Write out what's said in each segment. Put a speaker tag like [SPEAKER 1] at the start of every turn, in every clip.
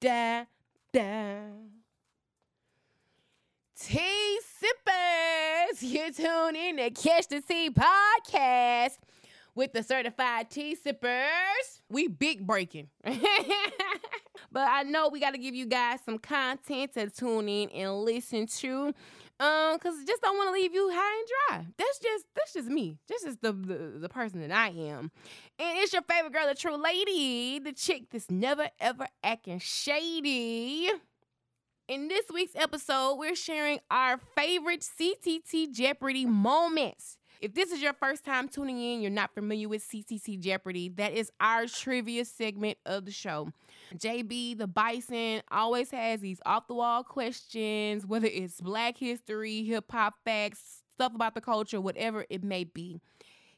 [SPEAKER 1] da da. Tea sippers, you tune in to Catch the Tea podcast with the certified tea sippers. We big breaking. but I know we got to give you guys some content to tune in and listen to. Um, cause just don't want to leave you high and dry. That's just that's just me. This is the, the the person that I am, and it's your favorite girl, the true lady, the chick that's never ever acting shady. In this week's episode, we're sharing our favorite CTT Jeopardy moments. If this is your first time tuning in, you're not familiar with CTT Jeopardy, that is our trivia segment of the show. JB the Bison always has these off the wall questions, whether it's black history, hip hop facts, stuff about the culture, whatever it may be.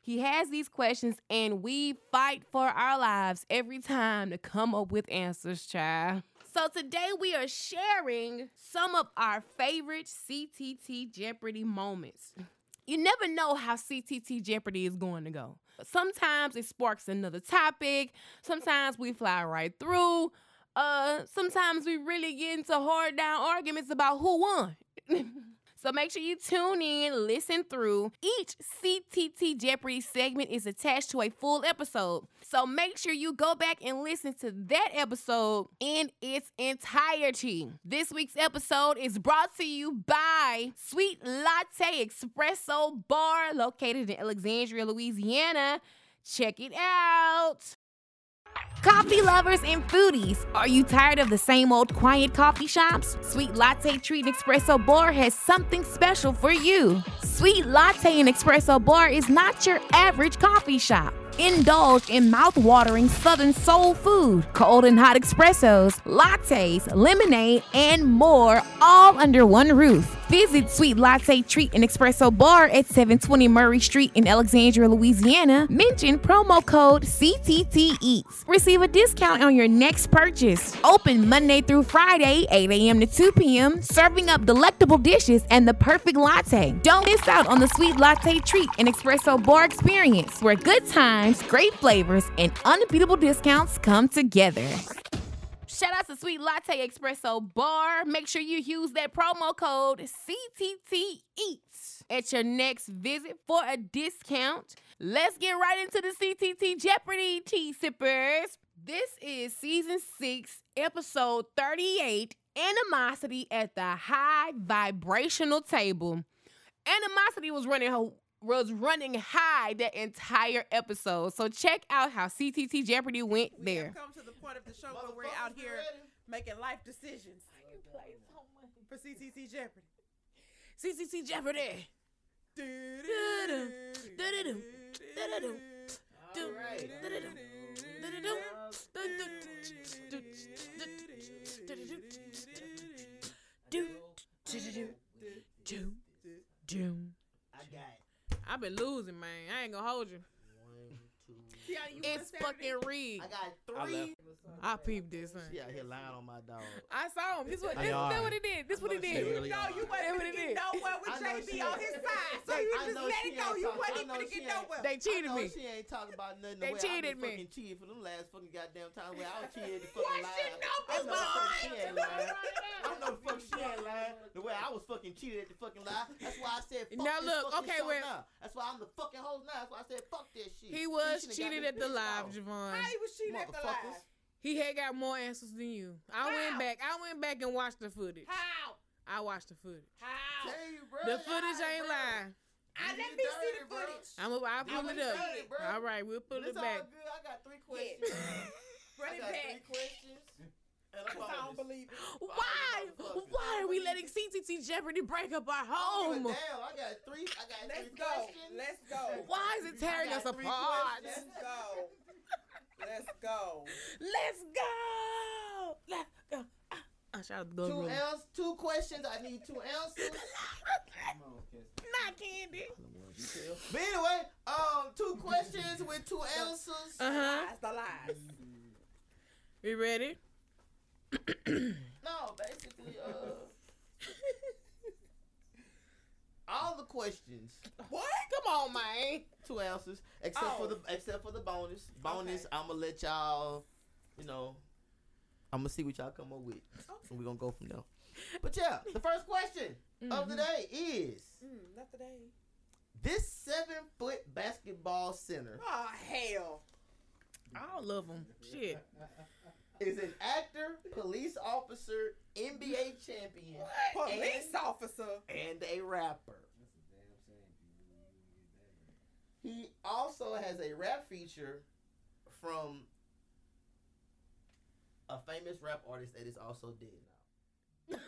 [SPEAKER 1] He has these questions, and we fight for our lives every time to come up with answers, child. So today we are sharing some of our favorite CTT Jeopardy moments you never know how CTT Jeopardy is going to go. Sometimes it sparks another topic. Sometimes we fly right through. Uh, sometimes we really get into hard down arguments about who won. so make sure you tune in, listen through. Each CTT Jeopardy segment is attached to a full episode. So make sure you go back and listen to that episode in its entirety. This week's episode is brought to you by Sweet Latte Espresso Bar, located in Alexandria, Louisiana. Check it out. Coffee lovers and foodies, are you tired of the same old quiet coffee shops? Sweet Latte Treat and Espresso Bar has something special for you. Sweet Latte and Espresso Bar is not your average coffee shop. Indulge in mouth-watering southern soul food, cold and hot espressos, lattes, lemonade, and more, all under one roof. Visit Sweet Latte Treat and Espresso Bar at 720 Murray Street in Alexandria, Louisiana. Mention promo code CTT Eats. Receive a discount on your next purchase. Open Monday through Friday, 8 a.m. to 2 p.m., serving up delectable dishes and the perfect latte. Don't miss out on the Sweet Latte Treat and Espresso Bar experience, where good times, great flavors, and unbeatable discounts come together. Shout out to Sweet Latte Espresso Bar. Make sure you use that promo code CTT Eats at your next visit for a discount. Let's get right into the CTT Jeopardy tea sippers. This is season six, episode 38 Animosity at the High Vibrational Table. Animosity was running her was running high that entire episode. So check out how CTT Jeopardy went
[SPEAKER 2] We
[SPEAKER 1] there.
[SPEAKER 2] have come to the point of the show where we're out here making life decisions for CCC Jeopardy.
[SPEAKER 1] CCC Jeopardy.
[SPEAKER 2] Doo-doo-doo,
[SPEAKER 1] doo-doo-doo,
[SPEAKER 2] doo-doo-doo,
[SPEAKER 1] All right.
[SPEAKER 3] I got it.
[SPEAKER 1] I've been losing, man. I ain't gonna hold you.
[SPEAKER 3] One, two.
[SPEAKER 2] See how you
[SPEAKER 1] It's
[SPEAKER 2] won Saturday?
[SPEAKER 1] fucking rigged.
[SPEAKER 3] I got
[SPEAKER 4] I
[SPEAKER 3] three.
[SPEAKER 4] left.
[SPEAKER 3] Ah,
[SPEAKER 1] I peeped this thing.
[SPEAKER 3] She out here lying on my dog.
[SPEAKER 1] I saw him. This what
[SPEAKER 4] How
[SPEAKER 1] this,
[SPEAKER 4] y'all
[SPEAKER 1] that what
[SPEAKER 4] are?
[SPEAKER 1] it did. This what it
[SPEAKER 3] She
[SPEAKER 1] did.
[SPEAKER 3] really
[SPEAKER 2] No, you
[SPEAKER 3] lying.
[SPEAKER 1] That's what
[SPEAKER 2] wasn't gonna
[SPEAKER 1] it
[SPEAKER 2] get
[SPEAKER 1] is.
[SPEAKER 2] nowhere Oh, with
[SPEAKER 3] I know she
[SPEAKER 2] JB on
[SPEAKER 3] ain't-
[SPEAKER 2] his side. So
[SPEAKER 3] Look,
[SPEAKER 2] you
[SPEAKER 3] I
[SPEAKER 2] just
[SPEAKER 3] know
[SPEAKER 2] let
[SPEAKER 3] she
[SPEAKER 2] it
[SPEAKER 3] ain't talking-
[SPEAKER 2] go. You
[SPEAKER 3] I
[SPEAKER 2] wasn't
[SPEAKER 3] know
[SPEAKER 2] gonna
[SPEAKER 3] she
[SPEAKER 2] get
[SPEAKER 3] ain't-
[SPEAKER 2] nowhere.
[SPEAKER 1] They cheated
[SPEAKER 3] I know
[SPEAKER 1] me.
[SPEAKER 3] She ain't talking about nothing. the
[SPEAKER 1] They
[SPEAKER 3] way
[SPEAKER 1] cheated
[SPEAKER 3] I
[SPEAKER 1] me.
[SPEAKER 3] been fucking cheated for them last fucking goddamn time where I was cheated to fucking lie.
[SPEAKER 2] Question
[SPEAKER 3] I know
[SPEAKER 2] number
[SPEAKER 3] the fuck she ain't lying. I
[SPEAKER 2] one.
[SPEAKER 3] know the fuck she ain't lying. The way I was fucking cheated at the fucking lie. That's why I said fuck
[SPEAKER 1] Now
[SPEAKER 3] this
[SPEAKER 1] look,
[SPEAKER 3] fucking
[SPEAKER 1] okay,
[SPEAKER 3] show
[SPEAKER 1] well-
[SPEAKER 3] now. That's why I'm the fucking host now. That's why I said fuck this shit.
[SPEAKER 1] He was
[SPEAKER 3] She shouldn't
[SPEAKER 1] cheated
[SPEAKER 3] got
[SPEAKER 1] at
[SPEAKER 3] this
[SPEAKER 1] the
[SPEAKER 3] bitch
[SPEAKER 1] live,
[SPEAKER 3] off.
[SPEAKER 1] Javon.
[SPEAKER 2] How he was cheating at the
[SPEAKER 3] Motherfuckers.
[SPEAKER 2] live?
[SPEAKER 1] He had got more answers than you. I went
[SPEAKER 2] How?
[SPEAKER 1] back. I went back and watched the footage.
[SPEAKER 2] How?
[SPEAKER 1] I watched the footage.
[SPEAKER 2] How?
[SPEAKER 3] Hey, bro.
[SPEAKER 1] The footage ain't lying.
[SPEAKER 2] I let
[SPEAKER 3] You
[SPEAKER 2] me see
[SPEAKER 3] dirty,
[SPEAKER 2] the
[SPEAKER 3] bro.
[SPEAKER 2] footage.
[SPEAKER 1] I'm a, I'll pull
[SPEAKER 3] was
[SPEAKER 1] it up.
[SPEAKER 3] dirty, bro.
[SPEAKER 1] All right, we'll pull it
[SPEAKER 3] It's all
[SPEAKER 1] back.
[SPEAKER 3] good. I got three
[SPEAKER 2] Yeah.
[SPEAKER 3] questions.
[SPEAKER 2] Run it
[SPEAKER 3] I got three
[SPEAKER 2] back.
[SPEAKER 3] questions. And I'm
[SPEAKER 2] Cause I don't
[SPEAKER 3] honest.
[SPEAKER 2] believe it.
[SPEAKER 1] Why? Why are we letting CTT Jeopardy break up our
[SPEAKER 3] I don't
[SPEAKER 1] home?
[SPEAKER 3] give a damn. I got three. I got
[SPEAKER 2] Let's
[SPEAKER 3] three
[SPEAKER 2] go.
[SPEAKER 3] questions.
[SPEAKER 2] Let's go.
[SPEAKER 1] Why is it tearing
[SPEAKER 3] I
[SPEAKER 1] us
[SPEAKER 3] got three
[SPEAKER 1] apart?
[SPEAKER 3] questions.
[SPEAKER 2] Let's go. Let's go.
[SPEAKER 1] Let's go. Let's go. Ah, ah, shout out to
[SPEAKER 3] Two
[SPEAKER 1] Doug Rose.
[SPEAKER 3] ans- two questions. I need two answers.
[SPEAKER 1] Not candy.
[SPEAKER 3] but anyway, um, two questions with two answers.
[SPEAKER 1] Uh huh.
[SPEAKER 2] Lies, the lies.
[SPEAKER 1] We ready?
[SPEAKER 3] No, basically, uh, all the questions,
[SPEAKER 1] What? Come on, man.
[SPEAKER 3] two answers, except
[SPEAKER 2] Oh.
[SPEAKER 3] for the except for the bonus. Bonus, I'ma let y'all, you know, I'm gonna see what y'all come up with, and we're gonna go from there. But yeah, the first question of the day is:
[SPEAKER 1] Mm, not today.
[SPEAKER 3] This seven-foot basketball center
[SPEAKER 1] Oh hell.
[SPEAKER 2] All of them. Shit.
[SPEAKER 3] is an actor, police officer, NBA champion,
[SPEAKER 1] Police
[SPEAKER 3] And-
[SPEAKER 1] officer.
[SPEAKER 3] and a rapper. He also has a rap feature from a famous rap artist that is also dead
[SPEAKER 2] they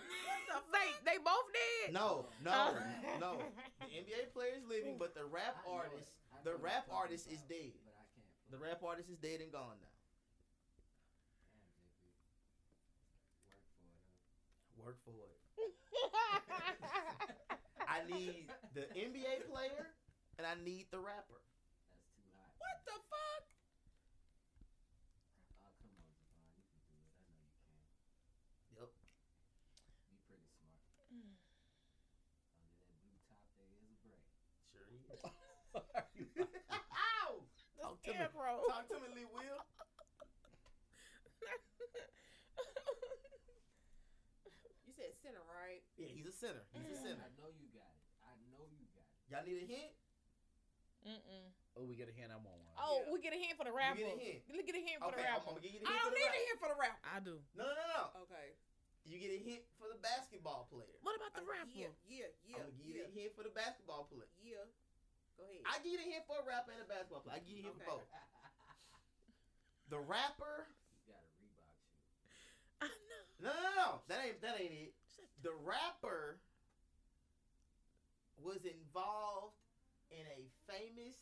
[SPEAKER 2] they both dead.
[SPEAKER 3] now. No, no,
[SPEAKER 2] Oh.
[SPEAKER 3] no. The NBA player is living, but the rap artist, the rap artist is dead. The rap artist is dead and gone now. Work for it. I need the NBA player and I need the rapper.
[SPEAKER 1] What the fuck?
[SPEAKER 3] Yep. Sure is. Ow! Talk to me.
[SPEAKER 1] Scarecrow.
[SPEAKER 3] Talk to me, Lee Will.
[SPEAKER 1] You said center, right?
[SPEAKER 3] Yeah, he's a sinner. He's a sinner. Y'all need a hint?
[SPEAKER 2] Mm-mm.
[SPEAKER 5] Oh, we got a hand. I want one.
[SPEAKER 2] Oh,
[SPEAKER 1] Yeah.
[SPEAKER 2] we get a hand for the rapper.
[SPEAKER 3] You get a hint.
[SPEAKER 2] Look at a hand for
[SPEAKER 3] Okay,
[SPEAKER 2] the
[SPEAKER 3] I'm
[SPEAKER 2] rapper.
[SPEAKER 3] gonna give you
[SPEAKER 1] I
[SPEAKER 3] the hint.
[SPEAKER 1] don't
[SPEAKER 3] for the
[SPEAKER 1] need
[SPEAKER 3] rap-
[SPEAKER 1] to hear for the rap.
[SPEAKER 2] I do.
[SPEAKER 3] No, no, no, no.
[SPEAKER 1] Okay.
[SPEAKER 3] You get a hint for the basketball player.
[SPEAKER 2] What about the
[SPEAKER 1] Uh,
[SPEAKER 2] rapper?
[SPEAKER 1] Yeah, yeah, yeah.
[SPEAKER 3] I'm gonna give
[SPEAKER 1] yeah,
[SPEAKER 3] you a hint for the basketball player.
[SPEAKER 1] yeah. Go ahead.
[SPEAKER 3] I give you a hint for a rapper and a basketball player. I give you a hint
[SPEAKER 1] Okay.
[SPEAKER 3] for both. The rapper.
[SPEAKER 2] I know.
[SPEAKER 3] No, no, no, no. That ain't that ain't it. The rapper was involved in a famous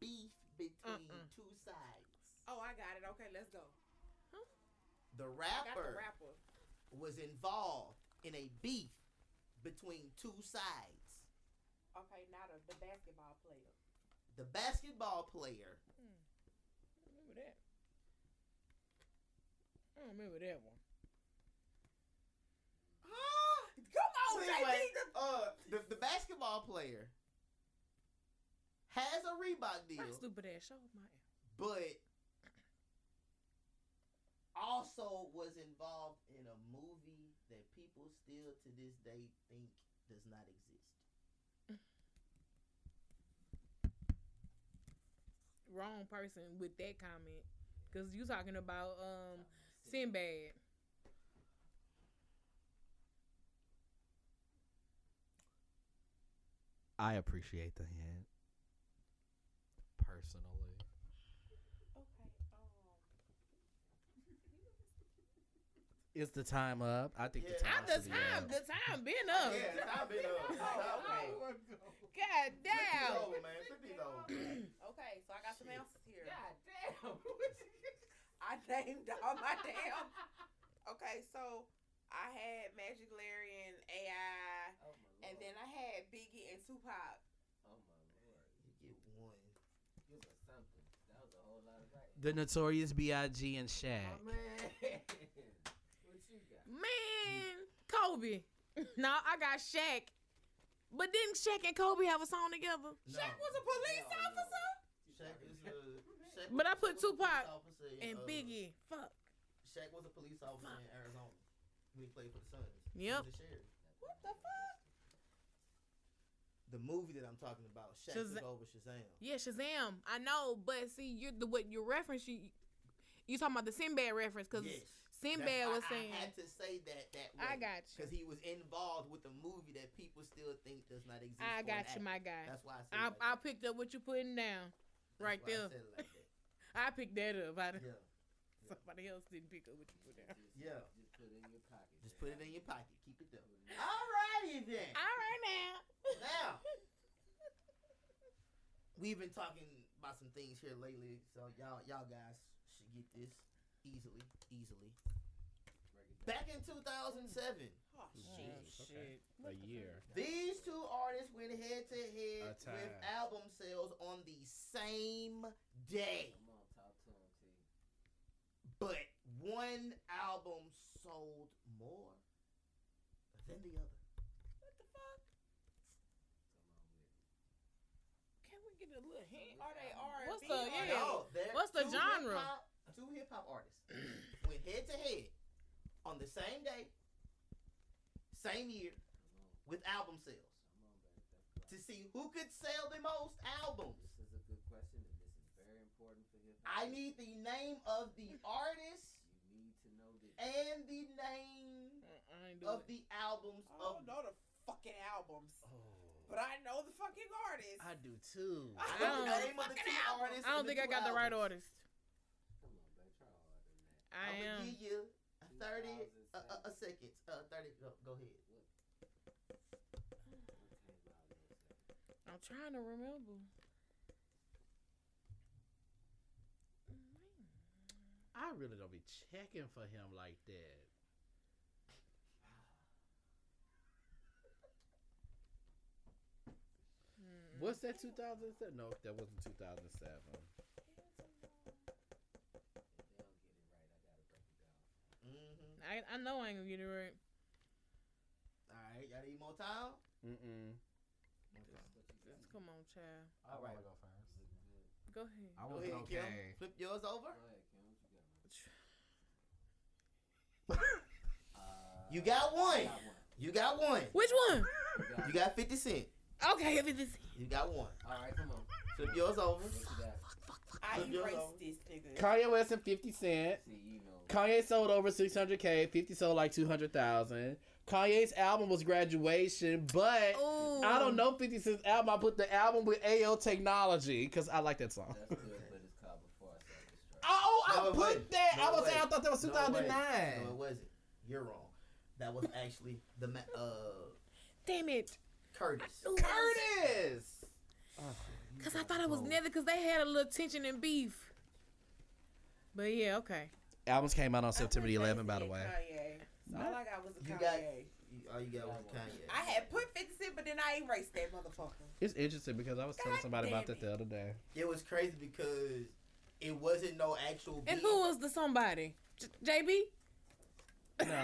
[SPEAKER 3] beef between
[SPEAKER 2] Mm-mm.
[SPEAKER 3] two sides.
[SPEAKER 1] Oh, I got it. Okay, let's go.
[SPEAKER 3] The
[SPEAKER 1] I got the
[SPEAKER 3] rapper
[SPEAKER 1] rapper.
[SPEAKER 3] was involved in a beef between two sides.
[SPEAKER 1] Okay, not a, the basketball player.
[SPEAKER 3] The basketball player
[SPEAKER 2] Remember that? I don't remember that one.
[SPEAKER 1] Ah, Come on,
[SPEAKER 3] So
[SPEAKER 1] JB.
[SPEAKER 3] anyway, uh, the, the basketball player has a Reebok
[SPEAKER 2] My
[SPEAKER 3] deal,
[SPEAKER 2] stupid ass. Show my ass.
[SPEAKER 3] but also was involved in a movie that people still to this day think does not exist.
[SPEAKER 2] wrong person with that comment. Cause you talking about um Sinbad.
[SPEAKER 5] I appreciate the hint. Personally.
[SPEAKER 1] Okay. Um,
[SPEAKER 5] Is the time up? I think
[SPEAKER 3] Yeah.
[SPEAKER 5] the time
[SPEAKER 2] Not the
[SPEAKER 5] should be
[SPEAKER 2] time,
[SPEAKER 5] up.
[SPEAKER 2] the time been up.
[SPEAKER 3] Yeah, time been up. Time
[SPEAKER 1] Okay.
[SPEAKER 3] been up.
[SPEAKER 2] God
[SPEAKER 3] Flip these
[SPEAKER 2] damn.
[SPEAKER 3] over, man. Flip these over.
[SPEAKER 2] Oh,
[SPEAKER 1] okay, so I got some
[SPEAKER 3] Shit.
[SPEAKER 1] answers here.
[SPEAKER 6] damn.
[SPEAKER 1] I named all my damn. Okay, so I had Magic Larry and AI,
[SPEAKER 6] Oh my
[SPEAKER 1] and then I had Biggie and Tupac.
[SPEAKER 6] oh my lord,
[SPEAKER 3] You get one.
[SPEAKER 6] give us something. That was a whole lot of right.
[SPEAKER 5] The Notorious B.I.G. and Shaq.
[SPEAKER 6] My man, what you got?
[SPEAKER 2] Man, Kobe. no, I got Shaq. But didn't Shaq and Kobe have a song together?
[SPEAKER 3] No.
[SPEAKER 1] Shaq was a police
[SPEAKER 6] No, no.
[SPEAKER 1] officer.
[SPEAKER 3] Shaq is a. Shaq was-
[SPEAKER 2] But I put
[SPEAKER 3] was a police
[SPEAKER 2] Tupac
[SPEAKER 3] officer in,
[SPEAKER 2] And
[SPEAKER 3] uh,
[SPEAKER 2] Biggie. Fuck.
[SPEAKER 3] Shaq was a police officer in Arizona when he played for the Suns. He
[SPEAKER 2] Yep.
[SPEAKER 3] was a sheriff.
[SPEAKER 1] What the fuck?
[SPEAKER 3] The movie that I'm talking about, Shaq
[SPEAKER 2] Shaza-
[SPEAKER 3] took over Shazam.
[SPEAKER 2] Yeah, Shazam. I know, but see, you're the what your reference you you talking about the Sinbad reference because
[SPEAKER 3] Yes. That's
[SPEAKER 2] Sinbad
[SPEAKER 3] why
[SPEAKER 2] was saying
[SPEAKER 3] I had to say that that way.
[SPEAKER 2] I got you.
[SPEAKER 3] Because he was involved with a movie that people still think does not exist. for an
[SPEAKER 2] I got you,
[SPEAKER 3] actor.
[SPEAKER 2] my guy.
[SPEAKER 3] That's why I said
[SPEAKER 2] I,
[SPEAKER 3] it like
[SPEAKER 2] I
[SPEAKER 3] that.
[SPEAKER 2] picked up what you putting down.
[SPEAKER 3] That's
[SPEAKER 2] right
[SPEAKER 3] why I
[SPEAKER 2] there.
[SPEAKER 3] said it like that.
[SPEAKER 2] I picked that up. I,
[SPEAKER 3] Yeah.
[SPEAKER 2] Somebody else didn't pick up what you put down.
[SPEAKER 6] Just,
[SPEAKER 3] Yeah.
[SPEAKER 6] Just put it in your pocket.
[SPEAKER 3] Just put it in your pocket. Keep it there.
[SPEAKER 6] Put it in-
[SPEAKER 3] Alrighty then.
[SPEAKER 2] All right now.
[SPEAKER 3] Now, we've been talking about some things here lately, so y'all y'all guys should get this easily, easily.
[SPEAKER 6] break it down.
[SPEAKER 3] Back in 2007,
[SPEAKER 1] Oh shit.
[SPEAKER 5] Wow.
[SPEAKER 2] Shit.
[SPEAKER 5] Mm, okay.
[SPEAKER 2] What the
[SPEAKER 5] A year.
[SPEAKER 3] these two artists went head to head
[SPEAKER 5] A tie.
[SPEAKER 3] with album sales on the same day,
[SPEAKER 6] Come on, talk to him, T.
[SPEAKER 3] but one album sold more than the other.
[SPEAKER 2] What the fuck?
[SPEAKER 6] Come on with it.
[SPEAKER 2] Can we get a little hint?
[SPEAKER 1] Are they R&B?
[SPEAKER 2] What's
[SPEAKER 3] Oh.
[SPEAKER 2] the-
[SPEAKER 1] Are they-
[SPEAKER 2] yeah.
[SPEAKER 3] No, they're
[SPEAKER 2] What's the
[SPEAKER 3] two
[SPEAKER 2] genre?
[SPEAKER 3] hip-hop- two hip hop artists went head to head on the same day, same year, with album sales to see who could sell the most albums.
[SPEAKER 7] This is a good question, and this is very important for hip hop.
[SPEAKER 3] I need the name of the artist
[SPEAKER 7] You need to know this.
[SPEAKER 3] and the name
[SPEAKER 2] Mm, I ain't
[SPEAKER 3] of the albums
[SPEAKER 8] I
[SPEAKER 3] of
[SPEAKER 8] don't know the fucking albums,
[SPEAKER 2] Oh.
[SPEAKER 8] but I know the fucking artists.
[SPEAKER 5] I do too.
[SPEAKER 8] I
[SPEAKER 3] the
[SPEAKER 2] don't know the
[SPEAKER 3] name of the
[SPEAKER 8] fucking
[SPEAKER 3] two
[SPEAKER 8] album.
[SPEAKER 3] artists
[SPEAKER 2] I don't
[SPEAKER 3] and
[SPEAKER 2] think I
[SPEAKER 3] two
[SPEAKER 2] got the right
[SPEAKER 3] albums.
[SPEAKER 2] artist.
[SPEAKER 7] Come on, babe. Try harder than that.
[SPEAKER 3] I'm
[SPEAKER 2] I
[SPEAKER 3] gonna
[SPEAKER 2] am.
[SPEAKER 3] give you a thirty a, a, a
[SPEAKER 7] 2007.
[SPEAKER 3] second. Uh, thirty. Go, go ahead.
[SPEAKER 7] What
[SPEAKER 2] I'm trying
[SPEAKER 7] came out in 07?
[SPEAKER 2] to remember.
[SPEAKER 5] I really don't be checking for him like that.
[SPEAKER 2] Hmm.
[SPEAKER 5] What's that? 2007? No, that wasn't 2007.
[SPEAKER 7] If they don't get it right, I
[SPEAKER 3] Mm-hmm.
[SPEAKER 2] I, I
[SPEAKER 7] gotta break it down.
[SPEAKER 2] know I ain't gonna get it right.
[SPEAKER 3] All right, y'all need more time.
[SPEAKER 5] Mm-mm.
[SPEAKER 7] That's what you got.
[SPEAKER 2] Come on, child.
[SPEAKER 3] All right.
[SPEAKER 7] go first. good.
[SPEAKER 2] Go ahead.
[SPEAKER 5] I
[SPEAKER 3] Go ahead, Kim. Flip yours over.
[SPEAKER 7] Go ahead, Kim. What you
[SPEAKER 3] You got
[SPEAKER 7] got, man? Uh, I
[SPEAKER 3] one.
[SPEAKER 7] got one.
[SPEAKER 3] You got one.
[SPEAKER 2] Which one?
[SPEAKER 7] You got
[SPEAKER 3] You got fifty cent.
[SPEAKER 2] Okay, if it's
[SPEAKER 3] You got one.
[SPEAKER 7] All right, come on.
[SPEAKER 3] Flip yours over.
[SPEAKER 7] What you got?
[SPEAKER 8] I
[SPEAKER 3] Look, y'all
[SPEAKER 8] erased
[SPEAKER 3] know.
[SPEAKER 8] this nigga.
[SPEAKER 5] Kanye West and 50 Cent.
[SPEAKER 7] See, you know.
[SPEAKER 5] Kanye sold over 600K, 50 sold like 200,000. Kanye's album was Graduation, but
[SPEAKER 2] Ooh.
[SPEAKER 3] Oh.
[SPEAKER 5] I don't know 50 Cent's album. I put the album with AO Technology because I like that song.
[SPEAKER 7] That's good, but it's called before
[SPEAKER 5] Oh,
[SPEAKER 7] I start this track.
[SPEAKER 5] I
[SPEAKER 3] No, it
[SPEAKER 5] put
[SPEAKER 3] wasn't.
[SPEAKER 5] that.
[SPEAKER 3] No,
[SPEAKER 5] I
[SPEAKER 3] it
[SPEAKER 5] was saying I
[SPEAKER 3] wasn't.
[SPEAKER 5] thought that was
[SPEAKER 3] No, it
[SPEAKER 5] 2009.
[SPEAKER 3] No, it wasn't. You're wrong. That was actually the ma- uh
[SPEAKER 2] Damn it.
[SPEAKER 3] Curtis. Oh,
[SPEAKER 5] Curtis.
[SPEAKER 2] Because I thought it was nether because they had a little tension and beef. But yeah, okay.
[SPEAKER 5] Albums came out on September
[SPEAKER 8] I put
[SPEAKER 5] 11, by the
[SPEAKER 8] Jay-Z
[SPEAKER 5] way.
[SPEAKER 8] and Kanye. So all I got was a
[SPEAKER 3] You
[SPEAKER 8] Kanye.
[SPEAKER 3] got- You- All you got was Kanye.
[SPEAKER 8] I had put 50 Cent, but then I erased that motherfucker.
[SPEAKER 5] It's interesting because I was telling
[SPEAKER 8] God
[SPEAKER 5] somebody about
[SPEAKER 8] damn
[SPEAKER 5] that the other day.
[SPEAKER 3] It was crazy because it wasn't no actual.
[SPEAKER 2] And
[SPEAKER 3] beat.
[SPEAKER 2] who was the somebody? J- JB?
[SPEAKER 3] The
[SPEAKER 5] No.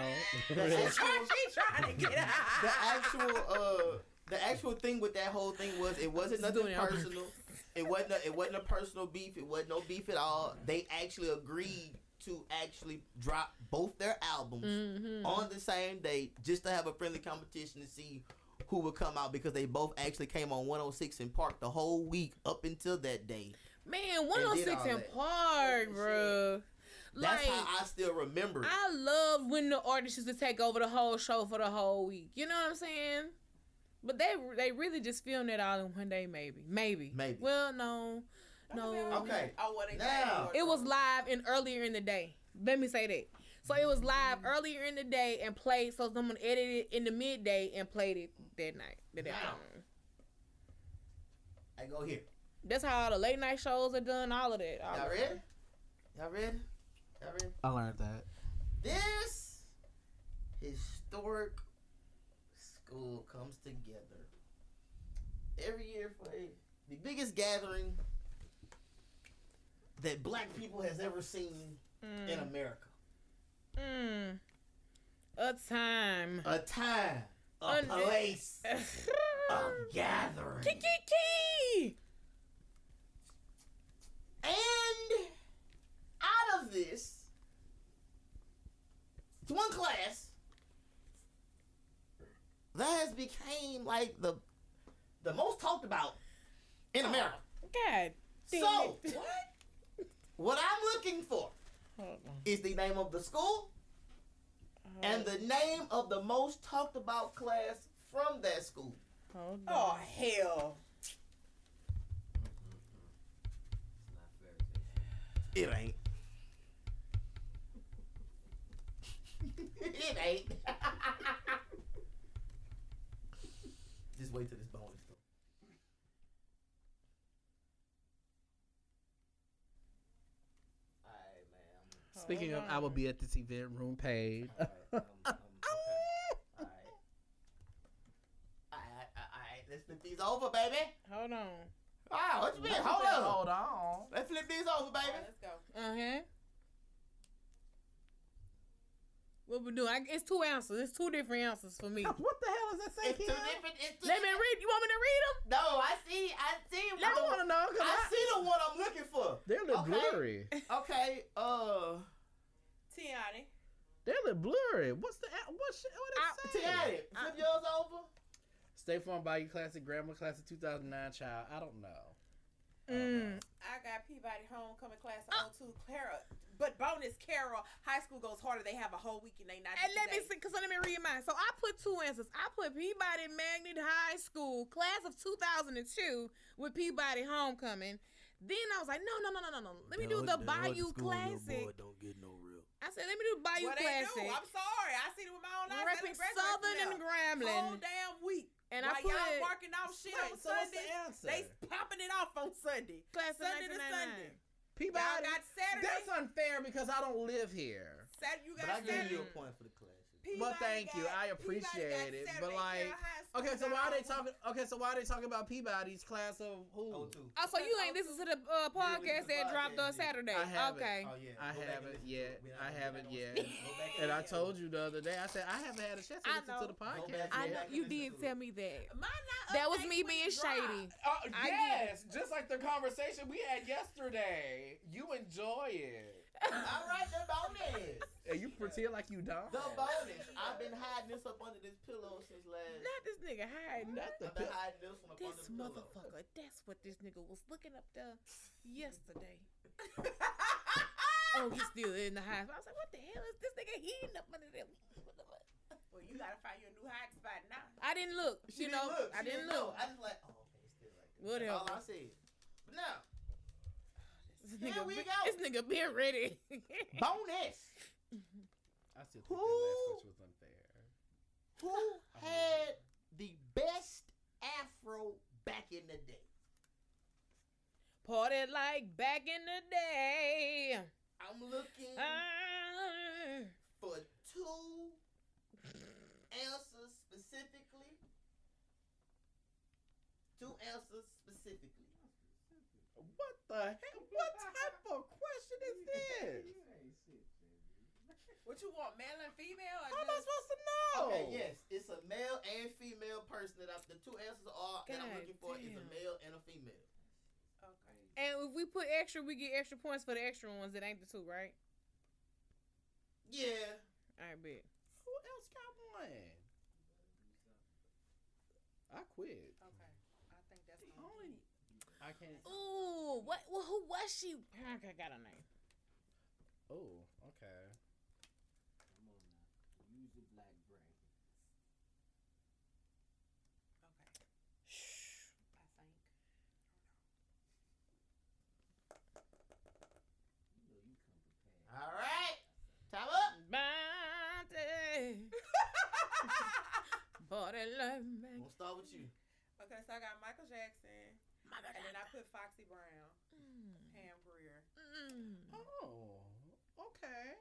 [SPEAKER 3] actual,
[SPEAKER 8] she trying to get out.
[SPEAKER 3] the actual uh the actual thing with that whole thing was it wasn't
[SPEAKER 2] Just
[SPEAKER 3] nothing
[SPEAKER 2] doing it on purpose.
[SPEAKER 3] personal. It wasn't a, it wasn't a personal beef. It wasn't no beef at all. They actually agreed to actually drop both their albums
[SPEAKER 2] Mm-hmm.
[SPEAKER 3] on the same day just to have a friendly competition to see who would come out because they both actually came on 106 in Park the whole week up until that day.
[SPEAKER 2] Man, 106
[SPEAKER 3] all
[SPEAKER 2] in
[SPEAKER 3] that.
[SPEAKER 2] Park,
[SPEAKER 8] Shit.
[SPEAKER 2] bruh.
[SPEAKER 3] That's
[SPEAKER 2] Like,
[SPEAKER 3] how I still remember it.
[SPEAKER 2] I love when the artists used to take over the whole show for the whole week. You know what I'm saying? But they they really just filmed it all in one day, maybe. Maybe.
[SPEAKER 3] Maybe.
[SPEAKER 2] Well, no. No.
[SPEAKER 3] Okay,
[SPEAKER 8] Oh, what they
[SPEAKER 3] now-
[SPEAKER 8] got
[SPEAKER 2] It was live and earlier in the day. Let me say that. So it was live
[SPEAKER 3] Mm.
[SPEAKER 2] earlier in the day and played. So someone edited it in the midday and played it that night. That
[SPEAKER 3] Wow.
[SPEAKER 2] afternoon.
[SPEAKER 3] I go here.
[SPEAKER 2] That's how all the late night shows are done. All of that. All
[SPEAKER 3] Y'all
[SPEAKER 2] of
[SPEAKER 3] ready? Y'all ready? Y'all ready?
[SPEAKER 5] I learned that.
[SPEAKER 3] This historic school comes together every year for a, the biggest gathering that black people has ever seen
[SPEAKER 2] Mm,
[SPEAKER 3] in America.
[SPEAKER 2] mm. A time.
[SPEAKER 3] A time, a
[SPEAKER 2] Un-
[SPEAKER 3] place, a
[SPEAKER 2] Kiki.
[SPEAKER 3] gathering.
[SPEAKER 2] Kiki.
[SPEAKER 3] And out of this, it's one class that has became like the the most talked about in America.
[SPEAKER 2] God. damn
[SPEAKER 3] So
[SPEAKER 2] it.
[SPEAKER 3] what I'm looking for
[SPEAKER 2] Hold on.
[SPEAKER 3] is the name of the school and the name of the most talked about class from that school.
[SPEAKER 2] Hold on.
[SPEAKER 8] Oh, hell.
[SPEAKER 7] It's not fair. Jay.
[SPEAKER 3] It ain't. it ain't. Just wait till this bonus. though. Alright, man.
[SPEAKER 5] Speaking of, I will be at this event room paid.
[SPEAKER 3] Alright, um, um, okay. Alright. Alright, alright, let's flip these over, baby.
[SPEAKER 2] Hold on.
[SPEAKER 3] Wow, what you mean? Hold on. Let's flip these over,
[SPEAKER 8] All
[SPEAKER 3] baby.
[SPEAKER 8] right, let's go.
[SPEAKER 2] Uh huh. What we doing? I, it's two ounces. It's two different ounces for me.
[SPEAKER 5] What the hell is that
[SPEAKER 3] It's two different. It's two
[SPEAKER 2] Let me read. You want me to read them?
[SPEAKER 3] No, I see. I see.
[SPEAKER 5] I
[SPEAKER 3] the-
[SPEAKER 5] want to know. 'cause
[SPEAKER 3] I
[SPEAKER 5] I-
[SPEAKER 3] see the one I'm looking for.
[SPEAKER 5] They're the
[SPEAKER 3] Okay.
[SPEAKER 5] glittery.
[SPEAKER 3] Okay. Uh.
[SPEAKER 8] Tiani.
[SPEAKER 5] They look blurry. What's the a- what shit? What it say?
[SPEAKER 3] Ted, flip yours over.
[SPEAKER 5] State Farm Bayou Classic, Grandma Classic, 2009 child. I don't know. I don't know.
[SPEAKER 2] Mm.
[SPEAKER 9] I got Peabody Homecoming class of 02 Clara. But bonus Carol, high school goes harder. They have a whole week and they not.
[SPEAKER 2] And let me see, cause let me read mine. So I put two answers. I put Peabody Magnet High School, class of 2002, with Peabody Homecoming. Then I was like, no, no, no, no, no, no. Let me do the Bayou Classic.
[SPEAKER 3] don't get no real.
[SPEAKER 2] I said, let me do the Bayou
[SPEAKER 9] Well, they do.
[SPEAKER 2] Classic.
[SPEAKER 9] I'm sorry. I see it with my own eyes.
[SPEAKER 2] Repping Southern and
[SPEAKER 9] Whole
[SPEAKER 2] Grambling.
[SPEAKER 9] damn week.
[SPEAKER 2] And I
[SPEAKER 9] While
[SPEAKER 2] put
[SPEAKER 9] y'all working out shit
[SPEAKER 5] Right,
[SPEAKER 9] on
[SPEAKER 5] so what's the
[SPEAKER 9] Sunday,
[SPEAKER 5] answer?
[SPEAKER 9] they popping it off on Sunday.
[SPEAKER 2] class of
[SPEAKER 9] Sunday to
[SPEAKER 2] 1999.
[SPEAKER 9] Sunday.
[SPEAKER 5] Peabody.
[SPEAKER 9] Y'all got Saturday.
[SPEAKER 5] That's unfair because I don't live here.
[SPEAKER 9] Sat- you
[SPEAKER 3] But
[SPEAKER 9] got
[SPEAKER 3] I give
[SPEAKER 9] Saturday.
[SPEAKER 3] you a point for the classic.
[SPEAKER 9] Peabody
[SPEAKER 5] Well, thank you.
[SPEAKER 9] got-
[SPEAKER 5] I
[SPEAKER 9] Peabody got
[SPEAKER 5] appreciate it, but,
[SPEAKER 9] Saturday.
[SPEAKER 5] like,
[SPEAKER 9] Carroll High School
[SPEAKER 5] Okay, so
[SPEAKER 9] got
[SPEAKER 5] why are
[SPEAKER 9] a
[SPEAKER 5] they
[SPEAKER 9] week.
[SPEAKER 5] talking? Okay, so why are they talking about Peabody's class of who?
[SPEAKER 3] Oh, two.
[SPEAKER 2] Oh, so you ain't listened to the uh, podcast
[SPEAKER 3] the
[SPEAKER 2] that dropped on
[SPEAKER 3] podcast, yeah.
[SPEAKER 2] Saturday?
[SPEAKER 5] I haven't.
[SPEAKER 2] Okay.
[SPEAKER 3] Oh, yeah. Go back
[SPEAKER 5] I
[SPEAKER 3] and listen
[SPEAKER 5] haven't
[SPEAKER 3] to
[SPEAKER 5] yet.
[SPEAKER 3] it. We're not-
[SPEAKER 5] I
[SPEAKER 3] we're not
[SPEAKER 5] haven't
[SPEAKER 3] gonna
[SPEAKER 5] yet.
[SPEAKER 3] listen to it. Go back
[SPEAKER 5] And I
[SPEAKER 3] listen.
[SPEAKER 5] told you the other day, I said I haven't had a chance to
[SPEAKER 2] I
[SPEAKER 5] listen
[SPEAKER 2] know.
[SPEAKER 5] to the
[SPEAKER 3] back
[SPEAKER 5] podcast.
[SPEAKER 3] and
[SPEAKER 2] I
[SPEAKER 5] yet.
[SPEAKER 2] know
[SPEAKER 3] listen
[SPEAKER 2] you
[SPEAKER 3] to
[SPEAKER 2] did
[SPEAKER 3] it.
[SPEAKER 2] tell me that.
[SPEAKER 9] Mine not
[SPEAKER 2] That
[SPEAKER 9] up
[SPEAKER 2] was
[SPEAKER 9] next
[SPEAKER 2] me
[SPEAKER 9] week
[SPEAKER 2] being
[SPEAKER 9] drop.
[SPEAKER 2] shady.
[SPEAKER 5] Uh,
[SPEAKER 2] I did.
[SPEAKER 5] yes, just like the conversation we had yesterday. You enjoy it.
[SPEAKER 3] All right, the bonus.
[SPEAKER 5] And you pretend like you don't.
[SPEAKER 3] The bonus. I've been hiding this up under this pillow since last.
[SPEAKER 2] Not this nigga hiding.
[SPEAKER 5] Not the
[SPEAKER 3] I've been
[SPEAKER 5] pi-
[SPEAKER 3] hiding this one up under
[SPEAKER 2] This
[SPEAKER 3] the pillow.
[SPEAKER 2] motherfucker. That's what this nigga was looking up there yesterday. oh, he's still in the house. I was like, what the hell is this nigga heating up under there? What the fuck?
[SPEAKER 9] Well, you gotta find your new hot spot now.
[SPEAKER 2] I didn't look.
[SPEAKER 3] She
[SPEAKER 2] you
[SPEAKER 3] didn't
[SPEAKER 2] know,
[SPEAKER 3] look.
[SPEAKER 2] I
[SPEAKER 3] She
[SPEAKER 2] didn't
[SPEAKER 3] know.
[SPEAKER 2] look.
[SPEAKER 3] I just like, oh, okay, it's still like this.
[SPEAKER 2] Whatever.
[SPEAKER 3] That's all I said. But now,
[SPEAKER 2] This
[SPEAKER 3] Here
[SPEAKER 2] nigga,
[SPEAKER 3] we
[SPEAKER 2] be-
[SPEAKER 3] go.
[SPEAKER 2] This nigga been ready.
[SPEAKER 3] bonus.
[SPEAKER 5] I still
[SPEAKER 3] think that last question
[SPEAKER 5] was unfair.
[SPEAKER 3] Who had the best afro back in the day?
[SPEAKER 2] Party like back in the day. Uh,
[SPEAKER 3] I'm looking
[SPEAKER 2] Ah.
[SPEAKER 3] for two answers specifically. Two answers specifically.
[SPEAKER 5] What the heck? What type of question is this?
[SPEAKER 7] You ain't shit, baby.
[SPEAKER 9] What you want, male and female? Or
[SPEAKER 5] How am I
[SPEAKER 9] just-
[SPEAKER 5] supposed to know?
[SPEAKER 3] Okay, yes, it's a male and female person that I, the two answers are that I'm
[SPEAKER 2] God
[SPEAKER 3] looking for is a
[SPEAKER 2] damn.
[SPEAKER 3] male and a female.
[SPEAKER 9] Okay.
[SPEAKER 2] and if we put extra, we get extra points for the extra ones that ain't the two, right?
[SPEAKER 3] Yeah,
[SPEAKER 2] I bet.
[SPEAKER 5] Who else got one? I quit.
[SPEAKER 9] Okay. I think that's
[SPEAKER 5] The
[SPEAKER 9] all.
[SPEAKER 5] only- I can't.
[SPEAKER 2] Ooh, what? Well, who was she? I got her name.
[SPEAKER 5] Oh, okay.
[SPEAKER 7] Come on now. Use your black brain.
[SPEAKER 9] Okay. I think.
[SPEAKER 7] You know you come prepared.
[SPEAKER 3] All right, time up.
[SPEAKER 2] Body, body like
[SPEAKER 3] I'm gonna start with you.
[SPEAKER 9] okay, so I got Michael Jackson, and then I put Foxy Brown, Pam Grier.
[SPEAKER 5] Oh, okay.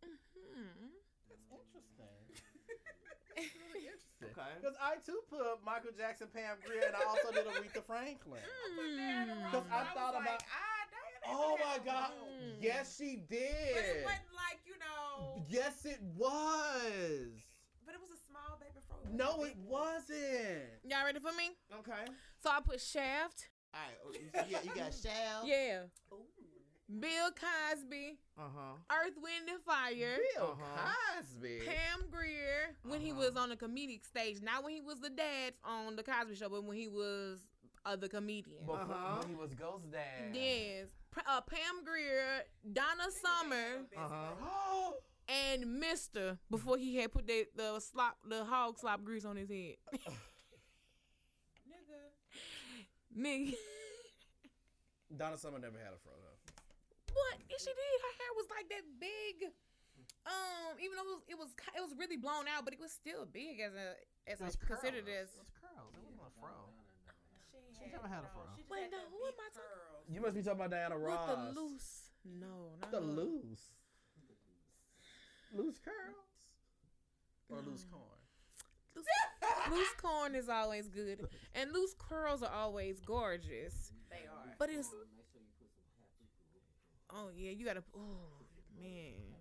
[SPEAKER 2] Mm-hmm.
[SPEAKER 5] That's
[SPEAKER 7] Um,
[SPEAKER 5] interesting. That's really interesting.
[SPEAKER 3] Okay.
[SPEAKER 5] Because I too put Michael Jackson, Pam Grier, and I also did Aretha
[SPEAKER 9] Put
[SPEAKER 5] Franklin.
[SPEAKER 9] that in the
[SPEAKER 5] Cause
[SPEAKER 9] roster,
[SPEAKER 5] I
[SPEAKER 9] Mm. I was like,
[SPEAKER 2] Mm-hmm.
[SPEAKER 5] thought about-
[SPEAKER 9] ah, damn, they
[SPEAKER 5] Oh
[SPEAKER 9] would
[SPEAKER 5] my
[SPEAKER 9] have
[SPEAKER 5] God!
[SPEAKER 9] one.
[SPEAKER 2] Mm.
[SPEAKER 5] Yes, she
[SPEAKER 9] But it
[SPEAKER 5] did.
[SPEAKER 9] wasn't like you know.
[SPEAKER 5] Yes, it was.
[SPEAKER 9] But it was a small baby fro.
[SPEAKER 5] No, it wasn't.
[SPEAKER 2] Y'all ready for me?
[SPEAKER 3] Okay.
[SPEAKER 2] So I put Shaft.
[SPEAKER 3] All right. oh, you- You got, you got Shal.
[SPEAKER 2] Yeah. Bill Cosby,
[SPEAKER 3] Uh huh.
[SPEAKER 2] Earth, Wind, and Fire.
[SPEAKER 5] Bill
[SPEAKER 3] Uh-huh.
[SPEAKER 5] Cosby.
[SPEAKER 2] Pam Grier when he
[SPEAKER 3] Uh-huh.
[SPEAKER 2] was on the comedic stage, not when he was the dad on the Cosby Show, but when he was uh, the comedian.
[SPEAKER 5] Before
[SPEAKER 3] Uh-huh.
[SPEAKER 5] when he was Ghost Dad.
[SPEAKER 2] Yes, P- uh, Pam Grier, Donna Summer,
[SPEAKER 3] Uh-huh.
[SPEAKER 5] Oh,
[SPEAKER 2] and Mister before he had put the, the slop the hog slop grease on his head.
[SPEAKER 9] Nigga.
[SPEAKER 2] Nigga,
[SPEAKER 5] Donna Summer never had a fro though.
[SPEAKER 2] what? And she did. Her hair was like that big. Um, even though it was it was ki- it was really blown out, but it was still big as a as a considered as.
[SPEAKER 5] curls. It wasn't a fro.
[SPEAKER 9] She,
[SPEAKER 5] She
[SPEAKER 9] had,
[SPEAKER 5] never had a
[SPEAKER 9] no,
[SPEAKER 5] fro.
[SPEAKER 9] She just
[SPEAKER 2] Wait,
[SPEAKER 9] had
[SPEAKER 2] now
[SPEAKER 9] them
[SPEAKER 2] who am
[SPEAKER 9] big
[SPEAKER 2] I talking-
[SPEAKER 9] curls.
[SPEAKER 5] You must be talking about Diana Ross.
[SPEAKER 2] With the loose. No, not
[SPEAKER 5] The
[SPEAKER 2] her.
[SPEAKER 5] loose. Loose curls. Or loose
[SPEAKER 2] No.
[SPEAKER 5] corn.
[SPEAKER 2] Loose, loose corn is always good, and loose curls are always gorgeous.
[SPEAKER 9] They are.
[SPEAKER 2] But it's
[SPEAKER 7] Um, make sure you put some happy
[SPEAKER 2] oh yeah, you gotta oh man.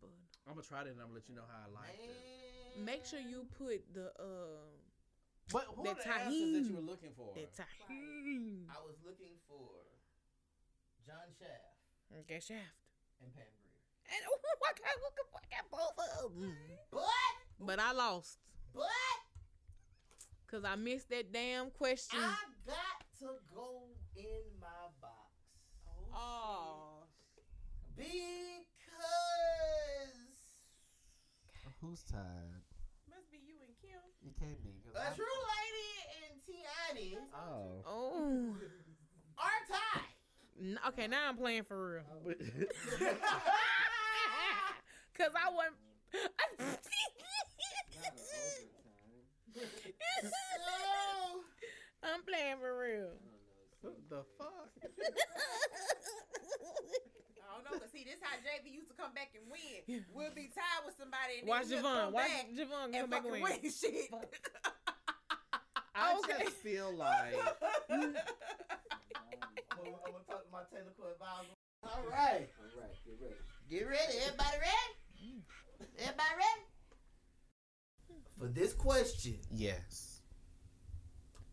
[SPEAKER 2] But
[SPEAKER 5] I'm gonna try it and I'm gonna let you know how I like it.
[SPEAKER 3] Man.
[SPEAKER 2] make sure you put the uh
[SPEAKER 5] But who
[SPEAKER 2] The
[SPEAKER 5] are the answers that
[SPEAKER 2] tahini.
[SPEAKER 5] you were looking for?
[SPEAKER 2] the tahini.
[SPEAKER 3] I was looking for John Shaft
[SPEAKER 2] Okay, shaft
[SPEAKER 3] and Pam Grier.
[SPEAKER 2] And ooh, I got, look, I got both of them.
[SPEAKER 3] But
[SPEAKER 2] Mm-hmm. But I lost
[SPEAKER 3] but
[SPEAKER 2] because I missed that damn question.
[SPEAKER 3] I got to go in my box
[SPEAKER 2] Oh.
[SPEAKER 3] because
[SPEAKER 7] Who's tired?
[SPEAKER 10] Must be you and Kim.
[SPEAKER 7] It can't be. 'cause
[SPEAKER 3] a
[SPEAKER 7] I'm-
[SPEAKER 3] true lady and Tiani
[SPEAKER 7] Oh.
[SPEAKER 2] Oh.
[SPEAKER 3] are tied.
[SPEAKER 2] N- Okay, now I'm playing for real.
[SPEAKER 3] That's
[SPEAKER 2] Cause I wasn't.
[SPEAKER 7] Not an overtime.
[SPEAKER 2] I'm playing for real.
[SPEAKER 7] I don't know.
[SPEAKER 5] What the
[SPEAKER 7] It seems weird.
[SPEAKER 5] fuck?
[SPEAKER 10] I don't know, but see, this how JV used to come back and
[SPEAKER 2] Yeah.
[SPEAKER 10] win. We'll be tied with somebody. And
[SPEAKER 2] Watch
[SPEAKER 10] then we'll
[SPEAKER 2] Javon.
[SPEAKER 10] come
[SPEAKER 2] Watch
[SPEAKER 10] back
[SPEAKER 2] Javon come
[SPEAKER 10] and
[SPEAKER 2] back and
[SPEAKER 10] fucking
[SPEAKER 2] win.
[SPEAKER 10] win shit.
[SPEAKER 5] I
[SPEAKER 2] Okay.
[SPEAKER 5] just feel like
[SPEAKER 3] I'm gonna talk to my technical advisor. All right,
[SPEAKER 7] All right, get ready.
[SPEAKER 3] get ready. Everybody ready? Everybody ready? For this question,
[SPEAKER 7] Yes.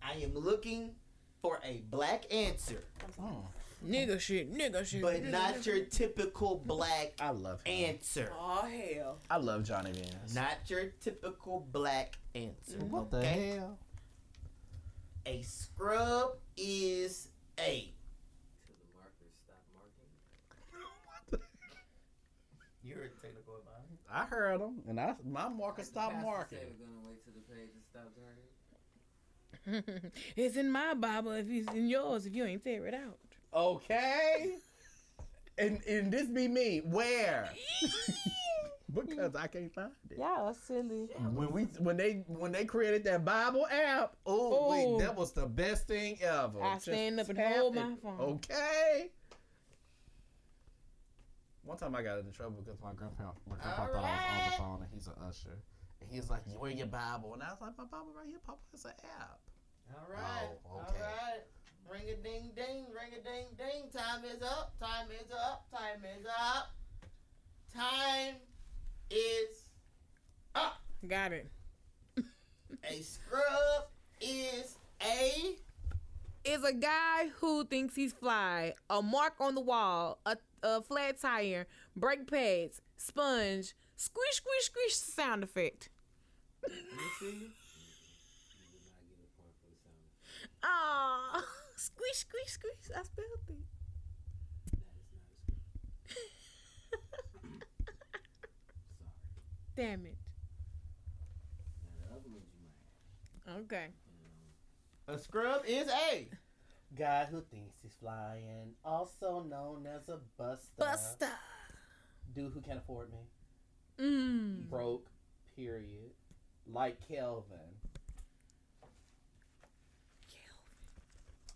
[SPEAKER 3] I am looking for a black answer,
[SPEAKER 5] Mm.
[SPEAKER 7] Oh,
[SPEAKER 2] Nigga shit, nigga shit.
[SPEAKER 3] but not your typical black
[SPEAKER 7] I love him.
[SPEAKER 3] answer.
[SPEAKER 10] oh hell!
[SPEAKER 7] I love Johnny Vance.
[SPEAKER 3] Not your typical black answer.
[SPEAKER 5] Mm-hmm.
[SPEAKER 7] what the
[SPEAKER 3] okay?
[SPEAKER 7] hell?
[SPEAKER 3] A scrub is a.
[SPEAKER 7] Till the markers stop marking.
[SPEAKER 3] You're a technical advisor.
[SPEAKER 5] I heard him, and I my marker stopped marking.
[SPEAKER 7] They were gonna wait till the pages stopped turning.
[SPEAKER 2] it's in my Bible if it's in yours if you ain't tear it out.
[SPEAKER 5] Okay. And and this be me. Where? because I can't find it.
[SPEAKER 2] Y'all silly.
[SPEAKER 5] When we when they when they created that Bible app, oh
[SPEAKER 2] Oh.
[SPEAKER 5] wait, that was the best thing ever.
[SPEAKER 2] I
[SPEAKER 5] Just
[SPEAKER 2] stand up and
[SPEAKER 5] tap
[SPEAKER 2] hold
[SPEAKER 5] it.
[SPEAKER 2] my phone.
[SPEAKER 5] Okay. One time I got into trouble because
[SPEAKER 7] My grandpa, my grandpa thought I was on the phone, and he's an usher. And he's like, "You wear your Bible," and I was like, "My Bible right here, Papa. It's an app."
[SPEAKER 3] All right.
[SPEAKER 7] Oh, okay.
[SPEAKER 3] All right. Ring a ding ding, ring a ding ding. Time is up. Time is up. Time is up. Time is up.
[SPEAKER 2] Got it.
[SPEAKER 3] A scrub is a.
[SPEAKER 2] Is a guy who thinks he's fly, a mark on the wall, a, a flat tire, brake pads, sponge, squish, squish, squish sound effect. Aww. Squish, squish, squish. I spelled it. Damn it. Okay.
[SPEAKER 3] A scrub is a.
[SPEAKER 5] God who thinks he's flying, also known as a buster.
[SPEAKER 2] Buster.
[SPEAKER 5] Dude who can't afford me.
[SPEAKER 2] Mm.
[SPEAKER 5] Broke. Period. Like Kelvin.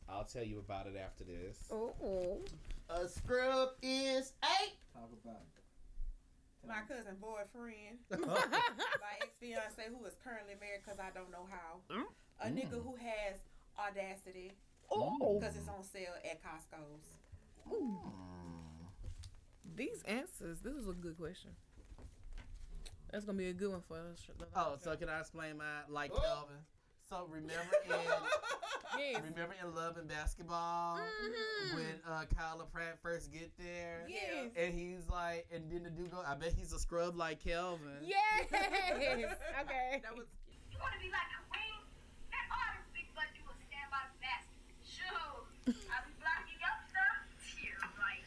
[SPEAKER 5] I'll tell you about it after this.
[SPEAKER 2] Oh.
[SPEAKER 3] A scrub is a.
[SPEAKER 7] Talk about it.
[SPEAKER 10] My cousin boyfriend, my ex fiance, who is currently married because I don't know how.
[SPEAKER 2] Mm.
[SPEAKER 10] A nigga who has audacity
[SPEAKER 7] Mm.
[SPEAKER 2] Oh.
[SPEAKER 10] because it's on sale at Costco's.
[SPEAKER 2] These answers. This is a good question. That's gonna be a good one for us.
[SPEAKER 5] Oh, so can I explain my like
[SPEAKER 3] Oh.
[SPEAKER 5] Kelvin? So remember in
[SPEAKER 2] yes.
[SPEAKER 5] remember in Love and Basketball
[SPEAKER 3] Mm-hmm.
[SPEAKER 2] Mhm.
[SPEAKER 5] when uh, Kyla Pratt first get there,
[SPEAKER 2] Yes.
[SPEAKER 5] and he's like, and then the dude go, I bet he's a scrub like Kelvin.
[SPEAKER 2] Yes. Okay.
[SPEAKER 10] That was
[SPEAKER 9] You want to be like a queen? That artist big butt you will stand by the bastard. Sure. I'll be blocking up stuff. Here, right.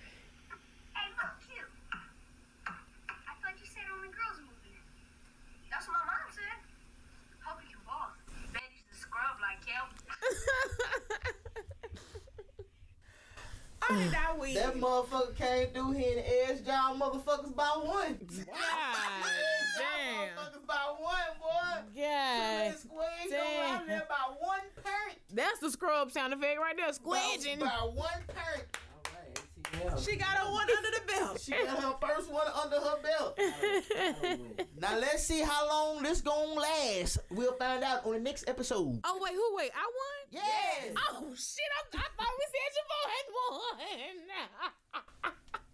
[SPEAKER 9] Hey, look, you. I thought you said only girls movie night. That's what my mom said. Hope you can ball. Bet he's the scrub like Kelvin.
[SPEAKER 10] only that we.
[SPEAKER 3] That motherfucker came through here and edged y'all motherfuckers by one.
[SPEAKER 2] God
[SPEAKER 3] Edged y'all
[SPEAKER 2] damn.
[SPEAKER 3] motherfuckers by one, boy.
[SPEAKER 2] God.
[SPEAKER 3] Squeeze
[SPEAKER 2] damn.
[SPEAKER 3] around there by one parent.
[SPEAKER 2] That's the scrub sound effect right there. Squidging.
[SPEAKER 3] By, by one parent.
[SPEAKER 7] All right, ATL.
[SPEAKER 10] She got a one under the belt.
[SPEAKER 3] She got her first one under her belt.
[SPEAKER 7] I win.
[SPEAKER 3] Now let's see how long this gonna last. We'll find out on the next episode.
[SPEAKER 2] Oh wait, who wait? I won.
[SPEAKER 3] Yes.
[SPEAKER 2] Oh shit! I, I thought we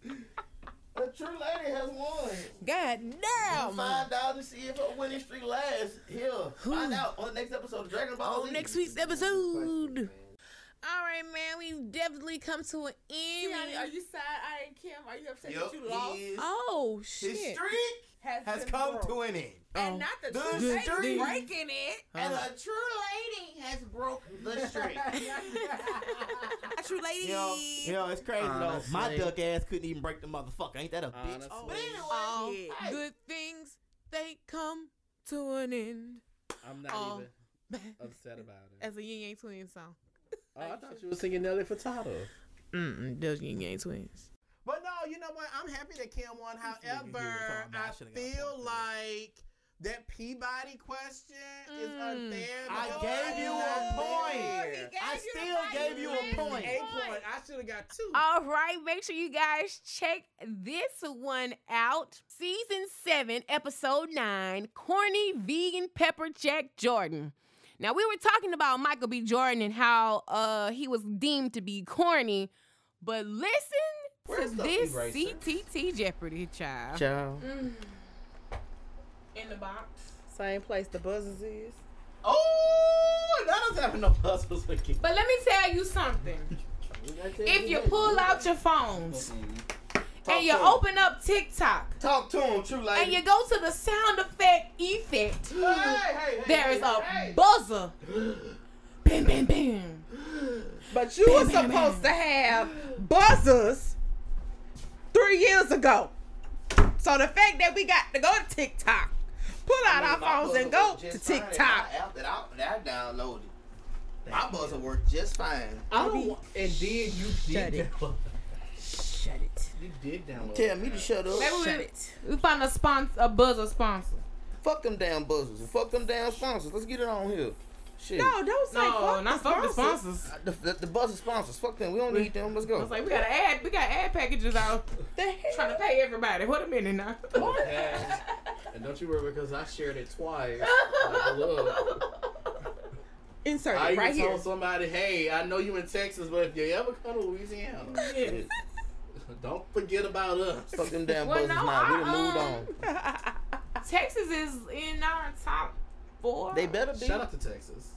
[SPEAKER 2] said Javon had won.
[SPEAKER 3] The true lady has won.
[SPEAKER 2] God
[SPEAKER 3] We'll
[SPEAKER 2] damn.
[SPEAKER 3] find out and see if her winning streak
[SPEAKER 2] Oh,
[SPEAKER 3] lasts. Here, find out on the next episode of Dragon Ball
[SPEAKER 2] on
[SPEAKER 3] Z.
[SPEAKER 2] next week's episode. All right, man. We've definitely come to an end.
[SPEAKER 11] Tiani, are you sad? I ain't Kim. Are you upset
[SPEAKER 12] Yup,
[SPEAKER 11] that you lost?
[SPEAKER 12] his,
[SPEAKER 2] oh
[SPEAKER 12] his
[SPEAKER 2] shit!
[SPEAKER 12] streak
[SPEAKER 11] Has,
[SPEAKER 12] has
[SPEAKER 11] been
[SPEAKER 12] come
[SPEAKER 11] broke.
[SPEAKER 12] to an end.
[SPEAKER 11] and
[SPEAKER 2] Oh.
[SPEAKER 11] not the,
[SPEAKER 12] The
[SPEAKER 11] truth. They
[SPEAKER 12] streak.
[SPEAKER 11] breaking it.
[SPEAKER 13] And a true lady has broke the streak.
[SPEAKER 10] True lady.
[SPEAKER 3] Yo, yo, it's crazy though. My
[SPEAKER 7] Honestly.
[SPEAKER 3] duck ass couldn't even break the motherfucker. Ain't that a bitch?
[SPEAKER 7] Honestly.
[SPEAKER 13] but anyway,
[SPEAKER 2] All
[SPEAKER 13] hey,
[SPEAKER 2] good things they come to an end.
[SPEAKER 7] I'm not
[SPEAKER 2] Oh.
[SPEAKER 7] even upset about it.
[SPEAKER 2] As a Yin Yang Twins song.
[SPEAKER 7] Oh, I thought you were singing Nelly Furtado.
[SPEAKER 2] Mm-mm, those Yin Yang Twins.
[SPEAKER 7] But no, you know what? I'm happy that Kim won. However,
[SPEAKER 3] talking about
[SPEAKER 7] I
[SPEAKER 3] I shoulda got
[SPEAKER 7] feel
[SPEAKER 3] one.
[SPEAKER 7] like that Peabody question is
[SPEAKER 2] Mm.
[SPEAKER 7] unfair.
[SPEAKER 3] I
[SPEAKER 7] because
[SPEAKER 3] gave
[SPEAKER 7] I did
[SPEAKER 3] you a
[SPEAKER 7] not
[SPEAKER 3] point.
[SPEAKER 7] win.
[SPEAKER 3] I still gave you a point. Oh.
[SPEAKER 7] A point. I should have got two.
[SPEAKER 2] All right, make sure you guys check this one out. Season 7, Episode 9 Corny Vegan Pepper Jack Jordan. Now, we were talking about Michael B. Jordan and how uh, he was deemed to be corny, but listen
[SPEAKER 12] Where's
[SPEAKER 2] to
[SPEAKER 12] the
[SPEAKER 2] this
[SPEAKER 12] eraser?
[SPEAKER 2] CTT Jeopardy, child.
[SPEAKER 3] Child.
[SPEAKER 11] Mm. In the box.
[SPEAKER 10] Same place the buzzers is.
[SPEAKER 12] Oh, that doesn't have no puzzles again.
[SPEAKER 2] But let me tell you something. If you pull out your phones and you open up TikTok,
[SPEAKER 12] Talk to him, true
[SPEAKER 2] and
[SPEAKER 12] lady.
[SPEAKER 2] you go to the sound effect effect,
[SPEAKER 12] hey, hey,
[SPEAKER 2] there is a
[SPEAKER 12] hey.
[SPEAKER 2] buzzer. Bam, bam, bam.
[SPEAKER 10] But you were supposed to have buzzers three years ago. So the fact that we got to go to TikTok, pull out our phones and go to TikTok.
[SPEAKER 12] App that I, that I downloaded. My buzzer worked just fine.
[SPEAKER 7] I don't want, and then you
[SPEAKER 10] Shut
[SPEAKER 7] did
[SPEAKER 10] it.
[SPEAKER 7] download.
[SPEAKER 10] Shut it.
[SPEAKER 7] You did download.
[SPEAKER 3] Tell me to shut up.
[SPEAKER 2] Maybe
[SPEAKER 10] Shut
[SPEAKER 2] we,
[SPEAKER 10] it.
[SPEAKER 2] we find a sponsor, a buzzer sponsor.
[SPEAKER 3] Fuck them damn buzzers. and Fuck them damn sponsors. Let's get it on here. Shit.
[SPEAKER 10] No, don't say
[SPEAKER 2] No,
[SPEAKER 10] fuck
[SPEAKER 2] not
[SPEAKER 10] the
[SPEAKER 2] fuck the
[SPEAKER 10] sponsors.
[SPEAKER 2] sponsors.
[SPEAKER 3] The, the, the buzzer sponsors. Fuck them. We don't need them. Let's
[SPEAKER 2] I
[SPEAKER 3] go.
[SPEAKER 2] was like, we got ad, we got ad packages out
[SPEAKER 10] The hell?
[SPEAKER 2] trying to pay everybody. What a minute now.
[SPEAKER 7] Okay. And don't you worry because I shared it twice. Like, look,
[SPEAKER 10] Insert
[SPEAKER 7] I
[SPEAKER 10] it
[SPEAKER 7] even
[SPEAKER 10] right
[SPEAKER 7] told
[SPEAKER 10] here.
[SPEAKER 7] somebody, hey, I know you in Texas, but if you ever come to Louisiana,
[SPEAKER 3] Shit.
[SPEAKER 7] don't forget about us.
[SPEAKER 3] Fuck them damn
[SPEAKER 2] Well,
[SPEAKER 3] buzzers now.
[SPEAKER 2] no,
[SPEAKER 3] We
[SPEAKER 2] I,
[SPEAKER 3] done
[SPEAKER 10] uh-uh.
[SPEAKER 3] moved
[SPEAKER 2] um,
[SPEAKER 3] on.
[SPEAKER 2] Texas is in our top four.
[SPEAKER 3] They better be.
[SPEAKER 7] Shout out to Texas.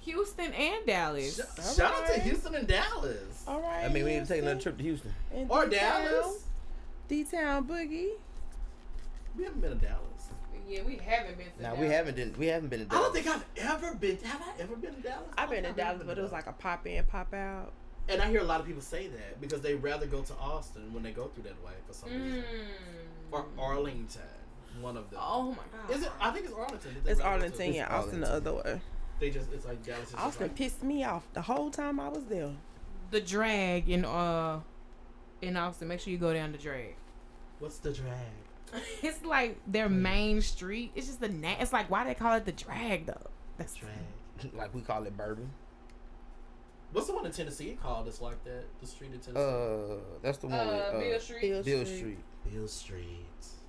[SPEAKER 2] Houston and Dallas.
[SPEAKER 7] Sh- Shout out to Houston and Dallas.
[SPEAKER 10] All right.
[SPEAKER 3] I mean, we need to take another
[SPEAKER 10] Houston.
[SPEAKER 3] trip to Houston.
[SPEAKER 10] And
[SPEAKER 7] Or
[SPEAKER 10] D-Town.
[SPEAKER 7] Dallas.
[SPEAKER 10] D-Town Boogie.
[SPEAKER 7] We haven't been to Dallas.
[SPEAKER 2] Yeah, we haven't been.
[SPEAKER 3] Now we haven't been. We haven't been. to
[SPEAKER 7] I don't
[SPEAKER 3] Dallas.
[SPEAKER 7] think I've ever been. Have I ever been to Dallas?
[SPEAKER 10] I've been to
[SPEAKER 7] I've
[SPEAKER 10] Dallas,
[SPEAKER 7] never
[SPEAKER 10] but
[SPEAKER 7] to
[SPEAKER 10] it was
[SPEAKER 7] Dallas.
[SPEAKER 10] like a pop in, pop out.
[SPEAKER 7] And I hear a lot of people say that because they rather go to Austin when they go through that way for some reason,
[SPEAKER 2] Mm.
[SPEAKER 7] or Arlington, one of them.
[SPEAKER 2] Hmm. Oh my god.
[SPEAKER 7] Is it? I think it's Arlington. that they
[SPEAKER 10] It's
[SPEAKER 7] rather go to.
[SPEAKER 10] Arlington and Austin the other way.
[SPEAKER 7] They just it's like Dallas. Is just
[SPEAKER 10] Austin
[SPEAKER 7] like-
[SPEAKER 10] pissed me off the whole time I was there.
[SPEAKER 2] the drag in uh in Austin. Make sure you go down the drag.
[SPEAKER 7] What's the drag?
[SPEAKER 2] It's like their main street. It's just the name. It's like why they call it the drag though. That's
[SPEAKER 7] Drag.
[SPEAKER 3] like we call it bourbon.
[SPEAKER 7] What's the one in Tennessee called? It's like that. The street in Tennessee.
[SPEAKER 3] Uh, that's the one. with,
[SPEAKER 2] Street.
[SPEAKER 3] uh, Bill Street.
[SPEAKER 7] Hill Street.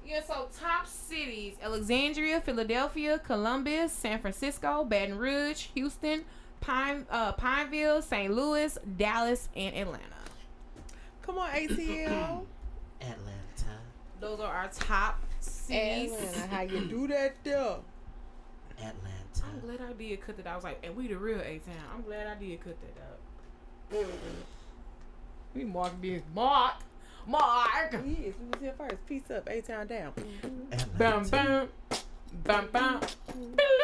[SPEAKER 2] Yeah, so top cities: Alexandria, Philadelphia, Columbus, San Francisco, Baton Rouge, Houston, Pine uh, Pineville, St. Louis, Dallas, and Atlanta.
[SPEAKER 10] Come on, ATL.
[SPEAKER 12] Atlanta.
[SPEAKER 2] Those are our top cities.
[SPEAKER 10] Atlanta, how you do that there?
[SPEAKER 2] I'm
[SPEAKER 12] Atlanta.
[SPEAKER 2] glad I did cut that. out. I was like, and we the real A town. I'm glad I did cut that up. we mark this mark, mark.
[SPEAKER 10] Yes, we was here first. Peace up, A Town down.
[SPEAKER 2] Bam bam, bam bam.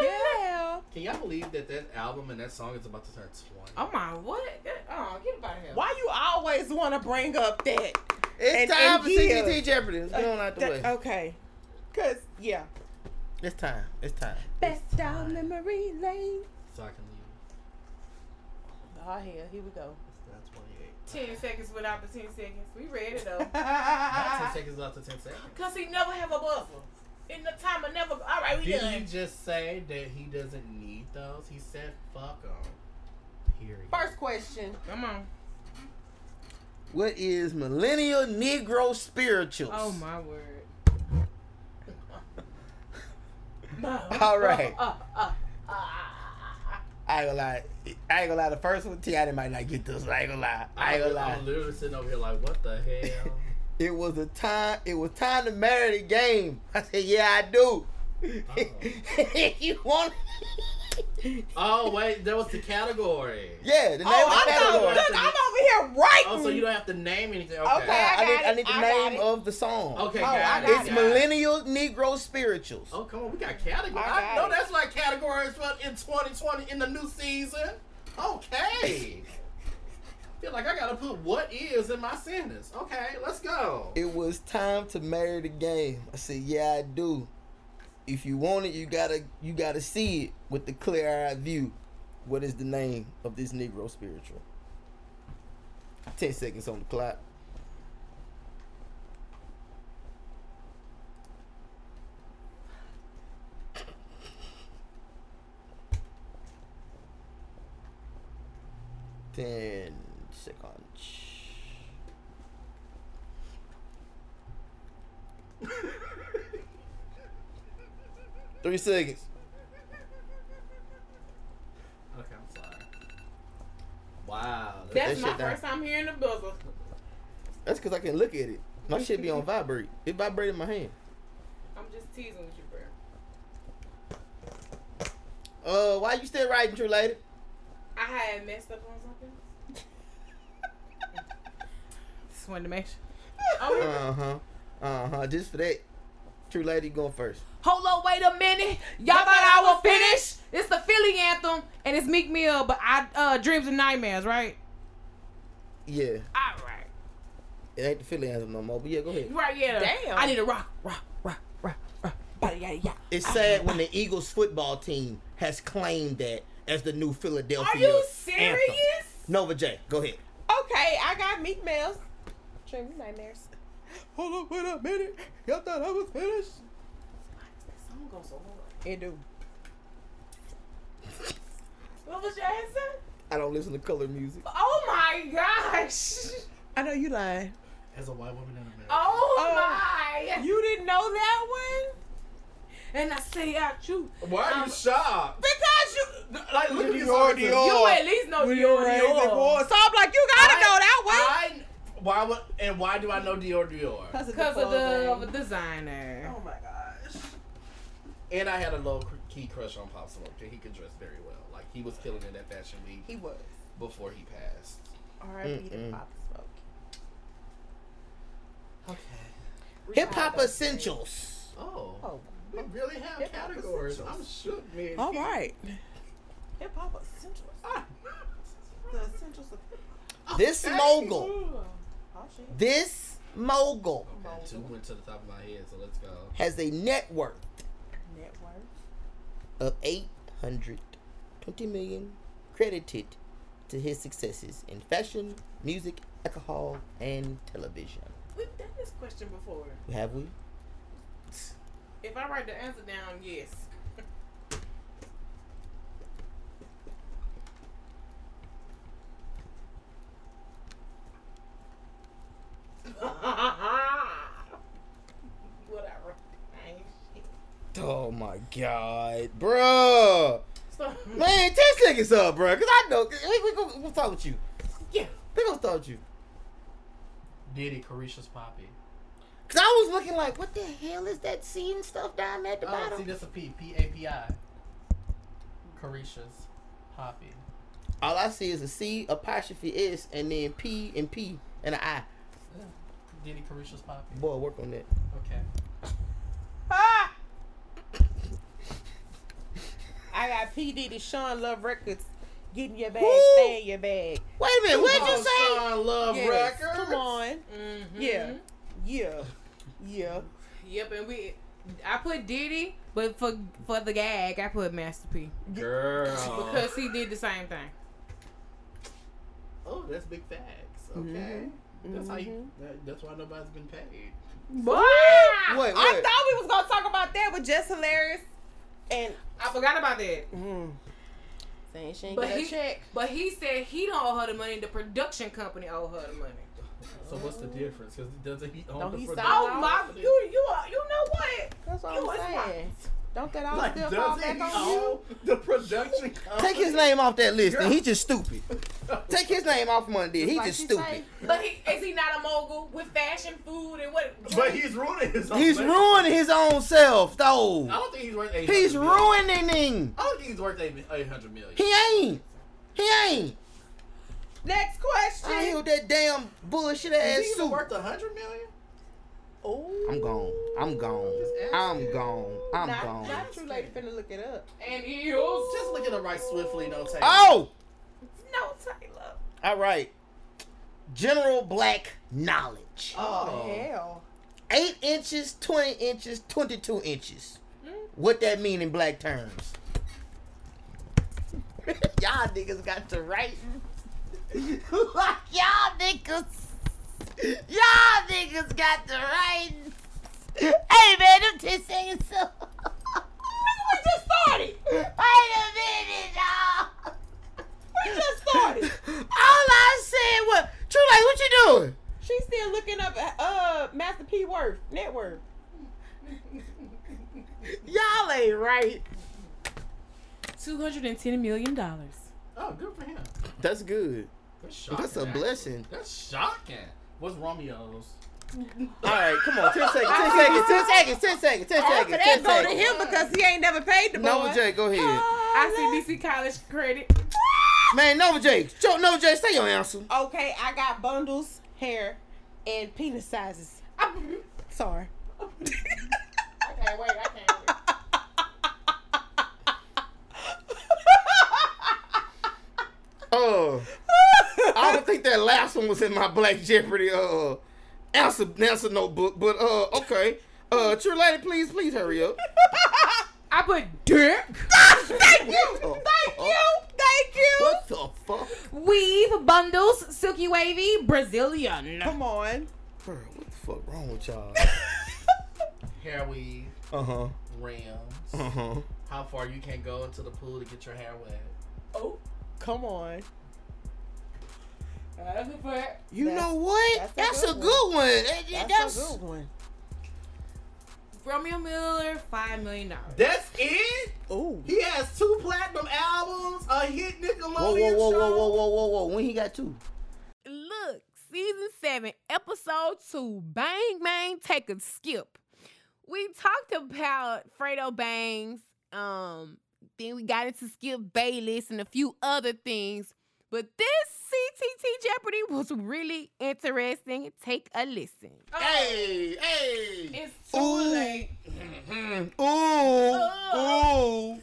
[SPEAKER 10] Yeah.
[SPEAKER 7] Can y'all believe that that album and that song is about to turn twenty?
[SPEAKER 2] Oh my, what? Oh, get about here.
[SPEAKER 10] Why you always want to bring up that?
[SPEAKER 3] It's
[SPEAKER 10] And-
[SPEAKER 3] time
[SPEAKER 10] and
[SPEAKER 3] for
[SPEAKER 10] yeah.
[SPEAKER 3] CTT Jeopardy. Let's get on out the
[SPEAKER 10] That-
[SPEAKER 3] way.
[SPEAKER 2] uh,
[SPEAKER 10] Okay. Cause yeah.
[SPEAKER 3] It's time. It's time.
[SPEAKER 10] Best down memory lane.
[SPEAKER 7] So I can leave.
[SPEAKER 10] Oh hell, here we go.
[SPEAKER 7] That's twenty-eight.
[SPEAKER 2] Ten seconds without the ten seconds. We ready though.
[SPEAKER 7] Not ten seconds left to ten seconds.
[SPEAKER 2] Cause he never have a buzzer. In the time I never. All right, we
[SPEAKER 7] Did
[SPEAKER 2] done.
[SPEAKER 7] he just say that he doesn't need those? He said fuck them. Period.
[SPEAKER 10] First question.
[SPEAKER 2] Come on.
[SPEAKER 3] What is millennial Negro spirituals?
[SPEAKER 2] Oh my word.
[SPEAKER 3] All right.
[SPEAKER 2] Uh, uh,
[SPEAKER 3] I ain't gonna lie. I ain't gonna lie. The first one, T, I might not get this. I ain't gonna lie. I ain't
[SPEAKER 7] I'm,
[SPEAKER 3] gonna lie.
[SPEAKER 7] I'm literally sitting over here like, what the hell?
[SPEAKER 3] It was a time. It was time to
[SPEAKER 2] Uh-huh.
[SPEAKER 3] marry the game. I said, yeah, I do. you want?
[SPEAKER 7] Oh wait, that was the category.
[SPEAKER 3] Yeah, the name
[SPEAKER 2] Oh,
[SPEAKER 3] of the
[SPEAKER 2] I'm, so,
[SPEAKER 3] category.
[SPEAKER 2] look, I'm over here writing.
[SPEAKER 7] Oh, so you don't have to name anything.
[SPEAKER 2] Okay.
[SPEAKER 7] Okay.
[SPEAKER 3] I need,
[SPEAKER 2] got
[SPEAKER 3] I
[SPEAKER 2] it,
[SPEAKER 3] need the
[SPEAKER 2] I got
[SPEAKER 3] name
[SPEAKER 2] it.
[SPEAKER 3] of the song.
[SPEAKER 7] Okay.
[SPEAKER 2] Oh,
[SPEAKER 7] got
[SPEAKER 2] I
[SPEAKER 7] it,
[SPEAKER 2] got
[SPEAKER 3] It's
[SPEAKER 7] got it.
[SPEAKER 3] Millennial Negro Spirituals.
[SPEAKER 7] Oh come on, we got categories.
[SPEAKER 2] I got
[SPEAKER 7] I, know
[SPEAKER 2] it.
[SPEAKER 7] that's like categories for in 2020 in the new season. Okay. Feel like I gotta put what is in my sentence. Okay, let's go.
[SPEAKER 3] It was time to marry the game. I said, yeah, I do. If you want it, you gotta you gotta see it with the clear eyed view. What is the name of this Negro spiritual? Ten seconds on the clock. Ten seconds. Three seconds.
[SPEAKER 7] Okay, I'm sorry. Wow.
[SPEAKER 2] That's
[SPEAKER 3] That
[SPEAKER 2] my
[SPEAKER 3] shit down.
[SPEAKER 2] first time hearing the buzzer.
[SPEAKER 3] That's because I can look at it. My shit be on vibrate. It vibrated my hand.
[SPEAKER 2] I'm just teasing with you, bro.
[SPEAKER 3] Uh, why you still writing, True Lady?
[SPEAKER 2] I had messed up on something. just wanted to make sure. Oh, yeah.
[SPEAKER 3] Uh huh. Uh huh. Just for that, True Lady going first.
[SPEAKER 1] Hold on, wait a minute. Y'all thought I was finished? It's the Philly anthem, and it's Meek Mill, but I uh dreams and nightmares, right?
[SPEAKER 3] Yeah,
[SPEAKER 1] All right,
[SPEAKER 3] it ain't the Philly anthem no more. But yeah, go ahead.
[SPEAKER 1] right, yeah.
[SPEAKER 2] Damn.
[SPEAKER 1] I need to rock, rock, rock, rock, rock. Body, yada, yada.
[SPEAKER 3] It's sad when the Eagles football team has claimed that as the new Philadelphia.
[SPEAKER 2] Are you
[SPEAKER 3] anthem.
[SPEAKER 2] serious?
[SPEAKER 3] Nova J, go ahead.
[SPEAKER 2] Okay, I got Meek Mill's Dreams and Nightmares.
[SPEAKER 3] Hold up, wait a minute. Y'all thought I was finished?
[SPEAKER 2] That song goes so hard. It do. What was your answer?
[SPEAKER 3] I don't listen to color music.
[SPEAKER 2] Oh my gosh.
[SPEAKER 1] I know you lying.
[SPEAKER 7] As a white woman in America.
[SPEAKER 2] Oh,
[SPEAKER 1] Oh.
[SPEAKER 2] my. You didn't know that one? And I say out you.
[SPEAKER 7] Why
[SPEAKER 2] um,
[SPEAKER 7] are you shocked?
[SPEAKER 2] Because you.
[SPEAKER 7] Like look at this
[SPEAKER 3] Dior,
[SPEAKER 7] officer.
[SPEAKER 3] Dior.
[SPEAKER 2] You at least know Dior, Dior. So I'm like, you gotta know that one.
[SPEAKER 7] I, why would and why do I know Dior Dior?
[SPEAKER 1] Because of the of a designer.
[SPEAKER 2] Oh my gosh.
[SPEAKER 7] And I had a low cr- key crush on Pop Smoke. that He could dress very well. Like he was killing it at Fashion Week
[SPEAKER 2] He was.
[SPEAKER 7] before he passed.
[SPEAKER 2] R.I.P. to
[SPEAKER 3] Mm-mm.
[SPEAKER 2] Pop Smoke.
[SPEAKER 7] Okay.
[SPEAKER 3] Hip hop essentials.
[SPEAKER 7] Oh.
[SPEAKER 2] Oh,
[SPEAKER 7] We really have
[SPEAKER 2] Hip hop
[SPEAKER 7] categories. I'm
[SPEAKER 2] essentials.
[SPEAKER 7] shook, man.
[SPEAKER 2] all right. Hip hop essentials. The essentials of hip
[SPEAKER 3] This
[SPEAKER 7] Okay.
[SPEAKER 3] mogul.
[SPEAKER 2] hop. Oh, shit.
[SPEAKER 3] This mogul
[SPEAKER 7] Okay, two went to the top of my head, so let's go.
[SPEAKER 3] has a net worth
[SPEAKER 2] Net worth.
[SPEAKER 3] of 820 million credited to his successes in fashion, music, alcohol, and television.
[SPEAKER 2] We've done this question before.
[SPEAKER 3] Have we?
[SPEAKER 2] If I write the answer down, yes. what I wrote down. shit.
[SPEAKER 3] Oh my god, bruh.
[SPEAKER 2] So,
[SPEAKER 3] Man, 10 seconds up, bruh. Cause I know, we, we gonna, we'll start with you.
[SPEAKER 2] yeah.
[SPEAKER 3] We gonna start with you.
[SPEAKER 7] Diddy, Carisha's Poppy.
[SPEAKER 3] Cause I was looking like, what the hell is that scene stuff down there at the
[SPEAKER 7] Oh, see,
[SPEAKER 3] bottom?
[SPEAKER 7] that's a P. P A P I. Carisha's Poppy.
[SPEAKER 3] All I see is a C, apostrophe S, and then P and P and an I.
[SPEAKER 7] Diddy, Carisha's Poppy.
[SPEAKER 3] Boy, work on that.
[SPEAKER 7] Okay.
[SPEAKER 2] Ah! I got P. Diddy Sean Love Records getting your bag,
[SPEAKER 3] Woo!
[SPEAKER 2] stay in your bag.
[SPEAKER 3] Wait a minute, what'd you
[SPEAKER 7] Oh,
[SPEAKER 3] say?
[SPEAKER 7] Sean Love
[SPEAKER 2] Yes,
[SPEAKER 7] Records.
[SPEAKER 2] Come on.
[SPEAKER 1] Mm-hmm.
[SPEAKER 2] Yeah. Yeah. Yeah.
[SPEAKER 1] Yep, and we I put Diddy, but for for the gag, I put Master P
[SPEAKER 2] Uh.
[SPEAKER 7] Girl.
[SPEAKER 1] because he did the same thing.
[SPEAKER 7] Oh, that's big facts. Okay.
[SPEAKER 2] Mm-hmm.
[SPEAKER 7] That's how you. That, that's why nobody's been paid.
[SPEAKER 2] What?
[SPEAKER 3] Wait,
[SPEAKER 2] I
[SPEAKER 3] wait.
[SPEAKER 2] thought we was gonna talk about that with Just Hilarious and
[SPEAKER 1] I forgot about that.
[SPEAKER 2] saying she ain't
[SPEAKER 1] But
[SPEAKER 2] got a
[SPEAKER 1] he-
[SPEAKER 2] check.
[SPEAKER 1] But he said he don't owe her the money. The production company owe her the money.
[SPEAKER 7] So what's the difference? Because doesn't he own
[SPEAKER 2] Don't
[SPEAKER 7] the
[SPEAKER 2] he
[SPEAKER 7] production
[SPEAKER 2] sell
[SPEAKER 1] Oh
[SPEAKER 2] out?
[SPEAKER 1] my!
[SPEAKER 7] company?
[SPEAKER 1] You you are- you know what?
[SPEAKER 2] That's what
[SPEAKER 1] You
[SPEAKER 2] I'm
[SPEAKER 1] was
[SPEAKER 2] saying. Don't that all
[SPEAKER 7] Like,
[SPEAKER 2] still
[SPEAKER 7] does
[SPEAKER 2] fall
[SPEAKER 7] he
[SPEAKER 2] back on you?
[SPEAKER 7] own the production company?
[SPEAKER 3] Take his name off that list, and he just stupid. Take his name off one did. He
[SPEAKER 2] Like
[SPEAKER 3] just
[SPEAKER 2] she
[SPEAKER 3] stupid.
[SPEAKER 2] say,
[SPEAKER 1] But he, is he not a mogul with fashion, food, and what?
[SPEAKER 7] But he's ruining his own.
[SPEAKER 3] He's
[SPEAKER 7] name.
[SPEAKER 3] ruining his own self
[SPEAKER 7] I
[SPEAKER 3] though.
[SPEAKER 7] don't think he's worth. 800
[SPEAKER 3] He's
[SPEAKER 7] million.
[SPEAKER 3] ruining him.
[SPEAKER 7] I don't think he's worth eight hundred million.
[SPEAKER 3] He ain't. He ain't.
[SPEAKER 2] Next
[SPEAKER 3] I
[SPEAKER 2] question.
[SPEAKER 3] healed that damn bullshit ass
[SPEAKER 7] Is he even
[SPEAKER 3] suit.
[SPEAKER 7] worth a hundred million?
[SPEAKER 3] I'm gone. I'm gone. I'm gone. I'm
[SPEAKER 2] Not,
[SPEAKER 3] gone.
[SPEAKER 2] not a true lady finna look it up.
[SPEAKER 1] And heels.
[SPEAKER 7] Just look at the right swiftly, no take.
[SPEAKER 3] Oh!
[SPEAKER 2] No, Taylor.
[SPEAKER 3] All right. General black knowledge.
[SPEAKER 7] Oh.
[SPEAKER 2] Hell.
[SPEAKER 3] Eight inches, 20 inches, 22 inches. What that mean in black terms? y'all niggas got to write. like y'all niggas. Y'all niggas got to write. Hey man, them tits ain't so. Look we just started. Wait a minute, y'all. We just started. All I said was, True, like, what you doing?
[SPEAKER 2] She's still looking up uh Master P Worth net worth.
[SPEAKER 3] Y'all ain't right.
[SPEAKER 1] Two hundred and ten million dollars.
[SPEAKER 7] Oh, good for him.
[SPEAKER 3] That's good.
[SPEAKER 7] That's shocking.
[SPEAKER 3] That's a
[SPEAKER 7] actually.
[SPEAKER 3] blessing.
[SPEAKER 7] That's shocking. What's Romeo's?
[SPEAKER 3] All right, come on, 10 seconds, 10 seconds, 10 seconds, 10 seconds, 10
[SPEAKER 2] Half of
[SPEAKER 3] seconds, 10
[SPEAKER 2] that go to
[SPEAKER 3] seconds.
[SPEAKER 2] him because he ain't never paid the boy. Oh,
[SPEAKER 3] Nova J, go ahead.
[SPEAKER 1] ICBC College credit.
[SPEAKER 3] Man, Nova J, show, Nova J, say your answer.
[SPEAKER 2] Okay, I got bundles, hair, and penis sizes. Sorry.
[SPEAKER 14] I can't wait. I can't wait.
[SPEAKER 3] Oh, I don't think that last one was in my Black Jeopardy uh answer answer notebook, but uh okay. Uh, true lady, please please hurry up.
[SPEAKER 1] I put dick.
[SPEAKER 3] Thank you, thank you, thank you. What the fuck,
[SPEAKER 1] Weave bundles, silky wavy, Brazilian.
[SPEAKER 2] Come on.
[SPEAKER 3] Bro, What the fuck wrong with y'all?
[SPEAKER 7] Hair weave,
[SPEAKER 3] Uh huh,
[SPEAKER 7] rims,
[SPEAKER 3] uh huh.
[SPEAKER 7] how far you can go into the pool to get your hair wet. Oh,
[SPEAKER 2] Come on.
[SPEAKER 1] That's a fact.
[SPEAKER 3] You
[SPEAKER 2] That's-
[SPEAKER 3] know what? That's,
[SPEAKER 2] that's a
[SPEAKER 3] a
[SPEAKER 2] good
[SPEAKER 3] good one. That-
[SPEAKER 2] That's,
[SPEAKER 3] that's-
[SPEAKER 2] a good one.
[SPEAKER 1] Romeo Miller, five million dollars.
[SPEAKER 7] That's it?
[SPEAKER 2] Ooh.
[SPEAKER 7] He has two platinum albums, a hit Nickelodeon
[SPEAKER 3] Whoa, whoa, whoa,
[SPEAKER 7] show.
[SPEAKER 3] whoa, whoa, whoa, whoa, whoa. When he got two?
[SPEAKER 1] Look, season seven, episode two, Bang Bang Take a Skip. We talked about Fredo Bangs. Um, then we got into Skip Bayless and a few other things. But this CTT Jeopardy was really interesting. Take a listen.
[SPEAKER 3] Hey, hey.
[SPEAKER 1] It's
[SPEAKER 3] Oh. too Ooh. late. Ooh, ooh.
[SPEAKER 1] All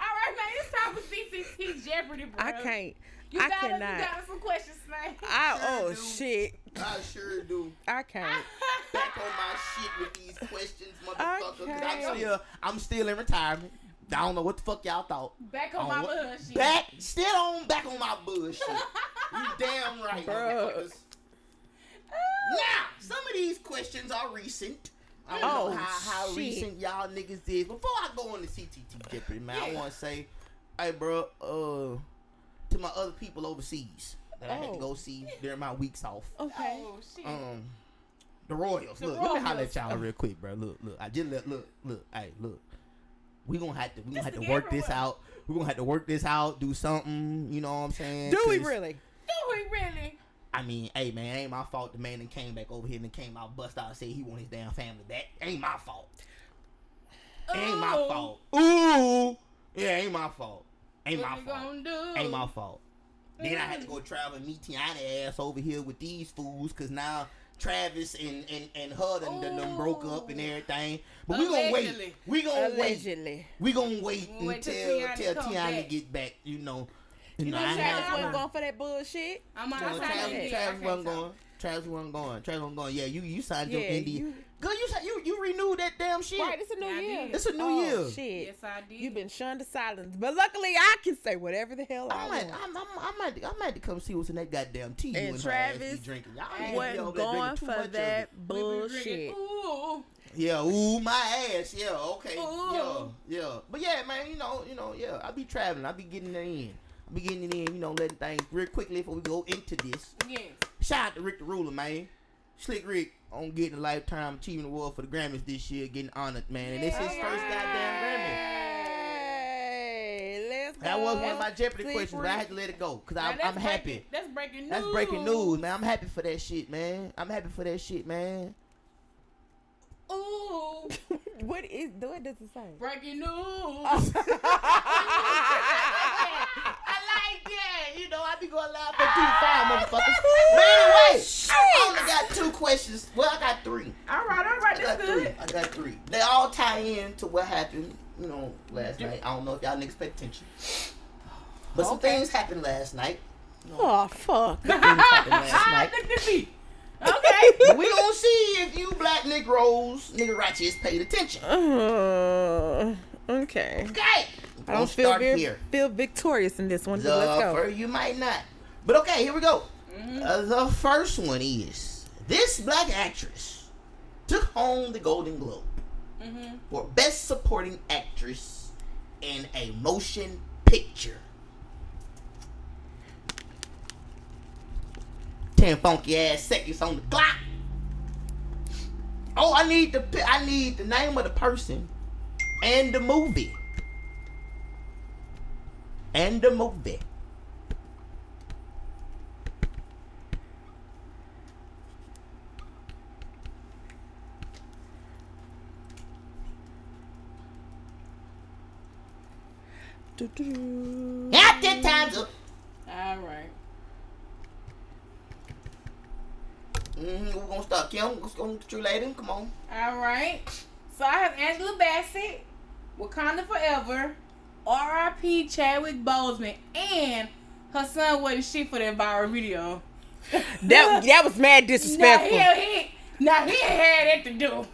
[SPEAKER 1] right, man, it's time for CTT Jeopardy, bro.
[SPEAKER 2] I can't.
[SPEAKER 1] You
[SPEAKER 2] I
[SPEAKER 1] got
[SPEAKER 2] cannot.
[SPEAKER 1] You got some questions, man.
[SPEAKER 2] I
[SPEAKER 3] Sure
[SPEAKER 2] oh
[SPEAKER 3] do.
[SPEAKER 2] shit.
[SPEAKER 3] I sure do.
[SPEAKER 2] I can't.
[SPEAKER 3] Back on my shit with these questions, motherfucker. 'cause
[SPEAKER 2] Okay.
[SPEAKER 3] I'm still, I'm still in retirement. I don't know what the fuck y'all thought.
[SPEAKER 1] Back on
[SPEAKER 3] On
[SPEAKER 1] my
[SPEAKER 3] what-
[SPEAKER 1] bullshit.
[SPEAKER 3] Back, still on back on my bullshit. you damn right,
[SPEAKER 2] Bruh.
[SPEAKER 3] motherfuckers. Now, some of these questions are recent. I don't
[SPEAKER 2] Oh,
[SPEAKER 3] know how, how
[SPEAKER 2] shit.
[SPEAKER 3] recent y'all niggas is. Before I go on the CTT Jeopardy, man, I want to say, hey, bro, uh, to my other people overseas that I had
[SPEAKER 2] Oh.
[SPEAKER 3] to go see during my weeks off.
[SPEAKER 2] Okay.
[SPEAKER 1] Oh, shit.
[SPEAKER 3] Um, the Royals.
[SPEAKER 1] The
[SPEAKER 3] look, let me holler
[SPEAKER 1] Royals.
[SPEAKER 3] at y'all real quick, bro. Look, look. I just look, look, look. Hey, look. We gonna have to, we gonna
[SPEAKER 1] Just
[SPEAKER 3] have to
[SPEAKER 1] look
[SPEAKER 3] work this
[SPEAKER 1] everywhere.
[SPEAKER 3] out. We gonna have to work this out. Do something. You know what I'm saying?
[SPEAKER 2] Do we
[SPEAKER 3] 'Cause,
[SPEAKER 2] really?
[SPEAKER 1] Do we really?
[SPEAKER 3] I mean, hey man, it ain't my fault. The man that came back over here and came out bust out and said he want his damn family back. Ain't my fault. It ain't my
[SPEAKER 1] Ooh.
[SPEAKER 3] fault. Ooh, yeah, ain't my fault. Ain't
[SPEAKER 1] What
[SPEAKER 3] my
[SPEAKER 1] we
[SPEAKER 3] fault.
[SPEAKER 1] gonna do?
[SPEAKER 3] Ain't my fault. Then I had to go travel and meet Tiana ass over here with these fools because now Travis and, and, and her done, done, done broke up and
[SPEAKER 1] Ooh.
[SPEAKER 3] everything. But we gonna wait.
[SPEAKER 1] Allegedly.
[SPEAKER 3] We gonna wait.
[SPEAKER 2] Allegedly.
[SPEAKER 3] We gonna wait
[SPEAKER 1] We'll wait till
[SPEAKER 3] until
[SPEAKER 1] Tiana
[SPEAKER 3] till
[SPEAKER 1] come
[SPEAKER 3] Tiana
[SPEAKER 1] back.
[SPEAKER 3] get back. You know. You,
[SPEAKER 2] You
[SPEAKER 3] know,
[SPEAKER 2] know
[SPEAKER 3] I had
[SPEAKER 2] Travis
[SPEAKER 3] to-
[SPEAKER 2] wasn't going for that bullshit.
[SPEAKER 1] I'm
[SPEAKER 3] Travis,
[SPEAKER 1] outside
[SPEAKER 2] Travis-
[SPEAKER 1] again.
[SPEAKER 3] Travis,
[SPEAKER 1] I
[SPEAKER 3] Travis
[SPEAKER 1] can't
[SPEAKER 3] wasn't
[SPEAKER 1] talk.
[SPEAKER 3] going. Travis wasn't going. Travis wasn't going. Yeah, you you signed your
[SPEAKER 2] Yeah,
[SPEAKER 3] ND.
[SPEAKER 2] you-
[SPEAKER 3] Girl, you si- you you renewed that damn shit.
[SPEAKER 2] Right, it's a new
[SPEAKER 1] I
[SPEAKER 2] year.
[SPEAKER 1] did.
[SPEAKER 3] It's a new
[SPEAKER 2] oh,
[SPEAKER 3] year.
[SPEAKER 2] Shit.
[SPEAKER 1] Yes, I did.
[SPEAKER 2] You've been shunned to silence, but luckily I can say whatever the hell I
[SPEAKER 3] I might,
[SPEAKER 2] want.
[SPEAKER 3] I'm, I'm, I might, I might have to come see what's in that goddamn tea. you
[SPEAKER 2] And
[SPEAKER 3] and her ass be
[SPEAKER 2] Travis
[SPEAKER 3] drinking.
[SPEAKER 2] I
[SPEAKER 3] Y'all
[SPEAKER 2] wasn't
[SPEAKER 3] was
[SPEAKER 2] going for that
[SPEAKER 1] We be
[SPEAKER 2] bullshit.
[SPEAKER 1] drinking. Ooh.
[SPEAKER 3] Yeah, ooh, my ass. Yeah, okay.
[SPEAKER 1] Ooh.
[SPEAKER 3] Yeah, yeah. But yeah, man, you know, you know, yeah. I be traveling. I be getting it in. I be getting it in. You know, letting things real quickly before we go into this.
[SPEAKER 1] Yes.
[SPEAKER 3] Shout out to Rick the Ruler, man. Slick Rick on getting a lifetime achievement award for the Grammys this year, getting honored, man. And it's his first goddamn Grammy.
[SPEAKER 2] Hey, let's
[SPEAKER 3] That was one of my
[SPEAKER 1] That's
[SPEAKER 3] Jeopardy
[SPEAKER 1] Siegfried.
[SPEAKER 3] questions, but I had to let it go because
[SPEAKER 1] Now,
[SPEAKER 3] I'm,
[SPEAKER 1] that's
[SPEAKER 3] I'm happy.
[SPEAKER 1] breaking- That's breaking news.
[SPEAKER 3] That's breaking news, man. I'm happy for that shit, man. I'm happy for that shit, man.
[SPEAKER 1] Ooh,
[SPEAKER 2] What is what does it say?
[SPEAKER 1] breaking news.
[SPEAKER 3] I like that. You know, I be going live for
[SPEAKER 2] Ah,
[SPEAKER 3] two five, motherfuckers. But anyway, I only got two questions. Well, I got three.
[SPEAKER 2] All right, all right,
[SPEAKER 3] I got
[SPEAKER 2] that's
[SPEAKER 3] three.
[SPEAKER 2] good.
[SPEAKER 3] I got three. They all tie in to what happened, you know, last night. I don't know if y'all niggas pay attention, but some things happened last night.
[SPEAKER 2] Oh fuck. Ah,
[SPEAKER 3] Things happened last night.
[SPEAKER 1] Look at me. Okay.
[SPEAKER 3] We gonna see if you black Negroes, nigga righteous, paid attention.
[SPEAKER 2] Uh, okay.
[SPEAKER 3] Okay.
[SPEAKER 2] I don't feel very, feel victorious in this one.
[SPEAKER 3] The
[SPEAKER 2] but Let's go.
[SPEAKER 3] fir- you might not. But okay, here we go. Uh, the first one is this black actress took home the Golden Globe for Best Supporting Actress in a Motion Picture. Ten funky ass seconds on the clock. Oh, I need the pi- I need the name of the person and the movie and the movie. Not ten times up.
[SPEAKER 1] All right.
[SPEAKER 3] hmm We're gonna start Kim. Let's go get you later. Come on.
[SPEAKER 1] All right. So I have Angela Bassett, Wakanda Forever, R.I.P. Chadwick Boseman, and her son wasn't shit for that viral video.
[SPEAKER 2] That that was mad
[SPEAKER 1] Now he,
[SPEAKER 2] disrespectful.
[SPEAKER 1] he, now he had it to do. And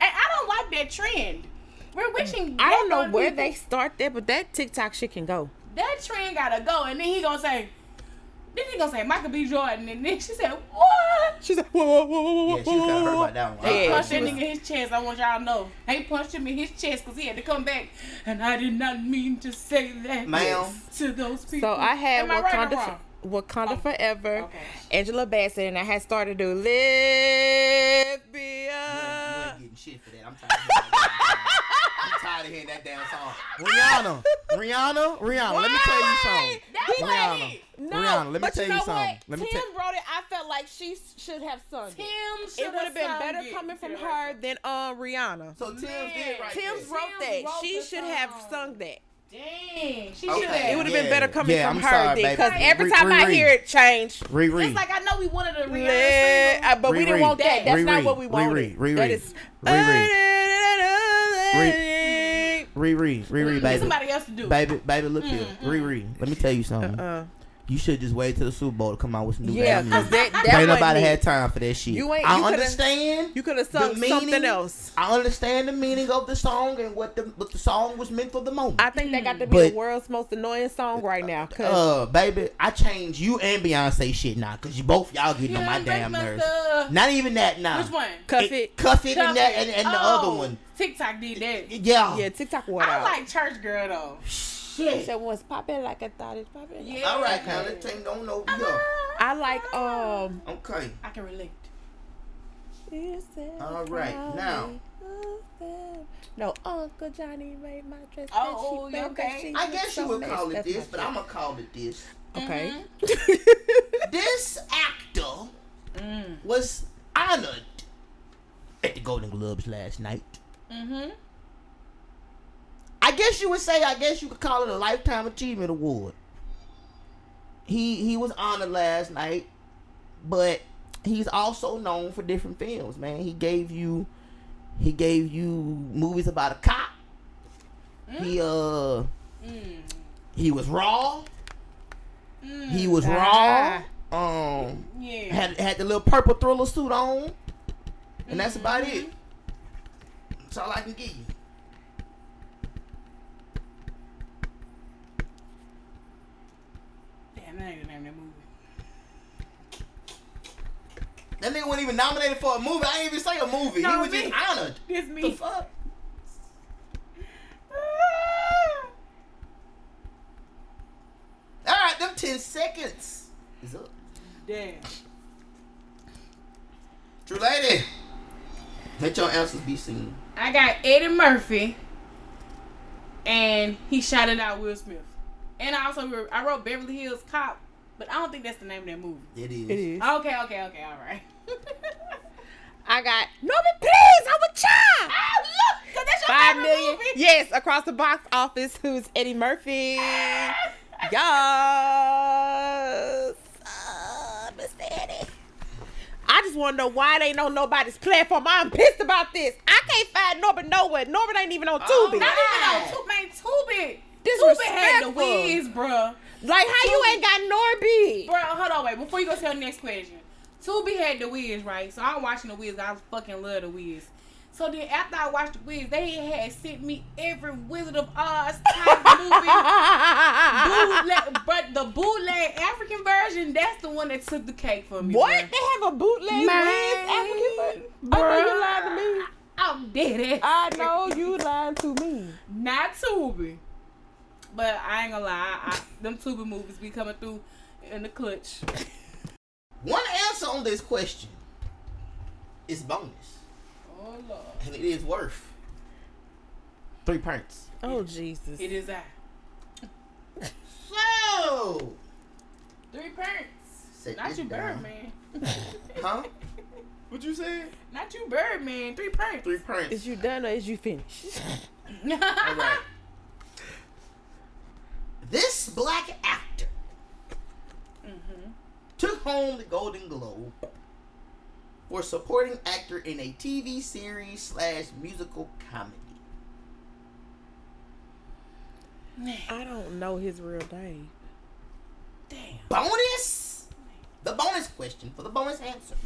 [SPEAKER 1] I don't like that trend. We're wishing.
[SPEAKER 2] I
[SPEAKER 1] death
[SPEAKER 2] don't know
[SPEAKER 1] on
[SPEAKER 2] where
[SPEAKER 1] people.
[SPEAKER 2] they start that, but that TikTok shit can go.
[SPEAKER 1] That trend gotta go, and then he gonna say. Then he gonna say Michael B. Jordan, and then she said, "What?"
[SPEAKER 2] She's like, whoa, whoa, whoa, whoa, whoa.
[SPEAKER 3] Yeah, she was kind of hurt by that one.
[SPEAKER 2] Yeah.
[SPEAKER 1] punched that nigga in his chest. I want y'all to know. They punched him in his chest because he had to come back. And I did not mean to say that
[SPEAKER 3] Ma'am.
[SPEAKER 1] to those people.
[SPEAKER 2] So I had
[SPEAKER 1] Am I right or
[SPEAKER 2] Wakanda,
[SPEAKER 1] wrong?
[SPEAKER 2] Wakanda Forever,
[SPEAKER 1] okay.
[SPEAKER 2] Angela Bassett, and I had started to live be
[SPEAKER 3] You ain't
[SPEAKER 2] up.
[SPEAKER 3] Uh, getting shit for that. I'm tired. Of hearing that damn song. I'm tired of hearing that damn song. Rihanna, Rihanna, Rihanna. Let me tell you something.
[SPEAKER 1] That's
[SPEAKER 3] Rihanna.
[SPEAKER 1] why he-
[SPEAKER 2] No,
[SPEAKER 3] Rihanna, let me
[SPEAKER 2] but
[SPEAKER 3] tell
[SPEAKER 2] you
[SPEAKER 3] you
[SPEAKER 2] know
[SPEAKER 3] something.
[SPEAKER 2] What?
[SPEAKER 3] Let me
[SPEAKER 2] Tim
[SPEAKER 3] tell-
[SPEAKER 2] wrote it. I felt like she s- should have sung it.
[SPEAKER 1] Tim
[SPEAKER 2] It
[SPEAKER 1] should've
[SPEAKER 2] would have been
[SPEAKER 1] sung
[SPEAKER 2] better
[SPEAKER 1] it.
[SPEAKER 2] coming from
[SPEAKER 1] You're
[SPEAKER 2] her
[SPEAKER 1] right.
[SPEAKER 2] than uh, Rihanna.
[SPEAKER 3] So Tim's did
[SPEAKER 1] Man.
[SPEAKER 3] right.
[SPEAKER 2] Tim's
[SPEAKER 3] there.
[SPEAKER 2] wrote that.
[SPEAKER 1] wrote
[SPEAKER 2] she
[SPEAKER 1] the
[SPEAKER 2] should have
[SPEAKER 1] song.
[SPEAKER 2] sung that.
[SPEAKER 1] Dang. She
[SPEAKER 3] Okay.
[SPEAKER 1] should have.
[SPEAKER 2] It would have been
[SPEAKER 3] Yeah.
[SPEAKER 2] better coming
[SPEAKER 3] Yeah,
[SPEAKER 2] from
[SPEAKER 3] I'm
[SPEAKER 2] her
[SPEAKER 3] sorry,
[SPEAKER 2] than
[SPEAKER 3] baby.
[SPEAKER 2] because every
[SPEAKER 3] Re-
[SPEAKER 2] time I
[SPEAKER 3] reread.
[SPEAKER 2] hear it change,
[SPEAKER 1] It's
[SPEAKER 3] Riri.
[SPEAKER 1] like I know we wanted a Rihanna
[SPEAKER 2] Let-
[SPEAKER 1] single.
[SPEAKER 2] uh, but we didn't
[SPEAKER 3] Riri.
[SPEAKER 2] want that. That's not
[SPEAKER 3] Riri.
[SPEAKER 2] what we
[SPEAKER 3] Riri.
[SPEAKER 2] wanted.
[SPEAKER 3] Riri.
[SPEAKER 2] That is. uh,
[SPEAKER 3] Riri. Riri, Riri,
[SPEAKER 1] Get
[SPEAKER 3] baby,
[SPEAKER 1] somebody else to do. it.
[SPEAKER 3] baby, baby. Look here, Riri. Let me tell you something.
[SPEAKER 2] Uh,
[SPEAKER 3] You should just wait till the Super Bowl to come out with some new
[SPEAKER 2] yeah,
[SPEAKER 3] damn
[SPEAKER 2] because
[SPEAKER 3] music.
[SPEAKER 2] that, that
[SPEAKER 3] Ain't
[SPEAKER 2] wasn't
[SPEAKER 3] nobody
[SPEAKER 2] it.
[SPEAKER 3] had time for that shit.
[SPEAKER 2] You ain't-
[SPEAKER 3] I
[SPEAKER 2] you coulda-
[SPEAKER 3] understand.
[SPEAKER 2] You could have
[SPEAKER 3] the
[SPEAKER 2] sung something
[SPEAKER 3] meaning-
[SPEAKER 2] else.
[SPEAKER 3] I understand the meaning of the song and what the what the song was meant for the moment.
[SPEAKER 2] I think that got to be
[SPEAKER 3] But-
[SPEAKER 2] the world's most annoying song right now. Cause
[SPEAKER 3] uh, baby, I changed you and Beyonce shit now because you both y'all getting on
[SPEAKER 1] Yeah,
[SPEAKER 3] my
[SPEAKER 1] break
[SPEAKER 3] damn
[SPEAKER 1] my
[SPEAKER 3] nerves.
[SPEAKER 1] stuff.
[SPEAKER 3] Not even that now.
[SPEAKER 1] Which one?
[SPEAKER 2] cuff it.
[SPEAKER 3] Cuff it
[SPEAKER 1] Cuff
[SPEAKER 3] and that
[SPEAKER 1] It.
[SPEAKER 3] and, and the
[SPEAKER 1] Oh,
[SPEAKER 3] other one.
[SPEAKER 1] TikTok did that.
[SPEAKER 3] Yeah.
[SPEAKER 2] Yeah, TikTok water.
[SPEAKER 1] I like church girl though.
[SPEAKER 3] Shit.
[SPEAKER 2] That was popping like I thought it popping.
[SPEAKER 1] Yeah.
[SPEAKER 3] All right, now let's take on over here.
[SPEAKER 2] I like um.
[SPEAKER 3] Okay.
[SPEAKER 1] I can relate.
[SPEAKER 3] All right, now.
[SPEAKER 2] No, Uncle Johnny made my dress.
[SPEAKER 1] Oh,
[SPEAKER 2] and she found that
[SPEAKER 1] okay.
[SPEAKER 2] she
[SPEAKER 3] I
[SPEAKER 2] was
[SPEAKER 3] guess
[SPEAKER 2] so
[SPEAKER 3] you would
[SPEAKER 2] nice.
[SPEAKER 3] call it
[SPEAKER 2] That's
[SPEAKER 3] this,
[SPEAKER 2] my
[SPEAKER 3] but I'm gonna call it this.
[SPEAKER 2] Okay. Mm-hmm.
[SPEAKER 3] This actor
[SPEAKER 2] Mm.
[SPEAKER 3] was honored at the Golden Globes last night.
[SPEAKER 1] Mm-hmm.
[SPEAKER 3] I guess you would say. I guess you could call it a lifetime achievement award. He he was honored last night, but he's also known for different films. Man, he gave you he gave you movies about a cop. He
[SPEAKER 2] Mm.
[SPEAKER 3] uh he was raw. He was raw. Um,
[SPEAKER 1] Yeah.
[SPEAKER 3] had had the little purple thriller suit on, and that's about it. That's all I can give you.
[SPEAKER 1] Damn, that ain't the name of that movie.
[SPEAKER 3] That nigga wasn't even nominated for a movie. I didn't even say a movie. he
[SPEAKER 1] No,
[SPEAKER 3] was
[SPEAKER 1] me.
[SPEAKER 3] just honored.
[SPEAKER 1] This
[SPEAKER 3] The
[SPEAKER 1] me.
[SPEAKER 3] fuck?
[SPEAKER 1] Ah.
[SPEAKER 3] All right, them ten seconds is up.
[SPEAKER 1] Damn.
[SPEAKER 3] True lady, let your answers be seen.
[SPEAKER 1] I got Eddie Murphy,
[SPEAKER 10] and he shouted out Will Smith. And I also re- I wrote Beverly Hills Cop, but I don't think that's the name of that movie.
[SPEAKER 3] It is.
[SPEAKER 10] It is. Okay, okay, okay, all right. I got
[SPEAKER 2] No, but please, I'm a child.
[SPEAKER 10] oh, look, 'cause that's your
[SPEAKER 2] Five
[SPEAKER 10] favorite
[SPEAKER 2] million.
[SPEAKER 10] movie.
[SPEAKER 2] Yes, across the box office. Who's Eddie Murphy? yes, uh, Miss Eddie.
[SPEAKER 10] I just want to know why they know nobody's platform. I'm pissed about this. I can't find Norbert nowhere. Norbert ain't even on Tubi. Oh, Not even on Tubi. Man, Tubi. Tubi had the
[SPEAKER 2] Ah. Disrespectful.
[SPEAKER 10] whiz, bruh.
[SPEAKER 2] Like how you ain't got Norby?
[SPEAKER 10] Bro, hold on, wait. Before you go to the next question, Tubi had the Wiz, right? So I'm watching the Wiz. I fucking love the Wiz. So then after I watched the Wiz, they had sent me every Wizard of Oz type movie. Bootleg, but the bootleg African version, that's the one that took the cake for me.
[SPEAKER 2] What?
[SPEAKER 10] bruh.
[SPEAKER 2] They have a bootleg
[SPEAKER 10] Man,
[SPEAKER 2] Wiz African version? I know you lying
[SPEAKER 10] bruh.
[SPEAKER 2] to me.
[SPEAKER 10] I'm dead. ass.
[SPEAKER 2] I know you lying to me.
[SPEAKER 10] Not Tubi. But I ain't gonna lie, I, them Tubi movies be coming through in the clutch.
[SPEAKER 3] One answer on this question is bonus,
[SPEAKER 10] Oh lord,
[SPEAKER 3] and it is worth three points.
[SPEAKER 2] Oh Jesus.
[SPEAKER 10] it is I.
[SPEAKER 3] So,
[SPEAKER 10] Three parents.
[SPEAKER 3] sit
[SPEAKER 10] Not
[SPEAKER 3] this
[SPEAKER 10] you,
[SPEAKER 3] down.
[SPEAKER 10] Birdman.
[SPEAKER 3] Huh? What you said?
[SPEAKER 10] Not you, Birdman. Three parents.
[SPEAKER 3] Three points.
[SPEAKER 2] Is you done or is you finished?
[SPEAKER 3] All right. This black actor took home the Golden Globe for supporting actor in a TV series slash musical comedy.
[SPEAKER 2] I don't know his real name.
[SPEAKER 3] Bonus, the bonus question for the bonus answer.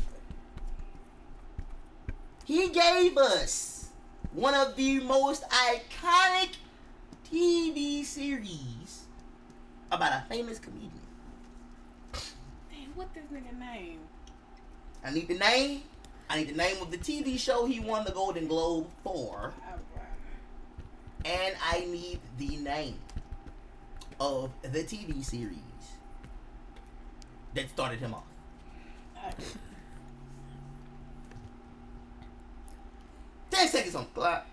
[SPEAKER 3] He gave us one of the most iconic TV series about a famous comedian.
[SPEAKER 10] Damn, what this nigga name?
[SPEAKER 3] I need the name. I need the name of the TV show he won the Golden Globe for, and I need the name of the TV series that started him off. Ten seconds on the clock.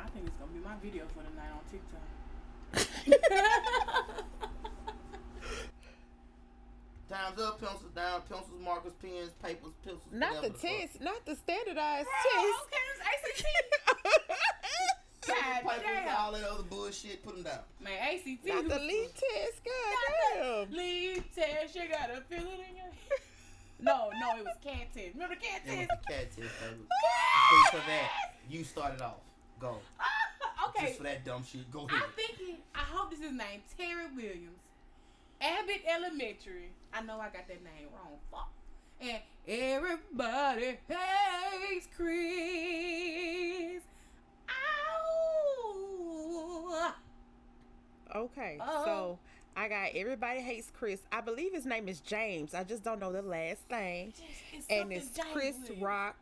[SPEAKER 10] I think it's gonna be my video for the night on TikTok.
[SPEAKER 3] Time's up. Pencils down. Pencils, markers, pens, papers, pencils.
[SPEAKER 2] Not the
[SPEAKER 3] whatever fuck.
[SPEAKER 2] test, not the standardized
[SPEAKER 10] Oh,
[SPEAKER 2] test.
[SPEAKER 10] okay, it's ACT. God
[SPEAKER 3] Papers,
[SPEAKER 10] damn.
[SPEAKER 3] all that other bullshit. Put them down.
[SPEAKER 10] Man, ACT.
[SPEAKER 2] Not the lead test. God damn.
[SPEAKER 10] Leave test. You gotta feel it in your head. No, no, it was cat test. Remember the cat
[SPEAKER 3] It was
[SPEAKER 10] test?
[SPEAKER 3] the cat test. baby. Thanks for that. You started off. Go.
[SPEAKER 10] okay.
[SPEAKER 3] Just for that dumb shit. Go ahead.
[SPEAKER 10] I'm thinking, I hope this is named Terry Williams, Abbott Elementary. I know I got that name wrong. Fuck. And everybody hates Chris. Ow.
[SPEAKER 2] Okay,
[SPEAKER 10] Oh.
[SPEAKER 2] so I got everybody hates Chris. I believe his name is James. I just don't know the last name. and it's
[SPEAKER 10] something
[SPEAKER 2] Chris
[SPEAKER 10] James
[SPEAKER 2] Rock,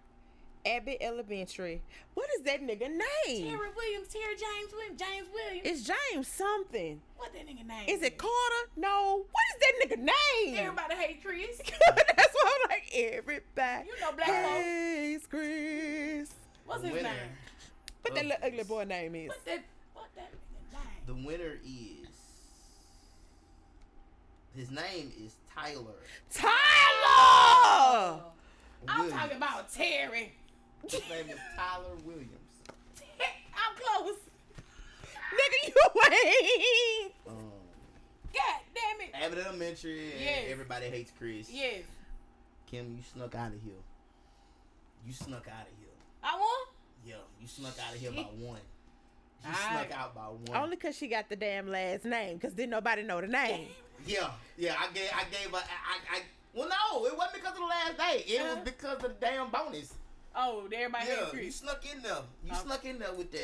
[SPEAKER 2] Abbott Elementary. What is that nigga name?
[SPEAKER 10] Terry Williams, Terry James Williams, James Williams.
[SPEAKER 2] It's James something.
[SPEAKER 10] what that nigga name?
[SPEAKER 2] Is it Carter? No. What is that nigga name?
[SPEAKER 10] Everybody hates Chris.
[SPEAKER 2] That's why I'm like everybody.
[SPEAKER 10] You know black folks.
[SPEAKER 2] hates Chris.
[SPEAKER 10] What's his
[SPEAKER 3] Winner.
[SPEAKER 10] name?
[SPEAKER 2] What that
[SPEAKER 3] Oh,
[SPEAKER 2] little ugly boy name is?
[SPEAKER 10] What that? What that nigga name?
[SPEAKER 3] The winner is. His name is Tyler.
[SPEAKER 2] Tyler.
[SPEAKER 10] I'm
[SPEAKER 3] Williams.
[SPEAKER 10] talking about Terry.
[SPEAKER 3] His name is Tyler Williams.
[SPEAKER 10] I'm close.
[SPEAKER 2] Nigga, you ain't.
[SPEAKER 3] Um,
[SPEAKER 10] God damn it.
[SPEAKER 3] Abbott Elementary. and
[SPEAKER 10] Yes.
[SPEAKER 3] Everybody hates Chris.
[SPEAKER 10] Yes.
[SPEAKER 3] Kim, you snuck out of here. You snuck out of here.
[SPEAKER 10] I won?
[SPEAKER 3] Yo, you snuck out of here by
[SPEAKER 10] Shit.
[SPEAKER 3] one. You
[SPEAKER 10] I-
[SPEAKER 3] snuck out by one.
[SPEAKER 2] Only because she got the damn last name, because then nobody know the name.
[SPEAKER 3] Yeah, yeah. I gave, I gave, a, I, I. Well, no, it wasn't because of the last day. It was
[SPEAKER 10] Uh-huh.
[SPEAKER 3] because of the damn bonus.
[SPEAKER 10] Oh, everybody
[SPEAKER 3] yeah,
[SPEAKER 10] hates
[SPEAKER 3] you
[SPEAKER 10] Chris.
[SPEAKER 3] snuck in there. You
[SPEAKER 10] Oh.
[SPEAKER 3] snuck in there with that.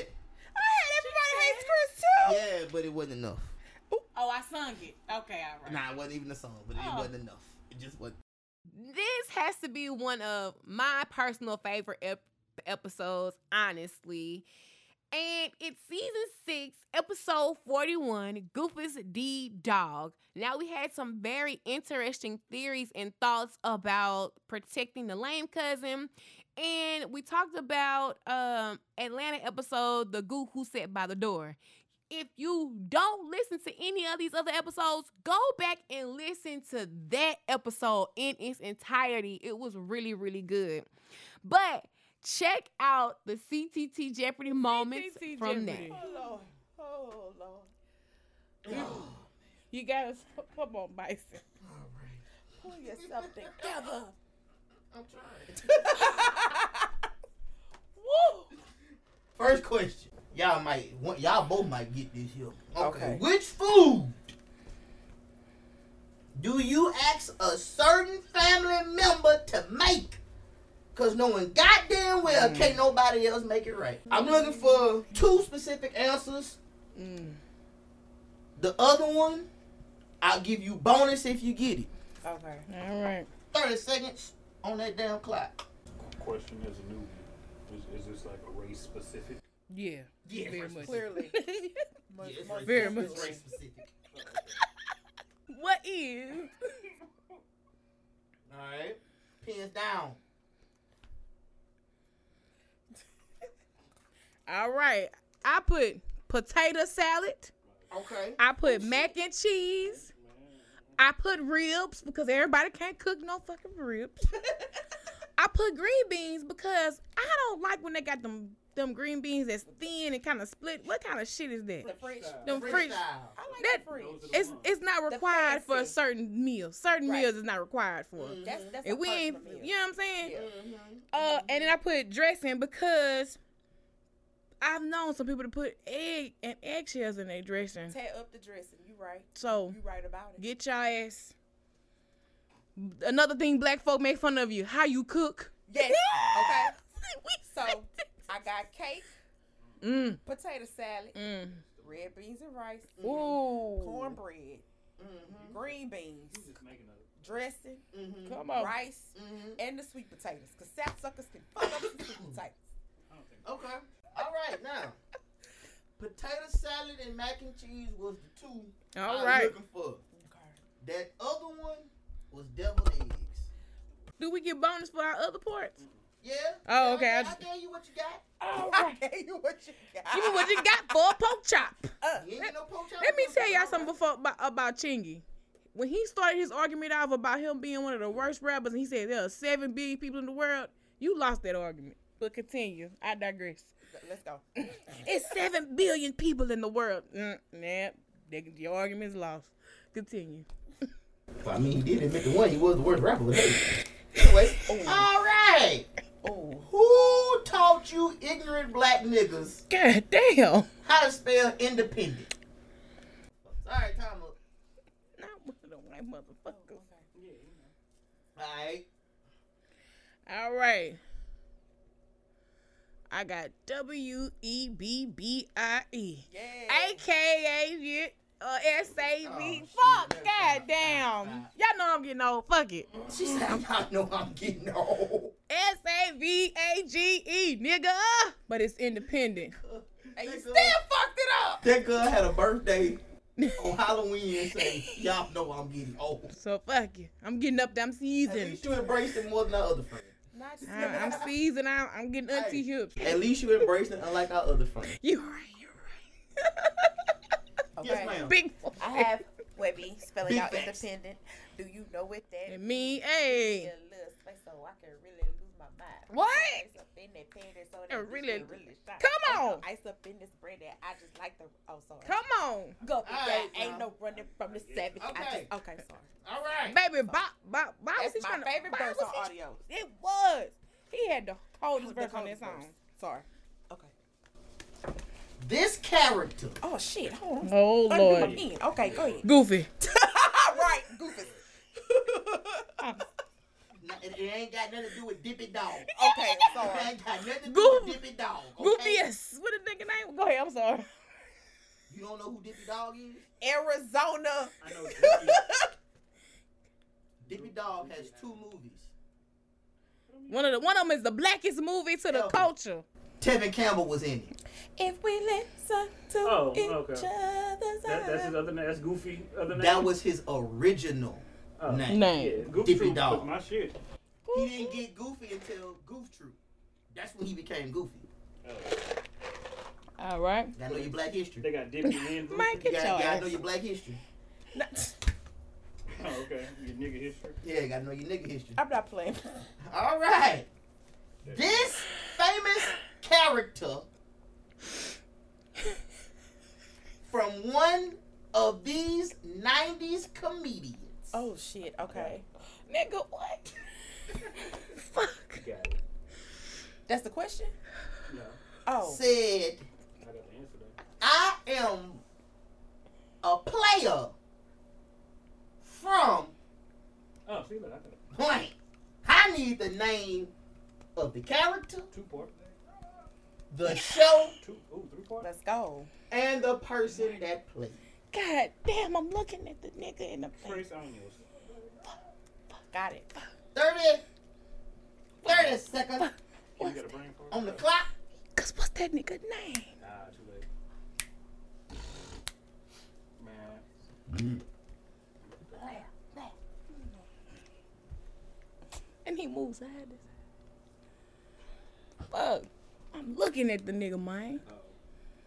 [SPEAKER 2] I had everybody hates Chris too.
[SPEAKER 3] Yeah, but it wasn't enough.
[SPEAKER 10] Oh, I sung it. Okay, all right.
[SPEAKER 3] Nah, it wasn't even a song, but it
[SPEAKER 10] Oh.
[SPEAKER 3] wasn't enough. It just was.
[SPEAKER 2] This has to be one of my personal favorite ep- episodes, honestly.
[SPEAKER 1] And it's season six, episode 41, Goofus D Dog. Now, we had some very interesting theories and thoughts about protecting the lame cousin. And we talked about um, Atlanta episode, The Goof Who Sat by the Door. If you don't listen to any of these other episodes, go back and listen to that episode in its entirety. It was really, really good. But check out the CTT Jeopardy moments
[SPEAKER 2] CTT
[SPEAKER 1] from
[SPEAKER 2] Jeopardy.
[SPEAKER 1] that.
[SPEAKER 2] Oh,
[SPEAKER 10] Lord. Oh, Lord.
[SPEAKER 2] You got us. Come on, Bison.
[SPEAKER 10] Pull yourself together.
[SPEAKER 7] I'm trying.
[SPEAKER 2] Woo!
[SPEAKER 3] First question. Y'all might want y'all both might get this here.
[SPEAKER 10] Okay.
[SPEAKER 3] Which food do you ask a certain family member to make? Cause knowing goddamn well
[SPEAKER 2] Mm.
[SPEAKER 3] can't nobody else make it right. I'm looking for two specific answers.
[SPEAKER 2] Mm.
[SPEAKER 3] The other one, I'll give you bonus if you get it.
[SPEAKER 10] Okay.
[SPEAKER 2] All right.
[SPEAKER 3] 30 seconds on that damn clock.
[SPEAKER 15] Question is a new one. Is, is this like a race specific?
[SPEAKER 2] Yeah.
[SPEAKER 3] Yes,
[SPEAKER 2] very
[SPEAKER 3] race
[SPEAKER 2] much.
[SPEAKER 10] Clearly.
[SPEAKER 3] Yeah, it's
[SPEAKER 10] Must-
[SPEAKER 3] race-
[SPEAKER 2] Very
[SPEAKER 3] it's
[SPEAKER 2] much.
[SPEAKER 3] race specific.
[SPEAKER 2] what is?
[SPEAKER 3] Alright. Pins down.
[SPEAKER 2] All right. I put potato salad.
[SPEAKER 3] Okay.
[SPEAKER 2] I put mac and cheese. I put ribs because everybody can't cook no fucking ribs. I put green beans because I don't like when they got them them green beans that's thin and kind of split. What kind of shit is that?
[SPEAKER 10] The French.
[SPEAKER 2] Them French.
[SPEAKER 3] Freestyle.
[SPEAKER 10] I like
[SPEAKER 2] That-
[SPEAKER 10] the French.
[SPEAKER 2] It's it's not required for a
[SPEAKER 10] fancy.
[SPEAKER 2] certain meal. Certain
[SPEAKER 10] Mm-hmm. Right. Mm-hmm.
[SPEAKER 2] meals is not required for.
[SPEAKER 10] That's that's a
[SPEAKER 2] And we ain't,
[SPEAKER 10] personal meal.
[SPEAKER 2] you know what I'm saying?
[SPEAKER 10] Yeah.
[SPEAKER 2] Uh, and then I put dressing because I've known some people to put egg and eggshells in their dressing.
[SPEAKER 10] Tear up the dressing. You right.
[SPEAKER 2] So
[SPEAKER 10] You right about it.
[SPEAKER 2] Get your ass. Another thing, black folk make fun of you. How you cook?
[SPEAKER 10] Yes. Okay.
[SPEAKER 2] We
[SPEAKER 10] So I got cake,
[SPEAKER 2] Mm,
[SPEAKER 10] potato salad,
[SPEAKER 2] mm.
[SPEAKER 10] red beans and rice,
[SPEAKER 2] Ooh.
[SPEAKER 10] cornbread,
[SPEAKER 3] Mm-hmm.
[SPEAKER 10] green beans, dressing,
[SPEAKER 2] Come on.
[SPEAKER 10] rice,
[SPEAKER 3] Mm-hmm.
[SPEAKER 10] and the sweet potatoes. Cause sapsuckers can fuck up the sweet potatoes.
[SPEAKER 3] Okay. All right now. Potato salad and mac and cheese was the two I
[SPEAKER 2] All
[SPEAKER 3] was
[SPEAKER 2] right.
[SPEAKER 3] looking for. That other one was deviled eggs.
[SPEAKER 2] Do we get bonus for our other parts?
[SPEAKER 3] Yeah.
[SPEAKER 2] Oh, okay,
[SPEAKER 3] I,
[SPEAKER 2] I
[SPEAKER 3] I,
[SPEAKER 2] just-
[SPEAKER 3] gave you what you got.
[SPEAKER 10] I gave you what you got.
[SPEAKER 2] Give me what you got for a pork chop.
[SPEAKER 3] You ain't get no poached
[SPEAKER 2] Let me
[SPEAKER 3] eggs.
[SPEAKER 2] tell y'all something before about, about Chingy. When he started his argument off about him being one of the worst rappers, and he said there are seven billion people in the world, you lost that argument. But continue. I digress.
[SPEAKER 10] Let's go.
[SPEAKER 2] It's seven billion people in the world. Mm, nah, they, your argument's lost. Continue.
[SPEAKER 3] Well, I mean, he did admit the one he was the worst rapper. But hey. anyway,
[SPEAKER 10] Oh.
[SPEAKER 3] all right. Who taught you ignorant black niggas
[SPEAKER 2] God damn.
[SPEAKER 3] how to spell independent? Sorry, time up.
[SPEAKER 2] Not one of them white motherfuckers.
[SPEAKER 3] All right.
[SPEAKER 2] All right. I got W E B B I E.
[SPEAKER 10] Yeah.
[SPEAKER 2] AKA yeah, uh, S A V.
[SPEAKER 3] Oh,
[SPEAKER 2] Fuck.
[SPEAKER 3] shit.
[SPEAKER 2] God damn. Y'all know I'm getting old. Fuck it.
[SPEAKER 3] She said, I know I'm getting old.
[SPEAKER 2] S A V A G E, nigga. But it's independent.
[SPEAKER 10] And you
[SPEAKER 3] That
[SPEAKER 10] still
[SPEAKER 3] girl-
[SPEAKER 10] fucked it up.
[SPEAKER 3] That girl had a birthday on Halloween and said, y'all know I'm getting old.
[SPEAKER 2] So fuck it. I'm getting up there. I'm
[SPEAKER 3] At
[SPEAKER 2] seasoned.
[SPEAKER 3] least you embraced it more than our other friend.
[SPEAKER 10] Not just
[SPEAKER 2] I, I'm seasoned. I'm, I'm getting auntie hips.
[SPEAKER 3] At least you embraced it unlike our other friend.
[SPEAKER 2] You're right. You're
[SPEAKER 10] okay.
[SPEAKER 3] Yes, ma'am.
[SPEAKER 2] right. Big boy.
[SPEAKER 10] I have Webby spelling
[SPEAKER 3] Big
[SPEAKER 10] out
[SPEAKER 3] facts.
[SPEAKER 10] independent. Do you know what that
[SPEAKER 2] And me,
[SPEAKER 10] Yeah,
[SPEAKER 2] hey.
[SPEAKER 10] little space so I can really lose my mind.
[SPEAKER 2] What?
[SPEAKER 10] Ice up in that panty so that
[SPEAKER 2] And
[SPEAKER 10] bitch
[SPEAKER 2] really-
[SPEAKER 10] can really shine.
[SPEAKER 2] Come
[SPEAKER 10] Ain't no
[SPEAKER 2] on.
[SPEAKER 10] Ice up in this bread that I just like the. Oh, sorry.
[SPEAKER 2] Come on.
[SPEAKER 10] Go. That
[SPEAKER 3] Alright,
[SPEAKER 10] ain't
[SPEAKER 3] now.
[SPEAKER 10] no running from the savage. I
[SPEAKER 3] Okay.
[SPEAKER 10] just, okay, sorry.
[SPEAKER 3] All right.
[SPEAKER 2] Baby, bop, bop, bop. was he
[SPEAKER 10] That's
[SPEAKER 2] trying
[SPEAKER 10] my
[SPEAKER 2] to,
[SPEAKER 10] favorite
[SPEAKER 2] why
[SPEAKER 10] verse
[SPEAKER 2] was
[SPEAKER 10] on
[SPEAKER 2] he-
[SPEAKER 10] audio.
[SPEAKER 2] It was. He had the coldest
[SPEAKER 10] The
[SPEAKER 2] verse on that
[SPEAKER 10] coldest
[SPEAKER 2] song.
[SPEAKER 10] verse. Sorry. Okay.
[SPEAKER 3] This character
[SPEAKER 10] Oh shit. Hold on.
[SPEAKER 2] Oh,
[SPEAKER 10] Undo my pen. Okay, go ahead.
[SPEAKER 2] Goofy.
[SPEAKER 10] All right, goofy.
[SPEAKER 3] Nah, It, it ain't got nothing to do with Dippy Dog.
[SPEAKER 10] Okay,
[SPEAKER 3] It
[SPEAKER 10] sorry.
[SPEAKER 3] ain't got nothing to do
[SPEAKER 2] Goof-
[SPEAKER 3] with Dippy Dog. Okay?
[SPEAKER 2] Goofius. What a nigga name? Go ahead. I'm sorry.
[SPEAKER 3] You don't know who Dippy Dog is?
[SPEAKER 10] Arizona.
[SPEAKER 15] I know. Dookie.
[SPEAKER 3] Dippy Dog has two movies.
[SPEAKER 2] One of the one of them is the blackest movie to the
[SPEAKER 3] Elvis.
[SPEAKER 2] culture.
[SPEAKER 3] Tevin Campbell was in it.
[SPEAKER 2] If we listen to
[SPEAKER 15] Oh,
[SPEAKER 2] each
[SPEAKER 15] okay.
[SPEAKER 2] other's
[SPEAKER 15] That, that's
[SPEAKER 2] eyes.
[SPEAKER 15] his other name. That's Goofy. Other name.
[SPEAKER 3] That was his original
[SPEAKER 15] Oh.
[SPEAKER 3] name.
[SPEAKER 15] yeah,
[SPEAKER 2] name.
[SPEAKER 15] Goofy
[SPEAKER 3] Dippy
[SPEAKER 15] Troop
[SPEAKER 3] Dog.
[SPEAKER 15] was my Oh, shit.
[SPEAKER 3] He didn't get Goofy until Goof Troop. That's when he became Goofy.
[SPEAKER 2] All right.
[SPEAKER 3] You gotta know your black history.
[SPEAKER 15] Oh. They got Dippy and Goofy.
[SPEAKER 2] Mike,
[SPEAKER 3] You
[SPEAKER 2] get
[SPEAKER 3] gotta,
[SPEAKER 2] your
[SPEAKER 3] you gotta
[SPEAKER 2] ass.
[SPEAKER 3] know your black history.
[SPEAKER 15] Oh, okay. Your nigga history.
[SPEAKER 3] Yeah, you gotta know your nigga history.
[SPEAKER 2] I'm not playing.
[SPEAKER 3] All right. This famous character from one of these 90s comedians.
[SPEAKER 2] Oh shit. Okay. Nigga, what? Fuck.
[SPEAKER 15] Got it.
[SPEAKER 2] That's the question.
[SPEAKER 15] No,
[SPEAKER 2] Oh.
[SPEAKER 3] Said,
[SPEAKER 15] I got the answer though.
[SPEAKER 3] I am a player from
[SPEAKER 15] Oh, see, look, I got
[SPEAKER 3] blank. I need the name of the character,
[SPEAKER 15] two part,
[SPEAKER 3] the show,
[SPEAKER 15] two, ooh, three part.
[SPEAKER 2] Let's go.
[SPEAKER 3] and the person that played.
[SPEAKER 2] God damn, I'm looking at the nigga in the face.
[SPEAKER 15] Trace Onions.
[SPEAKER 2] Got it.
[SPEAKER 3] 30, 30 seconds
[SPEAKER 15] Oh, You got a brain fart?
[SPEAKER 3] on the clock.
[SPEAKER 2] Cause what's that nigga name?
[SPEAKER 15] Nah, too late. Man,
[SPEAKER 2] And he moves side to side. Fuck. I'm looking at the nigga, man.
[SPEAKER 15] oh,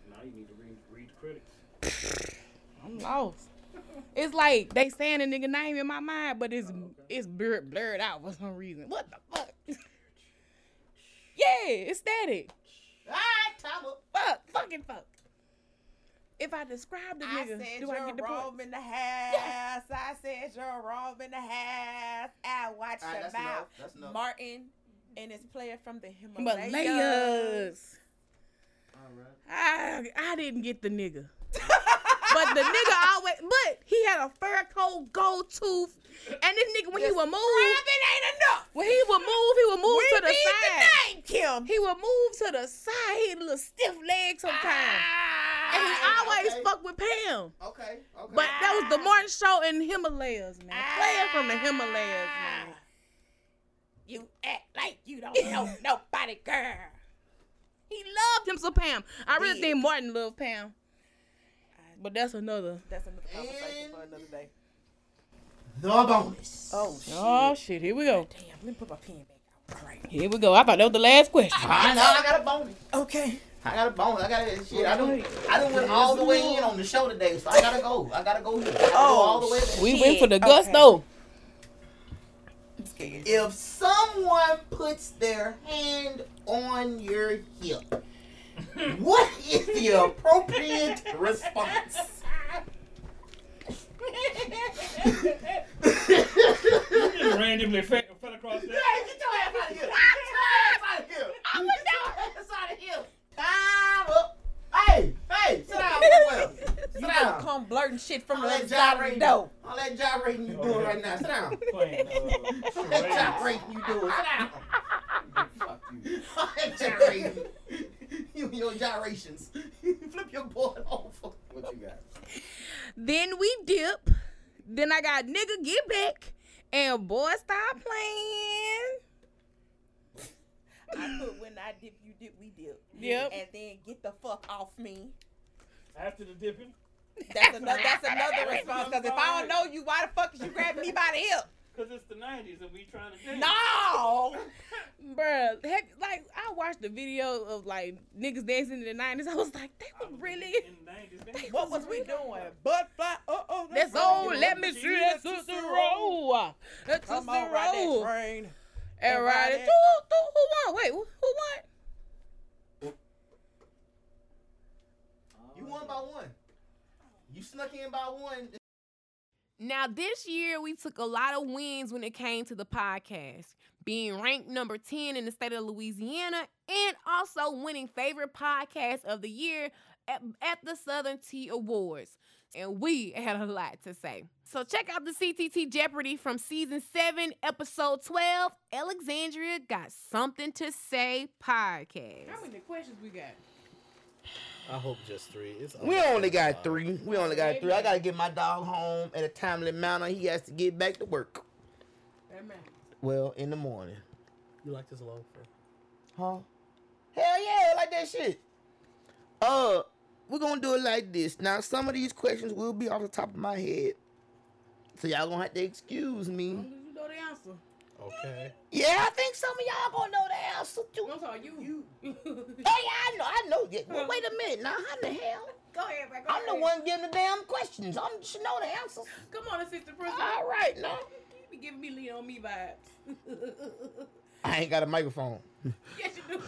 [SPEAKER 15] now you need to read read the credits.
[SPEAKER 2] I'm lost. It's like they saying the nigga name in my mind, but
[SPEAKER 15] Oh,
[SPEAKER 2] it's it's blurred, blurred out for some reason. What the fuck? yeah, it's static.
[SPEAKER 3] All right, time up.
[SPEAKER 2] Fuck, fucking fuck. If I describe the
[SPEAKER 10] I
[SPEAKER 2] nigga,
[SPEAKER 10] said
[SPEAKER 2] do
[SPEAKER 10] you're
[SPEAKER 2] I get the
[SPEAKER 10] wrong
[SPEAKER 2] point?
[SPEAKER 10] in the house. I said you're wrong in the house. I watched
[SPEAKER 3] All right,
[SPEAKER 10] your
[SPEAKER 3] that's
[SPEAKER 10] mouth.
[SPEAKER 3] enough. That's enough.
[SPEAKER 10] Martin and his player from the Himalayas.
[SPEAKER 2] Himalayas.
[SPEAKER 3] All right.
[SPEAKER 2] I, I didn't get the nigga. but the nigga always, but he had a fur coat, gold tooth, and this nigga when he would move,
[SPEAKER 10] ain't enough.
[SPEAKER 2] when he would move, he would move
[SPEAKER 10] We
[SPEAKER 2] to the
[SPEAKER 10] need the
[SPEAKER 2] side.
[SPEAKER 10] name, Kim.
[SPEAKER 2] He would move to the side. He had a little stiff leg sometimes, and he
[SPEAKER 10] Ah,
[SPEAKER 2] always
[SPEAKER 3] okay.
[SPEAKER 2] fucked with Pam.
[SPEAKER 3] Okay. Okay.
[SPEAKER 2] But that was the morning show in the Himalayas, man. Player from the Himalayas, man.
[SPEAKER 10] you act like you don't know nobody, girl.
[SPEAKER 2] He loved him some Pam. I really
[SPEAKER 10] Did.
[SPEAKER 2] think Martin loved Pam. But that's another.
[SPEAKER 10] That's another
[SPEAKER 3] conversation for
[SPEAKER 10] another day.
[SPEAKER 3] the bonus.
[SPEAKER 10] Oh shit!
[SPEAKER 2] Oh shit! Here we go.
[SPEAKER 10] Damn, let me put my pen back. All right.
[SPEAKER 2] Here we go. I thought that was the last question.
[SPEAKER 3] I know. I got a bonus.
[SPEAKER 10] Okay.
[SPEAKER 3] I got a bonus. I got a shit. I done, I done went all the way in on the show today, so I gotta go. I gotta go here. I gotta go all the way in.
[SPEAKER 2] We went for the
[SPEAKER 10] Okay.
[SPEAKER 2] gusto.
[SPEAKER 3] If someone puts their hand on your hip, what is the appropriate response?
[SPEAKER 15] Just randomly fell fell across that.
[SPEAKER 3] Hey, get your ass out of here! Get your ass out of here! I was out of here! Time up! Hey, hey, sit down somewhere. Sit
[SPEAKER 10] You gonna
[SPEAKER 3] down.
[SPEAKER 10] come blurting shit from
[SPEAKER 3] All
[SPEAKER 10] the
[SPEAKER 3] that
[SPEAKER 10] other side of the
[SPEAKER 3] gyrating,
[SPEAKER 10] door.
[SPEAKER 3] all that gyrating you doing right now. Sit down.
[SPEAKER 15] Playing,
[SPEAKER 3] All that
[SPEAKER 15] uh,
[SPEAKER 3] gyrating you doing. Sit down.
[SPEAKER 15] Fuck you.
[SPEAKER 3] All that gyrating. You and your gyrations. Flip your board over.
[SPEAKER 15] What you got?
[SPEAKER 2] Then we dip. Then I got nigga get back. And boy, stop playing.
[SPEAKER 10] I put when I dip, you dip, we dip.
[SPEAKER 2] Yep.
[SPEAKER 10] And then get the fuck off me.
[SPEAKER 15] After the dipping,
[SPEAKER 10] That's another. That's another response. Cause if I don't know you, why the fuck is you grabbing me by the hip?
[SPEAKER 15] cause it's the '90s and we trying to dance.
[SPEAKER 10] No.
[SPEAKER 2] Bruh, heck, like I watched the video of like niggas dancing in the nineties. I was like, they
[SPEAKER 15] I
[SPEAKER 2] were
[SPEAKER 15] was
[SPEAKER 2] really
[SPEAKER 15] in the '90s. man.
[SPEAKER 10] What was we doing? Butt fly. Uh oh.
[SPEAKER 2] that's old. Let me see that tootsie roll. That tootsie
[SPEAKER 10] Come on, ride that
[SPEAKER 2] roll.
[SPEAKER 10] train.
[SPEAKER 2] And
[SPEAKER 10] ride
[SPEAKER 2] ride it.
[SPEAKER 10] it.
[SPEAKER 2] Who, who, who won? Wait, who, who won?
[SPEAKER 3] You won by one. You snuck in by one.
[SPEAKER 1] Now, this year we took a lot of wins when it came to the podcast, being ranked number 10 in the state of Louisiana and also winning favorite podcast of the year at, at the Southern Tea Awards. And we had a lot to say. So check out the CTT Jeopardy from season 7, episode 12, Alexandria Got Something to Say podcast.
[SPEAKER 2] many questions we got?
[SPEAKER 7] I hope just three. It's
[SPEAKER 3] We only got three. We only got three. I gotta get my dog home at a timely manner. He has to get back to work.
[SPEAKER 2] Amen.
[SPEAKER 3] Well, in the morning.
[SPEAKER 7] You like this loaf?
[SPEAKER 3] Huh? Hell yeah, I like that shit. Uh, we're gonna do it like this. Now, some of these questions will be off the top of my head, so y'all gonna have to excuse me.
[SPEAKER 2] You know the answer.
[SPEAKER 7] Okay.
[SPEAKER 3] Yeah, I think some of y'all gonna know the answer too.
[SPEAKER 2] I'm talking you. you.
[SPEAKER 3] Hey, I know, I know. that. Well, wait a minute. Now, how the hell?
[SPEAKER 2] go ahead, bro. Go
[SPEAKER 3] I'm the
[SPEAKER 2] ahead.
[SPEAKER 3] one giving the damn questions. I'm should know the answers.
[SPEAKER 2] Come on, assistant principal.
[SPEAKER 3] All right, now.
[SPEAKER 2] You be giving me lean on me vibes.
[SPEAKER 3] I ain't got a microphone.
[SPEAKER 2] yes, you do.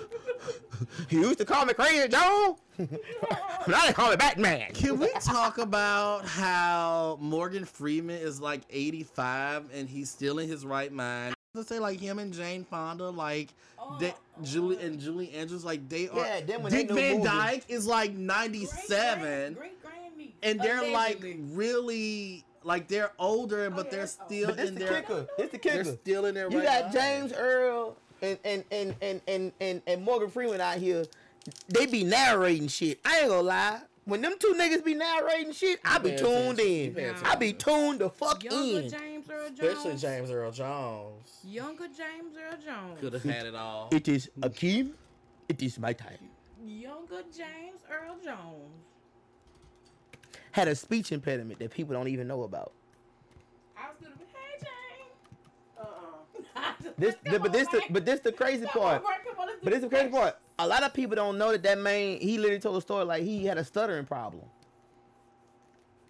[SPEAKER 3] He used to call me Crazy Joe. now they call me Batman.
[SPEAKER 5] Can we talk about how Morgan Freeman is like 85 and he's still in his right mind? Let's say like him and Jane Fonda, like
[SPEAKER 2] Oh,
[SPEAKER 5] they, Julie and Julie Andrews, like they are.
[SPEAKER 3] Yeah, then when they
[SPEAKER 5] Dick
[SPEAKER 3] do
[SPEAKER 5] Van
[SPEAKER 3] movies.
[SPEAKER 5] Dyke is like 97,
[SPEAKER 2] Great Grammy.
[SPEAKER 5] and they're
[SPEAKER 2] Allegedly.
[SPEAKER 5] like really like they're older, but
[SPEAKER 2] Oh, yeah,
[SPEAKER 5] they're
[SPEAKER 2] that's old.
[SPEAKER 5] still
[SPEAKER 3] But this
[SPEAKER 5] in
[SPEAKER 3] the
[SPEAKER 5] their
[SPEAKER 3] kicker. This the
[SPEAKER 5] they're
[SPEAKER 3] kicker.
[SPEAKER 5] still in their
[SPEAKER 3] You
[SPEAKER 5] right
[SPEAKER 3] got
[SPEAKER 5] mind.
[SPEAKER 3] James Earl and and and and and and, and Morgan Freeman out here. They be narrating shit. I ain't gonna lie. When them two niggas be narrating shit, I be
[SPEAKER 7] pay
[SPEAKER 3] tuned
[SPEAKER 7] attention. You
[SPEAKER 3] in.
[SPEAKER 7] pay
[SPEAKER 3] I be tuned the fuck
[SPEAKER 2] Younger
[SPEAKER 3] in.
[SPEAKER 2] James Earl Jones.
[SPEAKER 7] Especially James Earl Jones.
[SPEAKER 2] Younger James Earl Jones.
[SPEAKER 7] Could have had it all.
[SPEAKER 3] It is Akeem. It is my time.
[SPEAKER 2] Younger James Earl Jones.
[SPEAKER 3] Had a speech impediment that people don't even know about.
[SPEAKER 2] I was gonna be, hey James. Uh-uh.
[SPEAKER 3] This,
[SPEAKER 2] Come
[SPEAKER 3] but this,
[SPEAKER 2] on,
[SPEAKER 3] the,
[SPEAKER 2] Mike.
[SPEAKER 3] but this the crazy
[SPEAKER 2] Come on,
[SPEAKER 3] part.
[SPEAKER 2] Mike. Come on, let's do
[SPEAKER 3] But it's the
[SPEAKER 2] this.
[SPEAKER 3] crazy part. A lot of people don't know that that man, he literally told a story like he had a stuttering problem.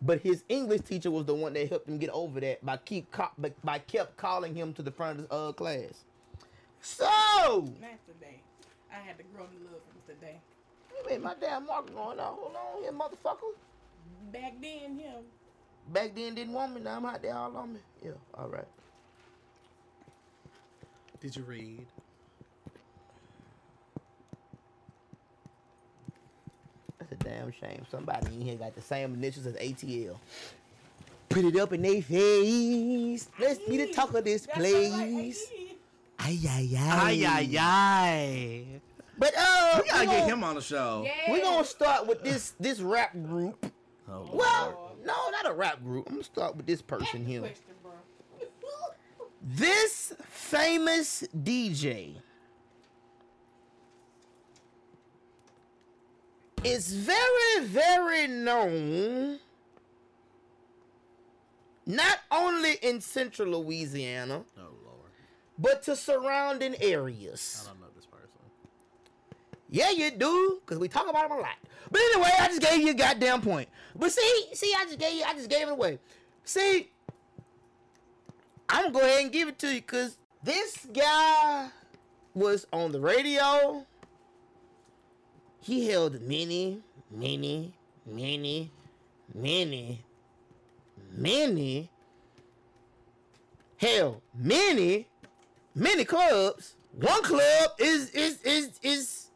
[SPEAKER 3] But his English teacher was the one that helped him get over that by keep co- by, by kept calling him to the front of the uh, class. So,
[SPEAKER 2] Not today. I had to grow to love him today.
[SPEAKER 3] Wait a minute, my damn marker going on. Hold on here, motherfucker.
[SPEAKER 2] Back then, him.
[SPEAKER 3] Back then didn't want me. Now I'm out there all on me. Yeah, all right.
[SPEAKER 5] Did you read?
[SPEAKER 3] That's a damn shame. Somebody in here got the same initials as ATL. Put it up in their face. Let's be the talk of this
[SPEAKER 2] That's all right.
[SPEAKER 3] place.
[SPEAKER 2] Hey,
[SPEAKER 3] Ay ay
[SPEAKER 5] Ay ay ay!
[SPEAKER 3] But uh,
[SPEAKER 5] We gotta
[SPEAKER 3] we
[SPEAKER 5] get
[SPEAKER 3] gon-
[SPEAKER 5] him on the show.
[SPEAKER 3] We gonna start with this this rap group.
[SPEAKER 5] Oh,
[SPEAKER 3] Well, no, not a rap group. I'm gonna start with this person
[SPEAKER 2] Ask the
[SPEAKER 3] here.
[SPEAKER 2] question, bro.
[SPEAKER 3] This famous DJ is very, very known not only in central Louisiana,
[SPEAKER 5] oh lord,
[SPEAKER 3] but to surrounding areas.
[SPEAKER 5] I don't know this person.
[SPEAKER 3] Yeah, you do, cause we talk about him a lot. But anyway, I just gave you a goddamn point. But see, see, I just gave you, I just gave it away. See, I'm gonna go ahead and give it to you, cause this guy was on the radio. He held many, many, many, many, many, hell, many, many clubs. One club is is is is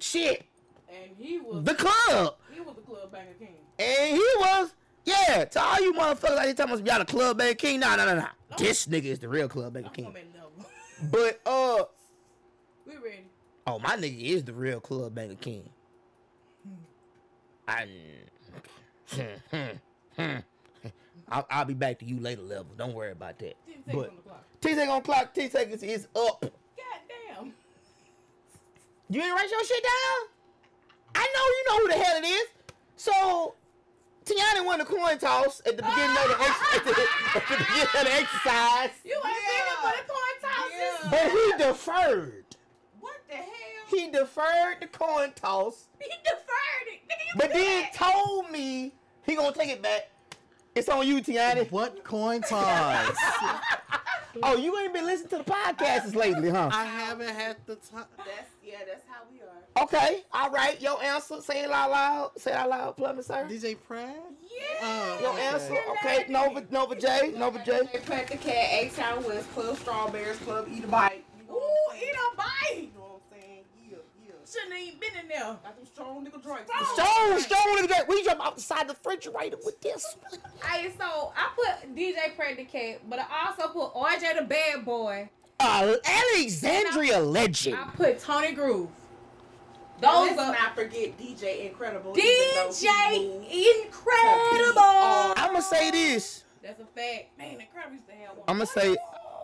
[SPEAKER 3] shit.
[SPEAKER 2] And he was
[SPEAKER 3] The club.
[SPEAKER 2] he was the club banger king.
[SPEAKER 3] And he was, yeah, to all you motherfuckers out here talking about y'all the club banger king. Nah, nah, nah, nah. This nigga is the real club banger
[SPEAKER 2] I'm
[SPEAKER 3] king.
[SPEAKER 2] coming level.
[SPEAKER 3] But uh
[SPEAKER 2] we ready.
[SPEAKER 3] oh my nigga is the real club banger king. I I'll, I'll be back to you later, level. Don't worry about that.
[SPEAKER 2] Ten seconds
[SPEAKER 3] But
[SPEAKER 2] on the clock.
[SPEAKER 3] T seconds on clock, T seconds is up.
[SPEAKER 2] God damn.
[SPEAKER 3] You didn't write your shit down? I know you know who the hell it is. So Tiana won the coin toss at the beginning of the, ex- at the, at the beginning of the exercise,
[SPEAKER 2] You ain't
[SPEAKER 10] Yeah.
[SPEAKER 2] ready for the coin toss.
[SPEAKER 10] Yeah.
[SPEAKER 2] Yeah.
[SPEAKER 3] but he deferred.
[SPEAKER 2] What the hell?
[SPEAKER 3] He deferred the coin toss,
[SPEAKER 2] He deferred it. Nigga, you
[SPEAKER 3] but
[SPEAKER 2] can do
[SPEAKER 3] then
[SPEAKER 2] that.
[SPEAKER 3] told me he gonna take it back. It's on you, Tiana.
[SPEAKER 5] What coin toss?
[SPEAKER 3] Oh, you ain't been listening to the podcasts lately, huh?
[SPEAKER 5] I haven't had the time.
[SPEAKER 10] That's yeah. That's how we are.
[SPEAKER 3] Okay, all right. Your answer. Say it out loud. Say it out loud, Plumber sir.
[SPEAKER 5] DJ Pratt? Oh,
[SPEAKER 2] Yeah.
[SPEAKER 3] Your answer. Okay, Nova, Nova J, Nova J.
[SPEAKER 10] They plant the cat. A Town West Club Strawberries Club. Eat a bite. You know what
[SPEAKER 2] Ooh,
[SPEAKER 10] I'm saying?
[SPEAKER 2] eat a bite.
[SPEAKER 10] You know what I'm saying? Yeah, yeah.
[SPEAKER 2] Shouldn't have even been in there.
[SPEAKER 10] Got them strong nigga drinks.
[SPEAKER 2] Strong.
[SPEAKER 3] Stone, stone in the dirt. We jump outside the refrigerator with this one.
[SPEAKER 16] Hey, so I put DJ Predicate, but I also put RJ the Bad Boy.
[SPEAKER 3] Uh, Alexandria legend.
[SPEAKER 16] I put Tony Groove.
[SPEAKER 10] Let's
[SPEAKER 16] Those are
[SPEAKER 10] not forget DJ Incredible. even though he moved.
[SPEAKER 16] DJ Incredible.
[SPEAKER 3] I'm gonna say this.
[SPEAKER 2] That's a fact. Man, the crowd used to have one.
[SPEAKER 3] I'm gonna say.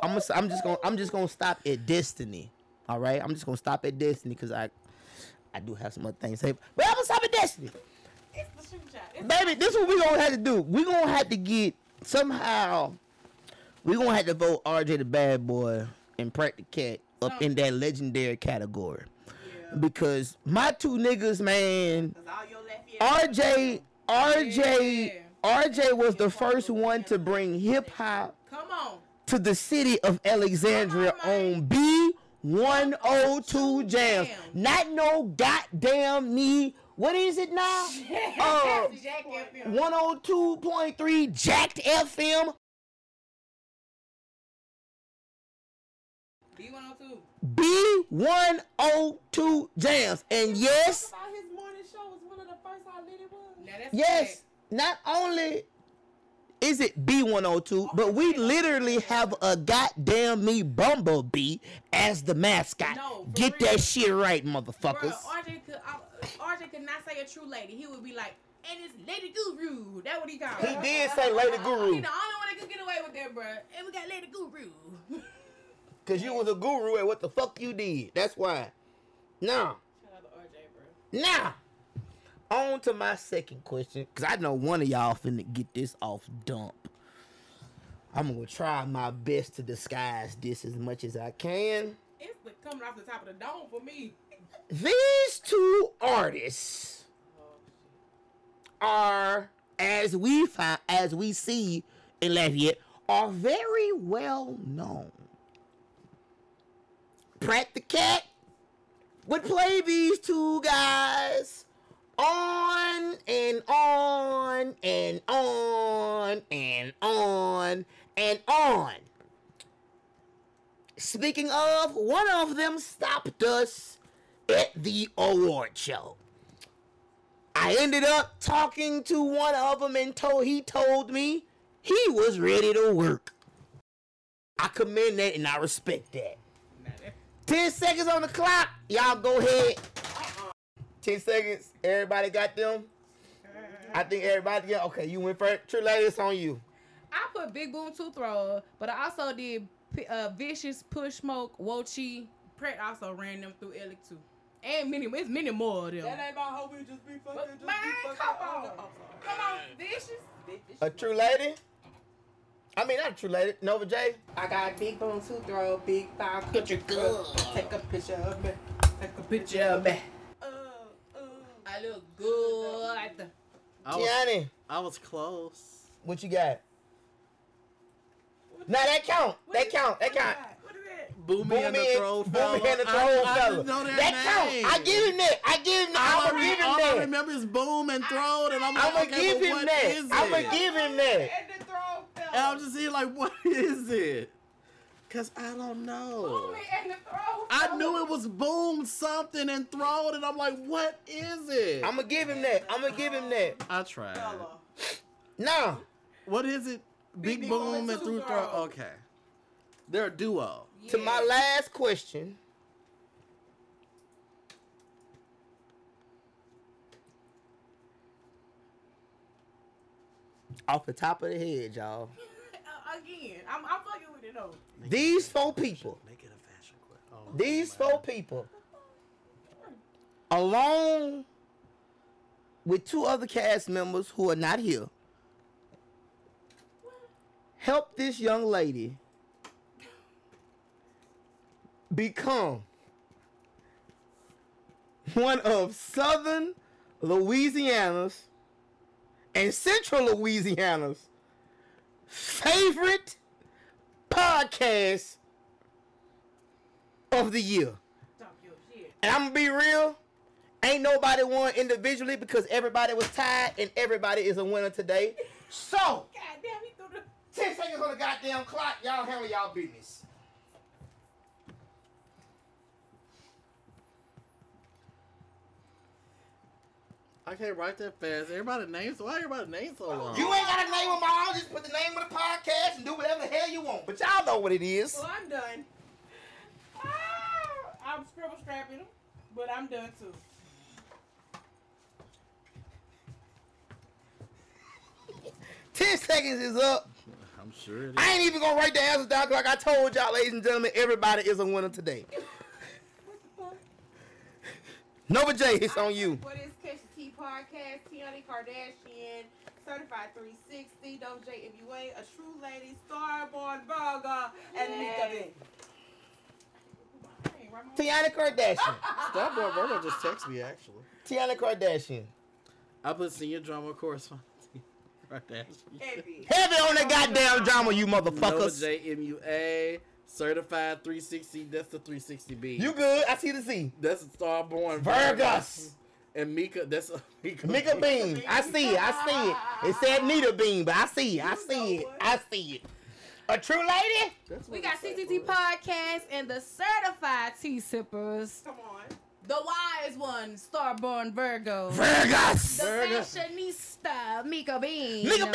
[SPEAKER 3] I'm gonna. I'm just gonna. I'm just gonna stop at Destiny. All right. I'm just gonna stop at Destiny because I, I do have some other things saved. But I'm gonna stop at Destiny.
[SPEAKER 16] It's the shoe shot. It's
[SPEAKER 3] Baby, this is what we gonna have to do. we gonna have to get somehow we gonna have to vote RJ the bad boy and Pratt the Cat up in that legendary category. Because my two niggas, man,
[SPEAKER 2] Cause all your left ear.
[SPEAKER 3] RJ, RJ, RJ was the first one to bring hip hop
[SPEAKER 2] Come on.
[SPEAKER 3] to the city of Alexandria on B one oh two jams.
[SPEAKER 2] Jam.
[SPEAKER 3] Not no goddamn me. What is it now? Uh,
[SPEAKER 16] Jack F.
[SPEAKER 3] 102.3 Jacked FM
[SPEAKER 2] B102.
[SPEAKER 3] B102 Jams. And yes,
[SPEAKER 16] About his morning show was one of the first I lit it was.
[SPEAKER 2] Now that's
[SPEAKER 3] yes, not only is it B102, but we literally have a goddamn me Bumblebee as the mascot.
[SPEAKER 16] No, for
[SPEAKER 3] Get
[SPEAKER 16] real.
[SPEAKER 3] that shit right,
[SPEAKER 16] Bro,
[SPEAKER 3] motherfuckers.
[SPEAKER 16] RJ could uh, RJ could not say a true lady. He would be like, and it's Lady Guru. That what he called.
[SPEAKER 3] He did say
[SPEAKER 16] He
[SPEAKER 3] Lady Guru
[SPEAKER 16] the only one that could get away with that, bro. And we got Lady Guru.
[SPEAKER 3] because you was a guru at what the fuck you did. That's why. Now,
[SPEAKER 16] Shout out to RJ, bro.
[SPEAKER 3] now, on to my second question because I know one of y'all finna get this off dump. I'm gonna try my best to disguise this as much as I can.
[SPEAKER 2] It's the coming off the top of the dome for me.
[SPEAKER 3] These two artists are, as we find, as we see in Lafayette, are very well known. Pratt the Cat would play these two guys on and on and on and on and on. Speaking of, one of them stopped us at the award show. I ended up talking to one of them and told he told me he was ready to work. I commend that and I respect that. Ten seconds on the clock. Y'all go ahead. Ten seconds. Everybody got them. I think everybody. Yeah. Okay. You went first. True lady, it's on you.
[SPEAKER 16] I put Big Boom Tooth Thrower, but I also did P- uh, Vicious, Push Smoke, Wochi. Pratt also ran them through Elec too. And many, it's many more of them.
[SPEAKER 2] That ain't my hoe. We just be fucking.
[SPEAKER 16] But
[SPEAKER 2] just
[SPEAKER 16] man,
[SPEAKER 2] be fucking.
[SPEAKER 16] come
[SPEAKER 2] Oh,
[SPEAKER 16] on.
[SPEAKER 2] no.
[SPEAKER 16] Come on, Vicious.
[SPEAKER 3] A true lady. I mean, not a true lady. Nova J.
[SPEAKER 2] I got big bone to throw, big five country girl. Take a picture of me. Take a picture of me.
[SPEAKER 16] Uh, I look good.
[SPEAKER 5] I was,
[SPEAKER 3] Tiani.
[SPEAKER 5] I was close.
[SPEAKER 3] What you got? Now that count. That count. That count.
[SPEAKER 5] Boomy,
[SPEAKER 3] Boom
[SPEAKER 5] and the Throw Fella.
[SPEAKER 3] Boomy and the
[SPEAKER 5] I-
[SPEAKER 3] Throw
[SPEAKER 5] I,
[SPEAKER 3] Fella.
[SPEAKER 5] didn't know their
[SPEAKER 3] that
[SPEAKER 5] name.
[SPEAKER 3] count. I give him that. I give him that.
[SPEAKER 5] All,
[SPEAKER 3] I'm
[SPEAKER 5] I,
[SPEAKER 3] gonna
[SPEAKER 5] re-
[SPEAKER 3] give
[SPEAKER 5] all I
[SPEAKER 3] him that.
[SPEAKER 5] remember is Boom and Throw, and I'm like,
[SPEAKER 3] I'm gonna
[SPEAKER 5] okay,
[SPEAKER 3] give
[SPEAKER 5] but
[SPEAKER 3] him
[SPEAKER 5] what
[SPEAKER 3] that.
[SPEAKER 5] is
[SPEAKER 3] I'm
[SPEAKER 5] it?
[SPEAKER 3] gonna give him that.
[SPEAKER 2] And the throw fell.
[SPEAKER 5] And I'm just here like, what is it? Cause I don't know.
[SPEAKER 16] And the throw.
[SPEAKER 5] I knew it was boom something and thrown, and I'm like, what is it?
[SPEAKER 3] I'm gonna give him that. I'm gonna give him that.
[SPEAKER 5] I tried.
[SPEAKER 3] Now,
[SPEAKER 5] What is it? Big,
[SPEAKER 2] Big Boom
[SPEAKER 5] boom
[SPEAKER 2] and
[SPEAKER 5] and through
[SPEAKER 2] Two
[SPEAKER 5] throw.
[SPEAKER 2] Throw.
[SPEAKER 5] Okay, they're a duo.
[SPEAKER 3] to my last question. Off the top of the head, y'all.
[SPEAKER 16] Uh, again, I'm, I'm fucking with it though.
[SPEAKER 3] These four people.
[SPEAKER 5] Make it a fashion quest. Oh,
[SPEAKER 3] These
[SPEAKER 5] my
[SPEAKER 3] four people, along with two other cast members who are not here, helped this young lady become one of Southern Louisiana's and Central Louisiana's favorite podcasts of the year.
[SPEAKER 16] Talk your shit.
[SPEAKER 3] And I'm gonna be real. Ain't nobody won individually because everybody was tied and everybody is a winner today. So,
[SPEAKER 16] God damn, he threw the.
[SPEAKER 3] 10 seconds on the goddamn clock. Y'all handle y'all business.
[SPEAKER 5] I can't write that fast. Everybody names. Why everybody names so long?
[SPEAKER 3] You ain't got a name on my own. Just put the name of the podcast and do whatever the hell you want. But y'all know what it is.
[SPEAKER 2] Well, I'm done. Ah, I'm scribble scrapping them, but I'm done too.
[SPEAKER 3] Ten seconds is up.
[SPEAKER 5] I'm sure it is.
[SPEAKER 3] I ain't even gonna write the answers down 'cause like I told y'all, ladies and gentlemen, everybody is a winner today. Nova J, it's on you.
[SPEAKER 10] What is Catch the Tea podcast? Tiani Kardashian, Certified 360, Dope J MUA, A True Lady, Starborn Burger, and Nika B. I ain't right, my-
[SPEAKER 3] Tiana Kardashian.
[SPEAKER 7] Stop doing Virgo just text me actually.
[SPEAKER 3] Tiana Kardashian.
[SPEAKER 7] I put senior drama correspondent. Kardashian.
[SPEAKER 10] Heavy.
[SPEAKER 3] Heavy on that goddamn drama, you
[SPEAKER 7] Nova
[SPEAKER 3] motherfuckers.
[SPEAKER 7] JMUA certified 360. That's the 360B.
[SPEAKER 3] You good? I see the Z.
[SPEAKER 7] that's Starborn
[SPEAKER 3] Virgus.
[SPEAKER 7] and Mika. That's uh, Mika.
[SPEAKER 3] Nigga Bean. I see it. I see it. It said Nita Bean, but I see it. I see it. I see it. A true lady?
[SPEAKER 7] That's
[SPEAKER 2] We
[SPEAKER 7] what
[SPEAKER 2] got
[SPEAKER 7] it say,
[SPEAKER 2] CTT
[SPEAKER 7] boy.
[SPEAKER 2] podcast and the certified tea sippers,
[SPEAKER 10] Come on.
[SPEAKER 2] the wise one, Starborn Virgo,
[SPEAKER 3] Virgus.
[SPEAKER 2] the fashionista, Mika Bean.
[SPEAKER 3] Nigga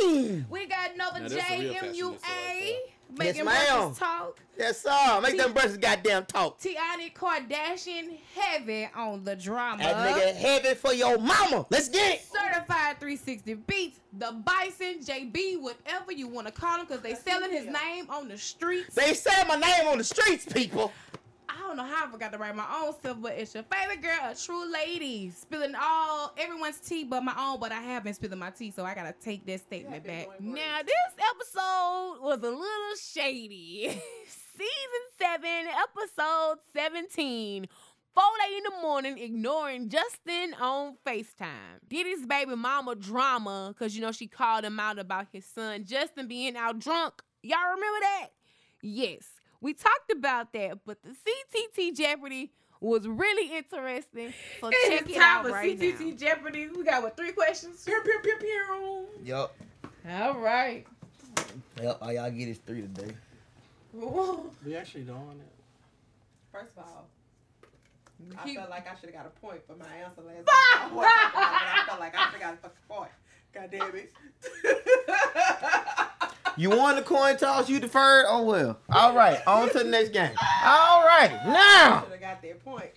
[SPEAKER 3] Bean.
[SPEAKER 2] We got Nova
[SPEAKER 7] Now, that's a real
[SPEAKER 2] J M
[SPEAKER 7] fashionista
[SPEAKER 2] U
[SPEAKER 7] right
[SPEAKER 2] A,
[SPEAKER 7] there.
[SPEAKER 3] Yes, ma'am.
[SPEAKER 2] making breakfast talk.
[SPEAKER 3] That's all. Make them brushes goddamn talk.
[SPEAKER 2] Tiani Kardashian heavy on the drama.
[SPEAKER 3] That nigga heavy for your mama. Let's get it.
[SPEAKER 2] Certified 360 Beats, the Bison, JB, whatever you want to call him, because they selling his name on the streets.
[SPEAKER 3] They said my name on the streets, people.
[SPEAKER 2] I don't know how I forgot to write my own stuff, but it's your favorite girl, a true lady, spilling all everyone's tea but my own. But I have been spilling my tea, so I gotta take that statement
[SPEAKER 10] been
[SPEAKER 2] back.
[SPEAKER 10] doing
[SPEAKER 1] Now, this episode was a little shady. Season 7, episode 17. 4 day in the morning, ignoring Justin on FaceTime. Did his baby mama drama because, you know, she called him out about his son Justin being out drunk. Y'all remember that? Yes, we talked about that, but the CTT Jeopardy was really interesting. So check it out right now.
[SPEAKER 2] CTT Jeopardy. We got what three questions?
[SPEAKER 10] Pew, pew, pew, pew.
[SPEAKER 3] Yup.
[SPEAKER 2] All right.
[SPEAKER 3] Yup. All y'all get is three today.
[SPEAKER 5] We actually don't want it.
[SPEAKER 10] First of all, I
[SPEAKER 2] Keep-
[SPEAKER 10] felt like I should have got a point for my answer last night. I wasn't, but I felt like I should have got a fucking point. God damn it.
[SPEAKER 3] You won the coin toss, you deferred? Oh well. All right, on to the next game. All right, now
[SPEAKER 10] should have got that point.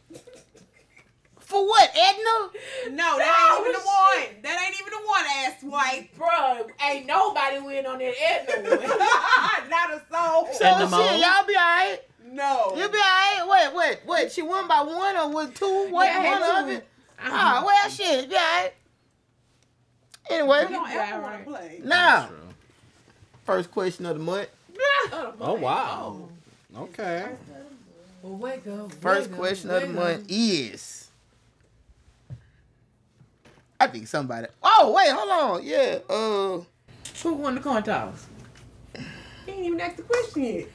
[SPEAKER 3] for what, Edna?
[SPEAKER 10] No, that ain't even the one. That ain't even the one, ass wife.
[SPEAKER 2] Bro, ain't nobody win on that Edna one.
[SPEAKER 10] Not a soul.
[SPEAKER 3] So shit, y'all be all right.
[SPEAKER 10] No.
[SPEAKER 3] You be all right. Wait, wait, wait. She won by one or was two? What
[SPEAKER 2] Yeah, I
[SPEAKER 3] one
[SPEAKER 2] had two. Uh-huh.
[SPEAKER 3] of it? Ah, well, shit, be all right. Anyway,
[SPEAKER 10] We don't ever want
[SPEAKER 2] right.
[SPEAKER 10] to play.
[SPEAKER 3] now first question of the month.
[SPEAKER 5] Oh wow.
[SPEAKER 7] oh.
[SPEAKER 5] Okay.
[SPEAKER 2] wake up.
[SPEAKER 3] First question of the month is. I think somebody. Oh wait, hold on. Yeah. Uh.
[SPEAKER 10] Who won the coin toss? He ain't even asked the question yet.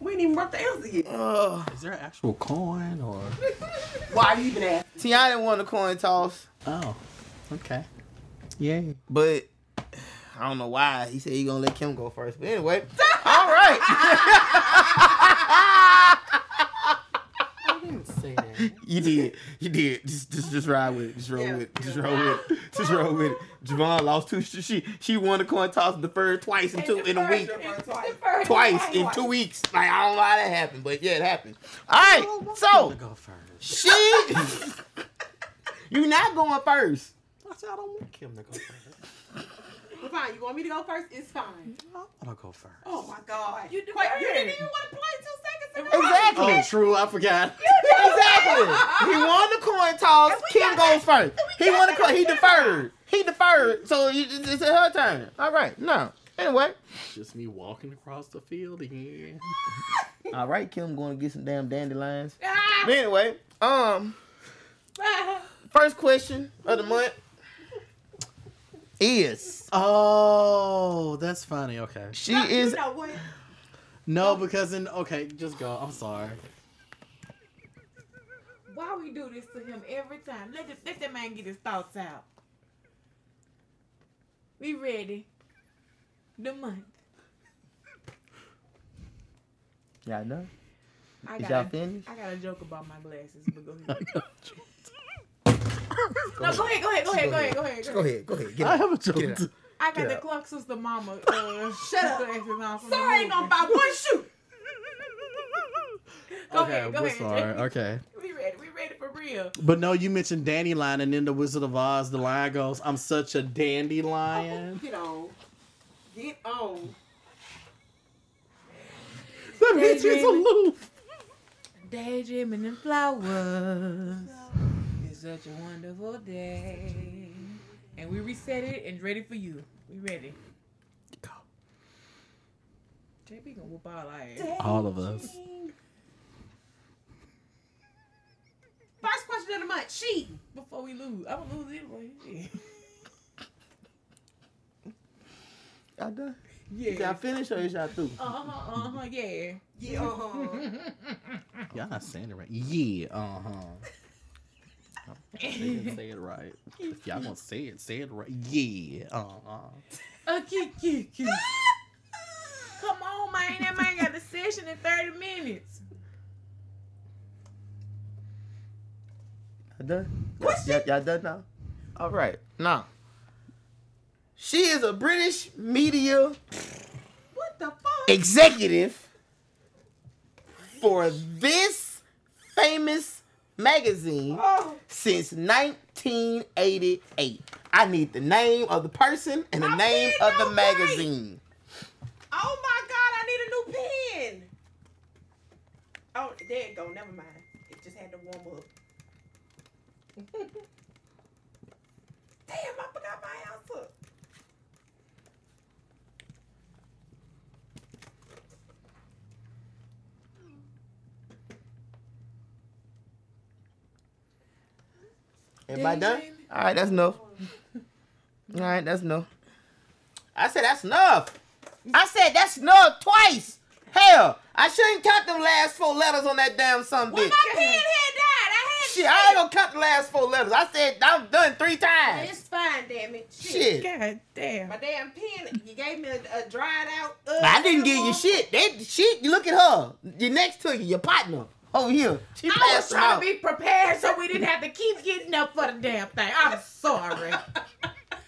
[SPEAKER 10] We ain't even brought the answer yet.
[SPEAKER 3] Uh.
[SPEAKER 5] Is there an actual coin or?
[SPEAKER 10] Why you even ask?
[SPEAKER 3] Tiana won the coin toss.
[SPEAKER 5] Oh. Okay. Yay.
[SPEAKER 3] But I don't know why he said he gonna let Kim go first. But anyway, all right.
[SPEAKER 5] I didn't say that.
[SPEAKER 3] you did, you did. Just, just, just ride with it. Just roll
[SPEAKER 10] Yeah,
[SPEAKER 3] with it. Just roll with it. Just roll with it. Javon lost two. She, she, she won the coin toss and deferred twice in two in a week. Twice in two weeks. Like I don't know how that happened, but yeah, it happened. All
[SPEAKER 10] Oh,
[SPEAKER 3] right. So
[SPEAKER 5] Go first.
[SPEAKER 3] she, you not going first.
[SPEAKER 5] I said I don't want Kim to go first.
[SPEAKER 10] Well, fine. You want me to go first? It's fine.
[SPEAKER 5] I want to go first.
[SPEAKER 10] Oh my god. You,
[SPEAKER 2] do
[SPEAKER 10] Wait, you
[SPEAKER 2] it.
[SPEAKER 10] didn't even want to play two seconds ago.
[SPEAKER 3] Exactly.
[SPEAKER 7] Oh, true. I forgot.
[SPEAKER 3] Exactly. He won the coin toss.
[SPEAKER 10] And we
[SPEAKER 3] Kim
[SPEAKER 10] got
[SPEAKER 3] goes first.
[SPEAKER 10] we
[SPEAKER 3] He
[SPEAKER 10] got
[SPEAKER 3] won the
[SPEAKER 10] that
[SPEAKER 3] coin. He
[SPEAKER 10] together.
[SPEAKER 3] deferred. He deferred. So it- it's it's her turn. All right. No. Anyway.
[SPEAKER 5] Just me walking across the field again.
[SPEAKER 3] All right, Kim, going to get some damn dandelions. But anyway, um, first question of the month is
[SPEAKER 5] Oh, that's funny. Okay.
[SPEAKER 3] she
[SPEAKER 10] No,
[SPEAKER 3] is
[SPEAKER 10] You know what?
[SPEAKER 5] No, because in okay, just go. I'm sorry.
[SPEAKER 10] Why we do this to him every time? Let, the, let that man get his thoughts out.
[SPEAKER 2] We ready. The month.
[SPEAKER 3] y'all know.
[SPEAKER 2] I
[SPEAKER 3] Is
[SPEAKER 2] got,
[SPEAKER 3] y'all
[SPEAKER 2] a,
[SPEAKER 3] finished?
[SPEAKER 2] I got a joke about my glasses, but go ahead. no, go ahead, go ahead, go ahead, go ahead, go ahead. Go ahead.
[SPEAKER 3] ahead. Go ahead. Get
[SPEAKER 5] I
[SPEAKER 3] it.
[SPEAKER 5] have a joke.
[SPEAKER 3] Get out.
[SPEAKER 2] I got
[SPEAKER 3] Get
[SPEAKER 2] the
[SPEAKER 3] out.
[SPEAKER 2] Clark sister mama uh,
[SPEAKER 10] Shut up.
[SPEAKER 2] glasses on. From
[SPEAKER 10] Sorry,
[SPEAKER 2] the
[SPEAKER 10] ain't gonna
[SPEAKER 2] movie.
[SPEAKER 10] buy one shoe.
[SPEAKER 2] Go
[SPEAKER 5] okay,
[SPEAKER 2] ahead, go
[SPEAKER 5] we're
[SPEAKER 2] ahead,
[SPEAKER 5] sorry.
[SPEAKER 2] Jay.
[SPEAKER 5] Okay.
[SPEAKER 2] We ready, we ready for real.
[SPEAKER 5] But no, you mentioned dandelion, and then the Wizard of Oz. The line goes, "I'm such a dandelion."
[SPEAKER 10] Get on. Oh, Get on.
[SPEAKER 5] That bitch is aloof.
[SPEAKER 2] Daydreaming in flowers. It's such a wonderful day. And we reset it and ready for you. We ready. JB gonna whoop all our ass.
[SPEAKER 7] All of us.
[SPEAKER 2] First question of the month, cheat before we lose. I'm gonna lose anyway. Yeah.
[SPEAKER 3] I done.
[SPEAKER 2] Yeah.
[SPEAKER 3] Y'all finished or is y'all through?
[SPEAKER 2] Uh huh. Uh huh. Yeah.
[SPEAKER 17] Yeah.
[SPEAKER 7] Y'all not saying it right. Yeah, uh huh. They didn't say it right. If y'all gonna say it, say it right. Yeah, uh huh.
[SPEAKER 2] A kick, kick, kick. Come on, man. That man got a session in 30 minutes.
[SPEAKER 3] I done. Y'all, y'all done now? All right. Now, she is a British media
[SPEAKER 2] What the fuck?
[SPEAKER 3] executive for this famous magazine
[SPEAKER 2] Oh.
[SPEAKER 3] since 1988. I need the name of the person and the
[SPEAKER 10] My
[SPEAKER 3] name
[SPEAKER 10] pen
[SPEAKER 3] of the
[SPEAKER 10] don't write.
[SPEAKER 3] magazine.
[SPEAKER 10] Oh my god, I need a new pen. Oh, there it go. Never mind. It just had to warm up. Damn, I forgot my answer.
[SPEAKER 3] Everybody done? All right, that's enough. All right, that's enough. I said that's enough. I said that's enough twice. Hell, I shouldn't count the last four letters on that damn some bitch.
[SPEAKER 10] My pen had died. I had
[SPEAKER 3] Shit, I ain't gonna count the last four letters. I said I'm done three times.
[SPEAKER 10] It's fine, damn it. Shit.
[SPEAKER 3] Shit.
[SPEAKER 2] God damn.
[SPEAKER 10] My damn pen, you gave me a, a dried out. Uh,
[SPEAKER 3] But I didn't give you shit. That shit, you look at her. You're next to you, your partner over here. She
[SPEAKER 2] I was
[SPEAKER 3] passed
[SPEAKER 2] trying
[SPEAKER 3] out.
[SPEAKER 2] to be prepared so we didn't have to keep getting up for the damn thing. I'm sorry.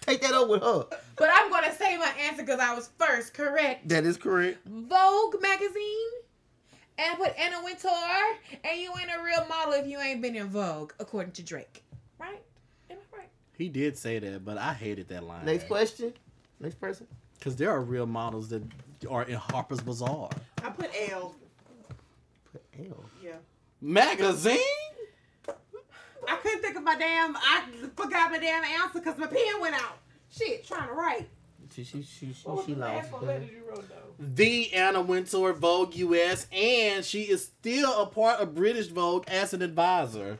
[SPEAKER 3] Take that up with her.
[SPEAKER 2] but I'm going to say my answer because I was first, correct?
[SPEAKER 3] That is correct.
[SPEAKER 2] Vogue magazine. And put Anna Wintour, and you ain't a real model if you ain't been in Vogue, according to Drake. Right? Am I right?
[SPEAKER 7] He did say that, but I hated that line.
[SPEAKER 3] Next question. Next person.
[SPEAKER 7] Because there are real models that are in Harper's Bazaar.
[SPEAKER 10] I put L.
[SPEAKER 3] Hell.
[SPEAKER 10] Yeah.
[SPEAKER 7] Magazine?
[SPEAKER 10] I couldn't think of my damn. I forgot my damn answer because my pen went out. Shit, trying to write.
[SPEAKER 3] She she she she, she lost.
[SPEAKER 7] The Anna Wintour Vogue US, and she is still a part of British Vogue as an advisor.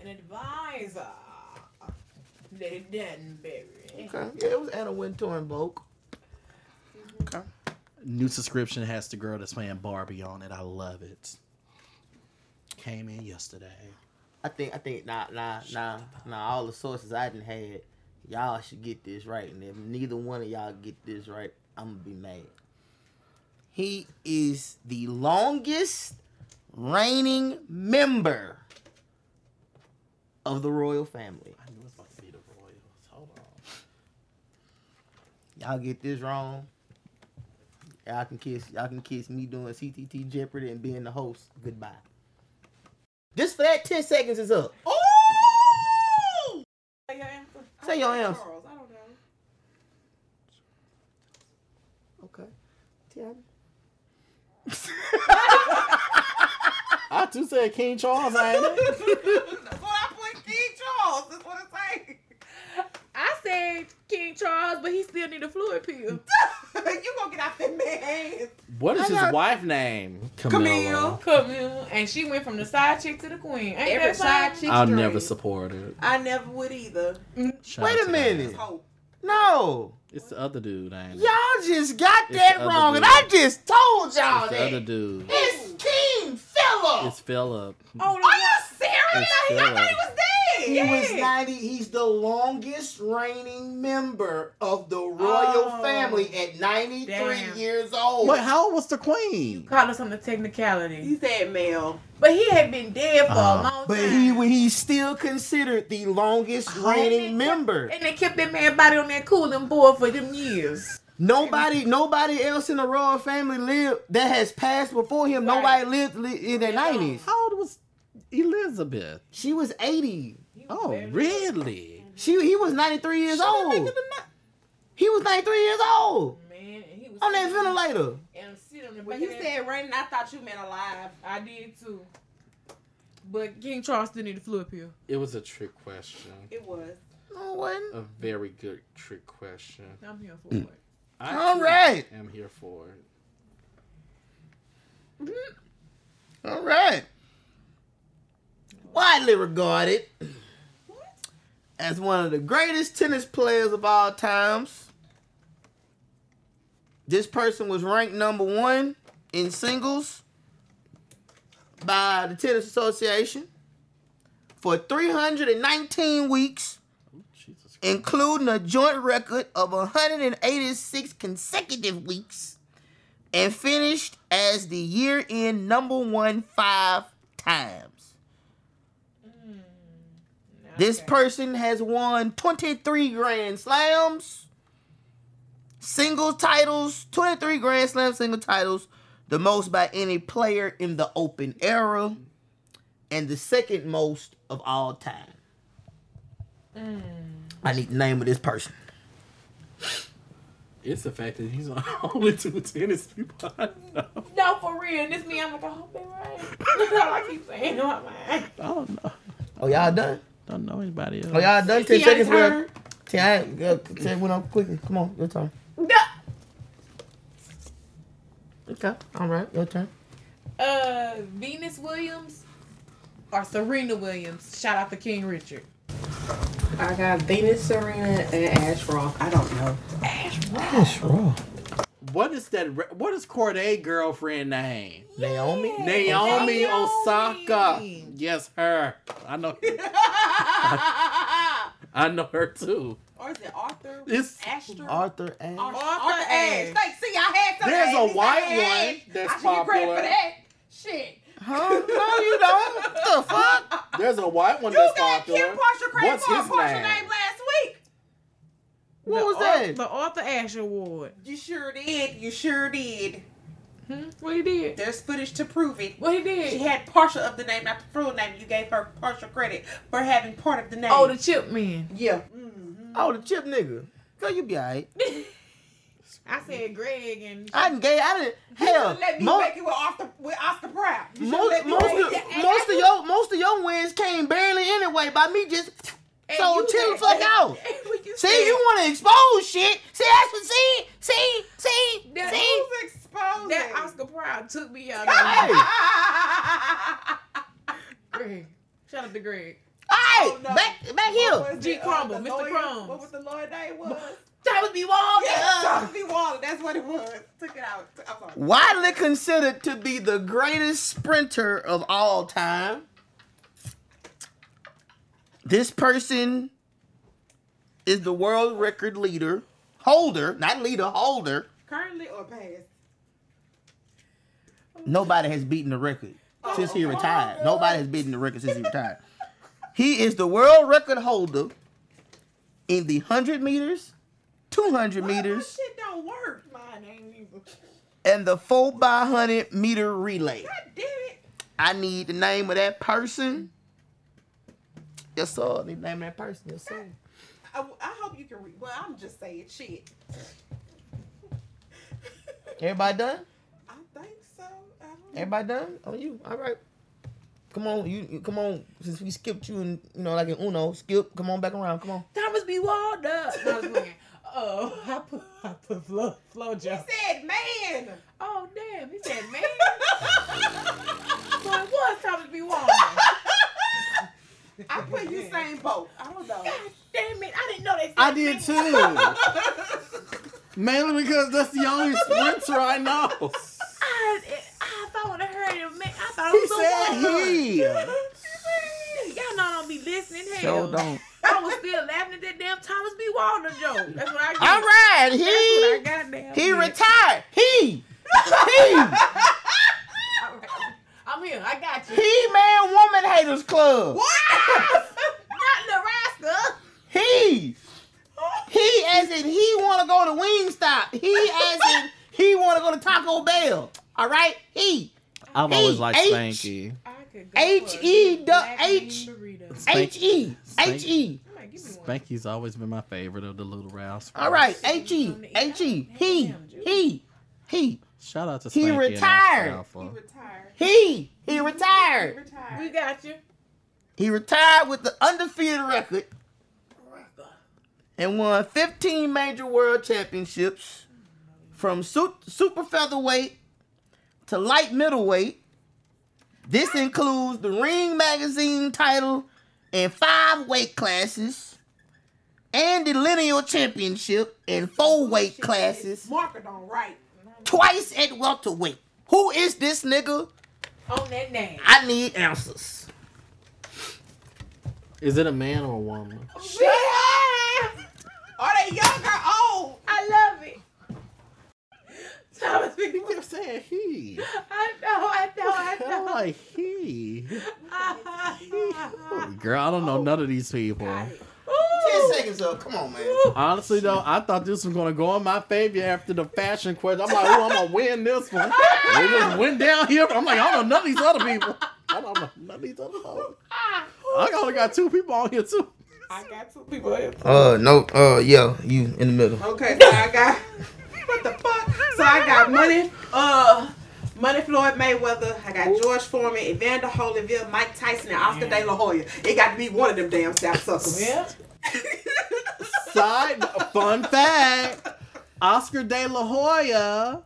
[SPEAKER 10] An advisor. Lady Danbury.
[SPEAKER 3] Okay. Yeah, it was Anna Wintour and Vogue.
[SPEAKER 7] New subscription has the girl that's playing Barbie on it. I love it. Came in yesterday.
[SPEAKER 3] I think I think nah nah nah nah all the sources I didn't had, y'all should get this right. And if neither one of y'all get this right, I'm gonna be mad. He is the longest reigning member of the royal family.
[SPEAKER 7] I knew it was about to be the Royals. Hold on.
[SPEAKER 3] Y'all get this wrong. Y'all can kiss y'all can kiss me doing CTT Jeopardy and being the host. Goodbye. Just for that 10 seconds is up.
[SPEAKER 10] Say your answer.
[SPEAKER 3] Say your answer.
[SPEAKER 10] Charles, I don't know.
[SPEAKER 3] Okay. Tiana.
[SPEAKER 7] I too said King Charles, ain't it?
[SPEAKER 10] That's what I put King Charles. That's what I say.
[SPEAKER 2] I said King Charles, but he still need a fluid pill.
[SPEAKER 10] you gonna get out that man's hands.
[SPEAKER 7] What is
[SPEAKER 3] I
[SPEAKER 7] his
[SPEAKER 3] got-
[SPEAKER 7] wife name?
[SPEAKER 2] Camille, Camille, and she went from the side chick to the queen. Ain't
[SPEAKER 10] Every
[SPEAKER 2] that
[SPEAKER 10] side
[SPEAKER 2] fine?
[SPEAKER 10] chick.
[SPEAKER 7] I'll
[SPEAKER 10] Straight.
[SPEAKER 7] never support it.
[SPEAKER 10] I never would either.
[SPEAKER 7] Shout
[SPEAKER 3] Wait
[SPEAKER 7] out
[SPEAKER 3] a
[SPEAKER 7] to them.
[SPEAKER 3] minute.
[SPEAKER 10] Hope.
[SPEAKER 3] No.
[SPEAKER 7] It's the other dude, ain't it?
[SPEAKER 3] Y'all just got
[SPEAKER 7] It's
[SPEAKER 3] that
[SPEAKER 7] the other
[SPEAKER 3] wrong, and
[SPEAKER 7] dude.
[SPEAKER 3] I just told y'all
[SPEAKER 7] It's the
[SPEAKER 3] that.
[SPEAKER 7] other dude.
[SPEAKER 3] It's King Philip.
[SPEAKER 7] It's Philip.
[SPEAKER 2] Oh,
[SPEAKER 10] Are you
[SPEAKER 7] It's
[SPEAKER 10] serious?
[SPEAKER 7] Philip.
[SPEAKER 10] Dang.
[SPEAKER 3] He was 90. He's the longest reigning member of the royal
[SPEAKER 2] Oh.
[SPEAKER 3] family at 93
[SPEAKER 2] Damn.
[SPEAKER 3] years old.
[SPEAKER 7] Wait, how old was the queen?
[SPEAKER 2] call us on the technicality.
[SPEAKER 10] He said male.
[SPEAKER 2] But he had been dead for
[SPEAKER 7] Uh,
[SPEAKER 2] a long
[SPEAKER 3] But
[SPEAKER 2] time.
[SPEAKER 3] he he's still considered the longest reigning member.
[SPEAKER 2] and they kept that man body on that cooling board for them years.
[SPEAKER 3] Nobody nobody else in the royal family lived that has passed before him.
[SPEAKER 2] Right.
[SPEAKER 3] Nobody lived li- in their 90s.
[SPEAKER 7] How old was Elizabeth?
[SPEAKER 3] She was 80.
[SPEAKER 7] Oh, really?
[SPEAKER 3] She he was 93 years old. He was 93 years old
[SPEAKER 2] Man, and he was
[SPEAKER 3] on that ventilator.
[SPEAKER 2] and sit on the
[SPEAKER 10] When
[SPEAKER 2] back
[SPEAKER 10] you
[SPEAKER 2] of that-
[SPEAKER 10] said running, I thought you meant alive.
[SPEAKER 2] I did too. But King Charles still need the flu pill.
[SPEAKER 7] It was a trick question.
[SPEAKER 10] It was.
[SPEAKER 7] A very good trick question.
[SPEAKER 2] I'm here for it.
[SPEAKER 7] I
[SPEAKER 3] All
[SPEAKER 7] too
[SPEAKER 3] right.
[SPEAKER 7] am here for it.
[SPEAKER 3] All right. Widely regarded as one of the greatest tennis players of all times. This person was ranked number one in singles by the Tennis Association for 319 weeks,
[SPEAKER 7] Jesus Christ.
[SPEAKER 3] including a joint record of 186 consecutive weeks, and finished as the year end number one five times. This person has won 23 Grand Slams, single titles, 23 Grand Slam single titles, the most by any player in the open era, and the second most of all time. I need the name of this person.
[SPEAKER 7] It's the fact that he's the only two tennis people I know.
[SPEAKER 10] No, for real. This me. I'm like, I hope it right. That's all I keep saying. No, I'm like,
[SPEAKER 18] I don't know.
[SPEAKER 3] Oh, y'all done?
[SPEAKER 18] Don't know anybody else.
[SPEAKER 3] Oh, y'all done? 10
[SPEAKER 10] Yeah,
[SPEAKER 3] seconds,
[SPEAKER 10] it's
[SPEAKER 3] bro.
[SPEAKER 10] her.
[SPEAKER 3] 10, yeah, 10 went up quickly. Come on, your turn.
[SPEAKER 10] No.
[SPEAKER 3] Okay, all right, your turn.
[SPEAKER 2] Uh, Venus Williams or Serena Williams. Shout out to King Richard.
[SPEAKER 10] I got Venus, Serena, and Ash Roth. I don't know.
[SPEAKER 3] That's wrong.
[SPEAKER 7] What is that? re- What is Corday girlfriend name?
[SPEAKER 3] Naomi?
[SPEAKER 7] Naomi
[SPEAKER 2] Naomi.
[SPEAKER 7] Osaka. Yes, her. I know. I know her too.
[SPEAKER 10] Or is it Arthur?
[SPEAKER 7] It's
[SPEAKER 10] Astor?
[SPEAKER 3] Arthur and
[SPEAKER 10] Arthur,
[SPEAKER 2] Arthur
[SPEAKER 10] Ashe.
[SPEAKER 2] Ashe.
[SPEAKER 10] Like, see, I had some.
[SPEAKER 7] There's a
[SPEAKER 10] Ashes. I
[SPEAKER 7] white
[SPEAKER 10] had
[SPEAKER 7] one
[SPEAKER 10] Ashe.
[SPEAKER 7] that's
[SPEAKER 10] I should get credit
[SPEAKER 7] popular.
[SPEAKER 10] for that. Shit.
[SPEAKER 3] Huh? No, Oh, you don't. What the fuck?
[SPEAKER 7] there's a white one
[SPEAKER 10] You
[SPEAKER 7] that's
[SPEAKER 10] gave Kim
[SPEAKER 7] popular.
[SPEAKER 10] Partial credit
[SPEAKER 7] What's
[SPEAKER 10] for a
[SPEAKER 7] his
[SPEAKER 10] partial
[SPEAKER 7] name?
[SPEAKER 10] name last week.
[SPEAKER 3] What
[SPEAKER 2] The
[SPEAKER 3] was
[SPEAKER 2] Ar-
[SPEAKER 3] that?
[SPEAKER 2] The Arthur Ashe Award.
[SPEAKER 10] You sure did. You sure did.
[SPEAKER 2] Hmm? What he did?
[SPEAKER 10] There's footage to prove it.
[SPEAKER 2] What he did?
[SPEAKER 10] She had partial of the name, not the full name. You gave her partial credit for having part of the name.
[SPEAKER 2] oh, the chip man.
[SPEAKER 10] yeah. Mm.
[SPEAKER 3] Oh, the chip nigga. Girl, you be alright.
[SPEAKER 2] I said Greg and
[SPEAKER 3] I didn't gay. I didn't.
[SPEAKER 10] Hell,
[SPEAKER 3] Hell,
[SPEAKER 10] let me
[SPEAKER 3] mo-
[SPEAKER 10] make it with Oscar, with Oscar Proud. You should've
[SPEAKER 3] most
[SPEAKER 10] let me
[SPEAKER 3] most
[SPEAKER 10] make
[SPEAKER 3] of,
[SPEAKER 10] it. And-
[SPEAKER 3] most of your most of your wins came barely anyway by me just.
[SPEAKER 10] and
[SPEAKER 3] So
[SPEAKER 10] you
[SPEAKER 3] chill the
[SPEAKER 10] said-
[SPEAKER 3] fuck out.
[SPEAKER 10] and when you
[SPEAKER 3] See,
[SPEAKER 10] said-
[SPEAKER 3] you want to expose shit. See, that's what. See, see, see,
[SPEAKER 2] That-
[SPEAKER 3] see.
[SPEAKER 10] Who's exposing?
[SPEAKER 2] that Oscar Proud took me out.
[SPEAKER 3] Hey,
[SPEAKER 2] Greg. Shout out to Greg.
[SPEAKER 3] hey,
[SPEAKER 10] Oh, no.
[SPEAKER 3] back back
[SPEAKER 10] What
[SPEAKER 3] here.
[SPEAKER 10] was
[SPEAKER 2] G.
[SPEAKER 10] it, uh,
[SPEAKER 2] Crumble,
[SPEAKER 10] the
[SPEAKER 2] Mr.
[SPEAKER 10] lawyer-
[SPEAKER 2] Crumbs. Uh.
[SPEAKER 10] What was the lawyer name was?
[SPEAKER 3] Thomas B. Walker. Uh,
[SPEAKER 10] Yes, Thomas B. Waller. That's what it was. Took it out. Took- I'm sorry.
[SPEAKER 3] widely considered to be the greatest sprinter of all time. This person is the world record leader, holder, not leader, holder.
[SPEAKER 10] Currently or past?
[SPEAKER 3] Nobody has beaten the record since he retired. Nobody has beaten the record since he retired. He is the world record holder in the 100 meters, 200 meters,
[SPEAKER 10] Oh, That shit don't work. Mine ain't either.
[SPEAKER 3] and the 4 by 100 meter relay.
[SPEAKER 10] God damn it.
[SPEAKER 3] I need the name of that person. Yes, sir. I need the name of that person. Yes, sir.
[SPEAKER 10] I, I hope you can read. Well, I'm just saying shit.
[SPEAKER 3] Everybody done?
[SPEAKER 10] I think so. I don't know.
[SPEAKER 3] Everybody done? On you. All right. Come on, you, you- come on. Since we skipped you and you know, like in Uno, skip. Come on back around. Come on.
[SPEAKER 2] Thomas B. Walder. No, I was playing. Oh, I put, I put Flo, Flo
[SPEAKER 10] He
[SPEAKER 2] Jones.
[SPEAKER 10] said, man.
[SPEAKER 2] Oh, damn. He said, man. so it was Thomas B. Walder.
[SPEAKER 10] I put you same boat. I don't know.
[SPEAKER 2] Damn it. I didn't know they
[SPEAKER 18] I did too. Mainly because that's the only sprinter I know.
[SPEAKER 2] I, I, if I would have heard him, man, I thought
[SPEAKER 18] He
[SPEAKER 2] it was the
[SPEAKER 18] said
[SPEAKER 2] one.
[SPEAKER 18] he.
[SPEAKER 2] Y'all know I don't be listening. Hell,
[SPEAKER 18] Sure don't.
[SPEAKER 2] I was still laughing at that damn Thomas B. Walder joke. That's what I get.
[SPEAKER 3] All right. He
[SPEAKER 2] That's what I got now.
[SPEAKER 3] he retired. He he
[SPEAKER 2] I'm here. I got you.
[SPEAKER 3] he man woman haters club.
[SPEAKER 2] Not Nebraska.
[SPEAKER 3] He he as in he want to go to Wingstop. He as in he want to go to Taco Bell. All right. He.
[SPEAKER 18] I've always liked
[SPEAKER 3] H.
[SPEAKER 18] Spanky.
[SPEAKER 2] I could go
[SPEAKER 3] H
[SPEAKER 2] for a
[SPEAKER 3] E
[SPEAKER 2] good
[SPEAKER 3] du-
[SPEAKER 2] black
[SPEAKER 3] H-
[SPEAKER 2] bean burrito.
[SPEAKER 3] H E
[SPEAKER 18] Spank-
[SPEAKER 3] H E.
[SPEAKER 2] I'm like, give me one.
[SPEAKER 18] Spanky's always been my favorite of the Little Rouse.
[SPEAKER 3] All right, H E H E he he he
[SPEAKER 7] Shout out to
[SPEAKER 3] He
[SPEAKER 7] Spanky and
[SPEAKER 3] retired.
[SPEAKER 7] Alpha.
[SPEAKER 10] He retired.
[SPEAKER 3] He he
[SPEAKER 10] He
[SPEAKER 3] retired.
[SPEAKER 10] retired.
[SPEAKER 19] We got you.
[SPEAKER 3] He retired with the undefeated record and won 15 major world championships from su- super featherweight to light middleweight. This includes the Ring Magazine title and five weight classes, and the Lineal Championship and four weight classes,
[SPEAKER 10] Market on right.
[SPEAKER 3] twice at welterweight. Who is this nigga?
[SPEAKER 19] On that name.
[SPEAKER 3] I need answers.
[SPEAKER 7] Is it a man or a woman?
[SPEAKER 10] Shut up! Are they young or old?
[SPEAKER 19] I love it. Thomas,
[SPEAKER 7] He kept saying he.
[SPEAKER 19] I know, I know, I
[SPEAKER 7] I'm
[SPEAKER 19] know.
[SPEAKER 7] like he.
[SPEAKER 19] Ooh.
[SPEAKER 7] Girl, I don't
[SPEAKER 19] Oh.
[SPEAKER 7] know none of these people.
[SPEAKER 3] Ten seconds up. Come on, man.
[SPEAKER 7] Honestly though, I thought this was gonna go in my favor after the fashion question. I'm like, oh, I'm gonna win this one. We just went down here. I'm like, I don't know none of these other people. I don't know none of these other folks. I only got two people on here too.
[SPEAKER 10] I got two people here.
[SPEAKER 3] Uh, no. Uh, yeah, you in the middle.
[SPEAKER 10] Okay, so I got what the fuck? So I got money, uh, money Floyd Mayweather. I got George Foreman, Evander Holyfield, Mike Tyson, and Oscar De La Hoya. It got to be one of them damn South suckers. Yeah.
[SPEAKER 7] Side fun fact: Oscar De La Hoya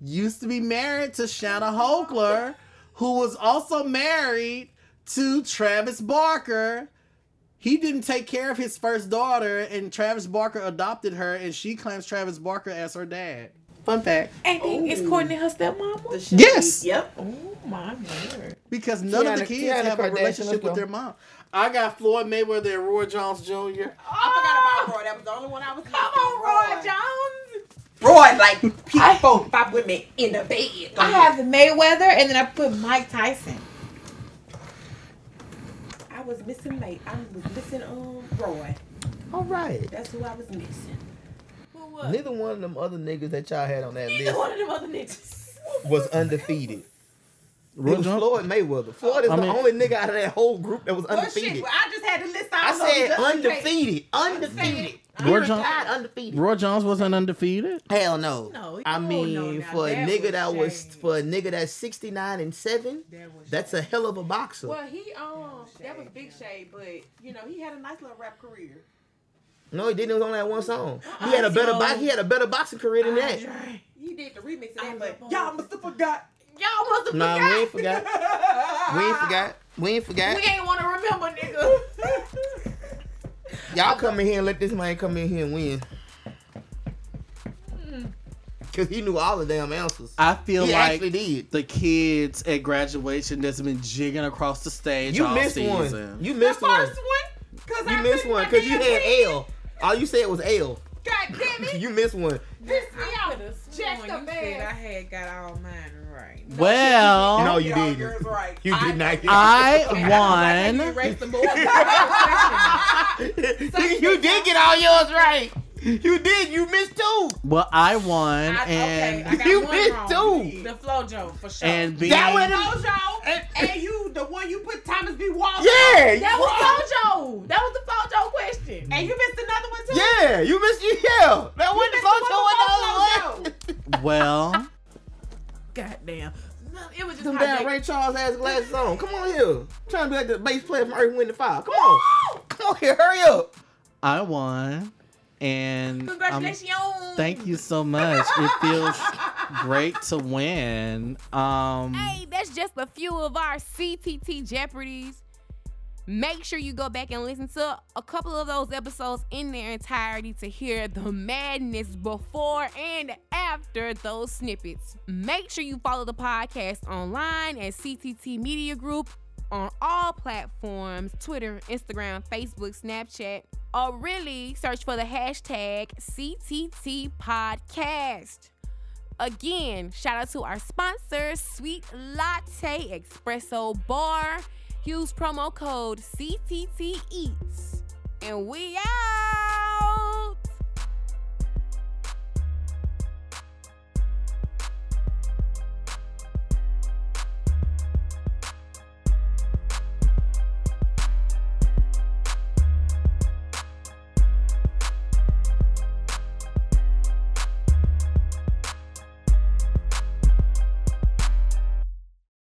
[SPEAKER 7] used to be married to Shanna Hoagler, who was also married to Travis Barker. He didn't take care of his first daughter, and Travis Barker adopted her, and she claims Travis Barker as her dad. Fun fact.
[SPEAKER 19] Ain't it- it's Courtney her stepmama?
[SPEAKER 7] Yes,
[SPEAKER 10] Yep.
[SPEAKER 19] Oh my word.
[SPEAKER 7] because none of the
[SPEAKER 20] Tiana-
[SPEAKER 7] kids
[SPEAKER 20] Tiana
[SPEAKER 7] have a
[SPEAKER 20] Kardashian,
[SPEAKER 7] relationship
[SPEAKER 20] let's
[SPEAKER 7] with
[SPEAKER 20] go.
[SPEAKER 7] their mom. I got Floyd Mayweather and Roy Jones Jr.
[SPEAKER 10] I forgot about Roy. That was the only one I was. Come
[SPEAKER 19] Oh, Roy Jones.
[SPEAKER 10] Roy, like people, four, five women in the bed.
[SPEAKER 2] I have the Mayweather, and then I put Mike Tyson.
[SPEAKER 10] I was missing mate. I was missing um Roy.
[SPEAKER 3] All right.
[SPEAKER 10] That's who I was missing.
[SPEAKER 19] Who was?
[SPEAKER 3] Neither one of them other niggas that y'all had on that
[SPEAKER 19] Neither
[SPEAKER 3] list
[SPEAKER 19] one of them other niggas.
[SPEAKER 3] was undefeated.
[SPEAKER 7] Roy
[SPEAKER 3] it was
[SPEAKER 7] Jones-
[SPEAKER 3] Floyd Mayweather. Floyd is
[SPEAKER 7] I
[SPEAKER 3] the
[SPEAKER 7] mean-
[SPEAKER 3] only nigga out of that whole group that was
[SPEAKER 10] Well, shit.
[SPEAKER 3] undefeated.
[SPEAKER 10] Well, I just had to list all
[SPEAKER 3] I
[SPEAKER 10] of them
[SPEAKER 3] said
[SPEAKER 10] just in case.
[SPEAKER 3] undefeated. Undefeated.
[SPEAKER 7] Roy
[SPEAKER 3] He
[SPEAKER 7] Jones-
[SPEAKER 3] retired undefeated.
[SPEAKER 7] Roy Jones wasn't undefeated.
[SPEAKER 3] Hell no.
[SPEAKER 19] No,
[SPEAKER 3] I
[SPEAKER 19] oh, no,
[SPEAKER 3] mean,
[SPEAKER 19] now
[SPEAKER 3] for a
[SPEAKER 19] that
[SPEAKER 3] nigga
[SPEAKER 19] was
[SPEAKER 3] that was
[SPEAKER 19] shade.
[SPEAKER 3] for a nigga that's sixty nine and seven,
[SPEAKER 19] That was
[SPEAKER 3] that's a hell of a boxer.
[SPEAKER 10] Well, he um, that was Big Shade, but you know he had a nice little rap career.
[SPEAKER 3] No, he didn't. It was only that one song. He had a better
[SPEAKER 19] so-
[SPEAKER 3] box. He had a better boxing career than that.
[SPEAKER 10] He did the remix of
[SPEAKER 19] I
[SPEAKER 10] that, but
[SPEAKER 19] love
[SPEAKER 10] y'all must have forgot.
[SPEAKER 19] Y'all must have
[SPEAKER 3] Nah, we ain't forgot.
[SPEAKER 10] forgot.
[SPEAKER 3] We ain't forgot. We ain't forgot.
[SPEAKER 19] We ain't want to remember, nigga.
[SPEAKER 3] Y'all come in here and let this man come in here and win.
[SPEAKER 10] Hmm.
[SPEAKER 3] Cause he knew all the damn answers.
[SPEAKER 7] I feel
[SPEAKER 3] he
[SPEAKER 7] like
[SPEAKER 3] actually did.
[SPEAKER 7] the kids at graduation that's been jigging across the stage
[SPEAKER 3] You
[SPEAKER 7] all
[SPEAKER 3] missed
[SPEAKER 7] season.
[SPEAKER 3] one. You
[SPEAKER 10] The
[SPEAKER 3] missed
[SPEAKER 10] first
[SPEAKER 3] one.
[SPEAKER 10] one, cause
[SPEAKER 3] You
[SPEAKER 10] I
[SPEAKER 3] missed
[SPEAKER 10] couldn't
[SPEAKER 3] one because you
[SPEAKER 10] goddamn
[SPEAKER 3] had
[SPEAKER 10] read.
[SPEAKER 3] L. All you said was L.
[SPEAKER 10] God damn it,
[SPEAKER 3] You missed one.
[SPEAKER 10] pissed me off. Jack the
[SPEAKER 2] you said I
[SPEAKER 10] man.
[SPEAKER 2] had got all mine right.
[SPEAKER 7] well,
[SPEAKER 3] No, Oh, you
[SPEAKER 10] Y'all
[SPEAKER 3] didn't.
[SPEAKER 10] girls right.
[SPEAKER 3] You did not. Get
[SPEAKER 7] I
[SPEAKER 2] You
[SPEAKER 7] won.
[SPEAKER 2] erased the board.
[SPEAKER 3] you did get all yours right. You did. You missed two.
[SPEAKER 7] Well, I won,
[SPEAKER 2] I-
[SPEAKER 7] and
[SPEAKER 2] okay, I got
[SPEAKER 3] You
[SPEAKER 2] one
[SPEAKER 3] missed
[SPEAKER 2] wrong.
[SPEAKER 3] two.
[SPEAKER 2] The flow joke for sure.
[SPEAKER 7] and being
[SPEAKER 3] That would have.
[SPEAKER 10] Mojo, and, and you, the one you put Thomas B. Walton.
[SPEAKER 3] Yeah.
[SPEAKER 19] That
[SPEAKER 3] you-
[SPEAKER 19] was Flojo. That was the Flojo question.
[SPEAKER 10] And you missed another one too.
[SPEAKER 3] Yeah. You missed. Yeah. That wasn't
[SPEAKER 10] missed
[SPEAKER 3] the
[SPEAKER 10] the one
[SPEAKER 3] one.
[SPEAKER 10] with
[SPEAKER 3] That
[SPEAKER 7] well,
[SPEAKER 19] Goddamn. It was just
[SPEAKER 3] Them
[SPEAKER 19] how
[SPEAKER 3] damn
[SPEAKER 19] Jake-
[SPEAKER 3] Ray Charles ass glasses on. Come on here. trying to be like the bass player from Earth, Wind, and Fire. Come on. Come on here. Hurry up.
[SPEAKER 7] I won, and um,
[SPEAKER 19] Congratulations.
[SPEAKER 7] thank you so much. It feels great to win. Um,
[SPEAKER 9] Hey, that's just a few of our CPT Jeopardies. Make sure you go back and listen to a couple of those episodes in their entirety to hear the madness before and after those snippets. Make sure you follow the podcast online at CTT Media Group on all platforms Twitter, Instagram, Facebook, Snapchat, or really search for the hashtag CTT Podcast. Again, shout out to our sponsor, Sweet Latte Espresso Bar. E Use promo code CTT Eats. And we out.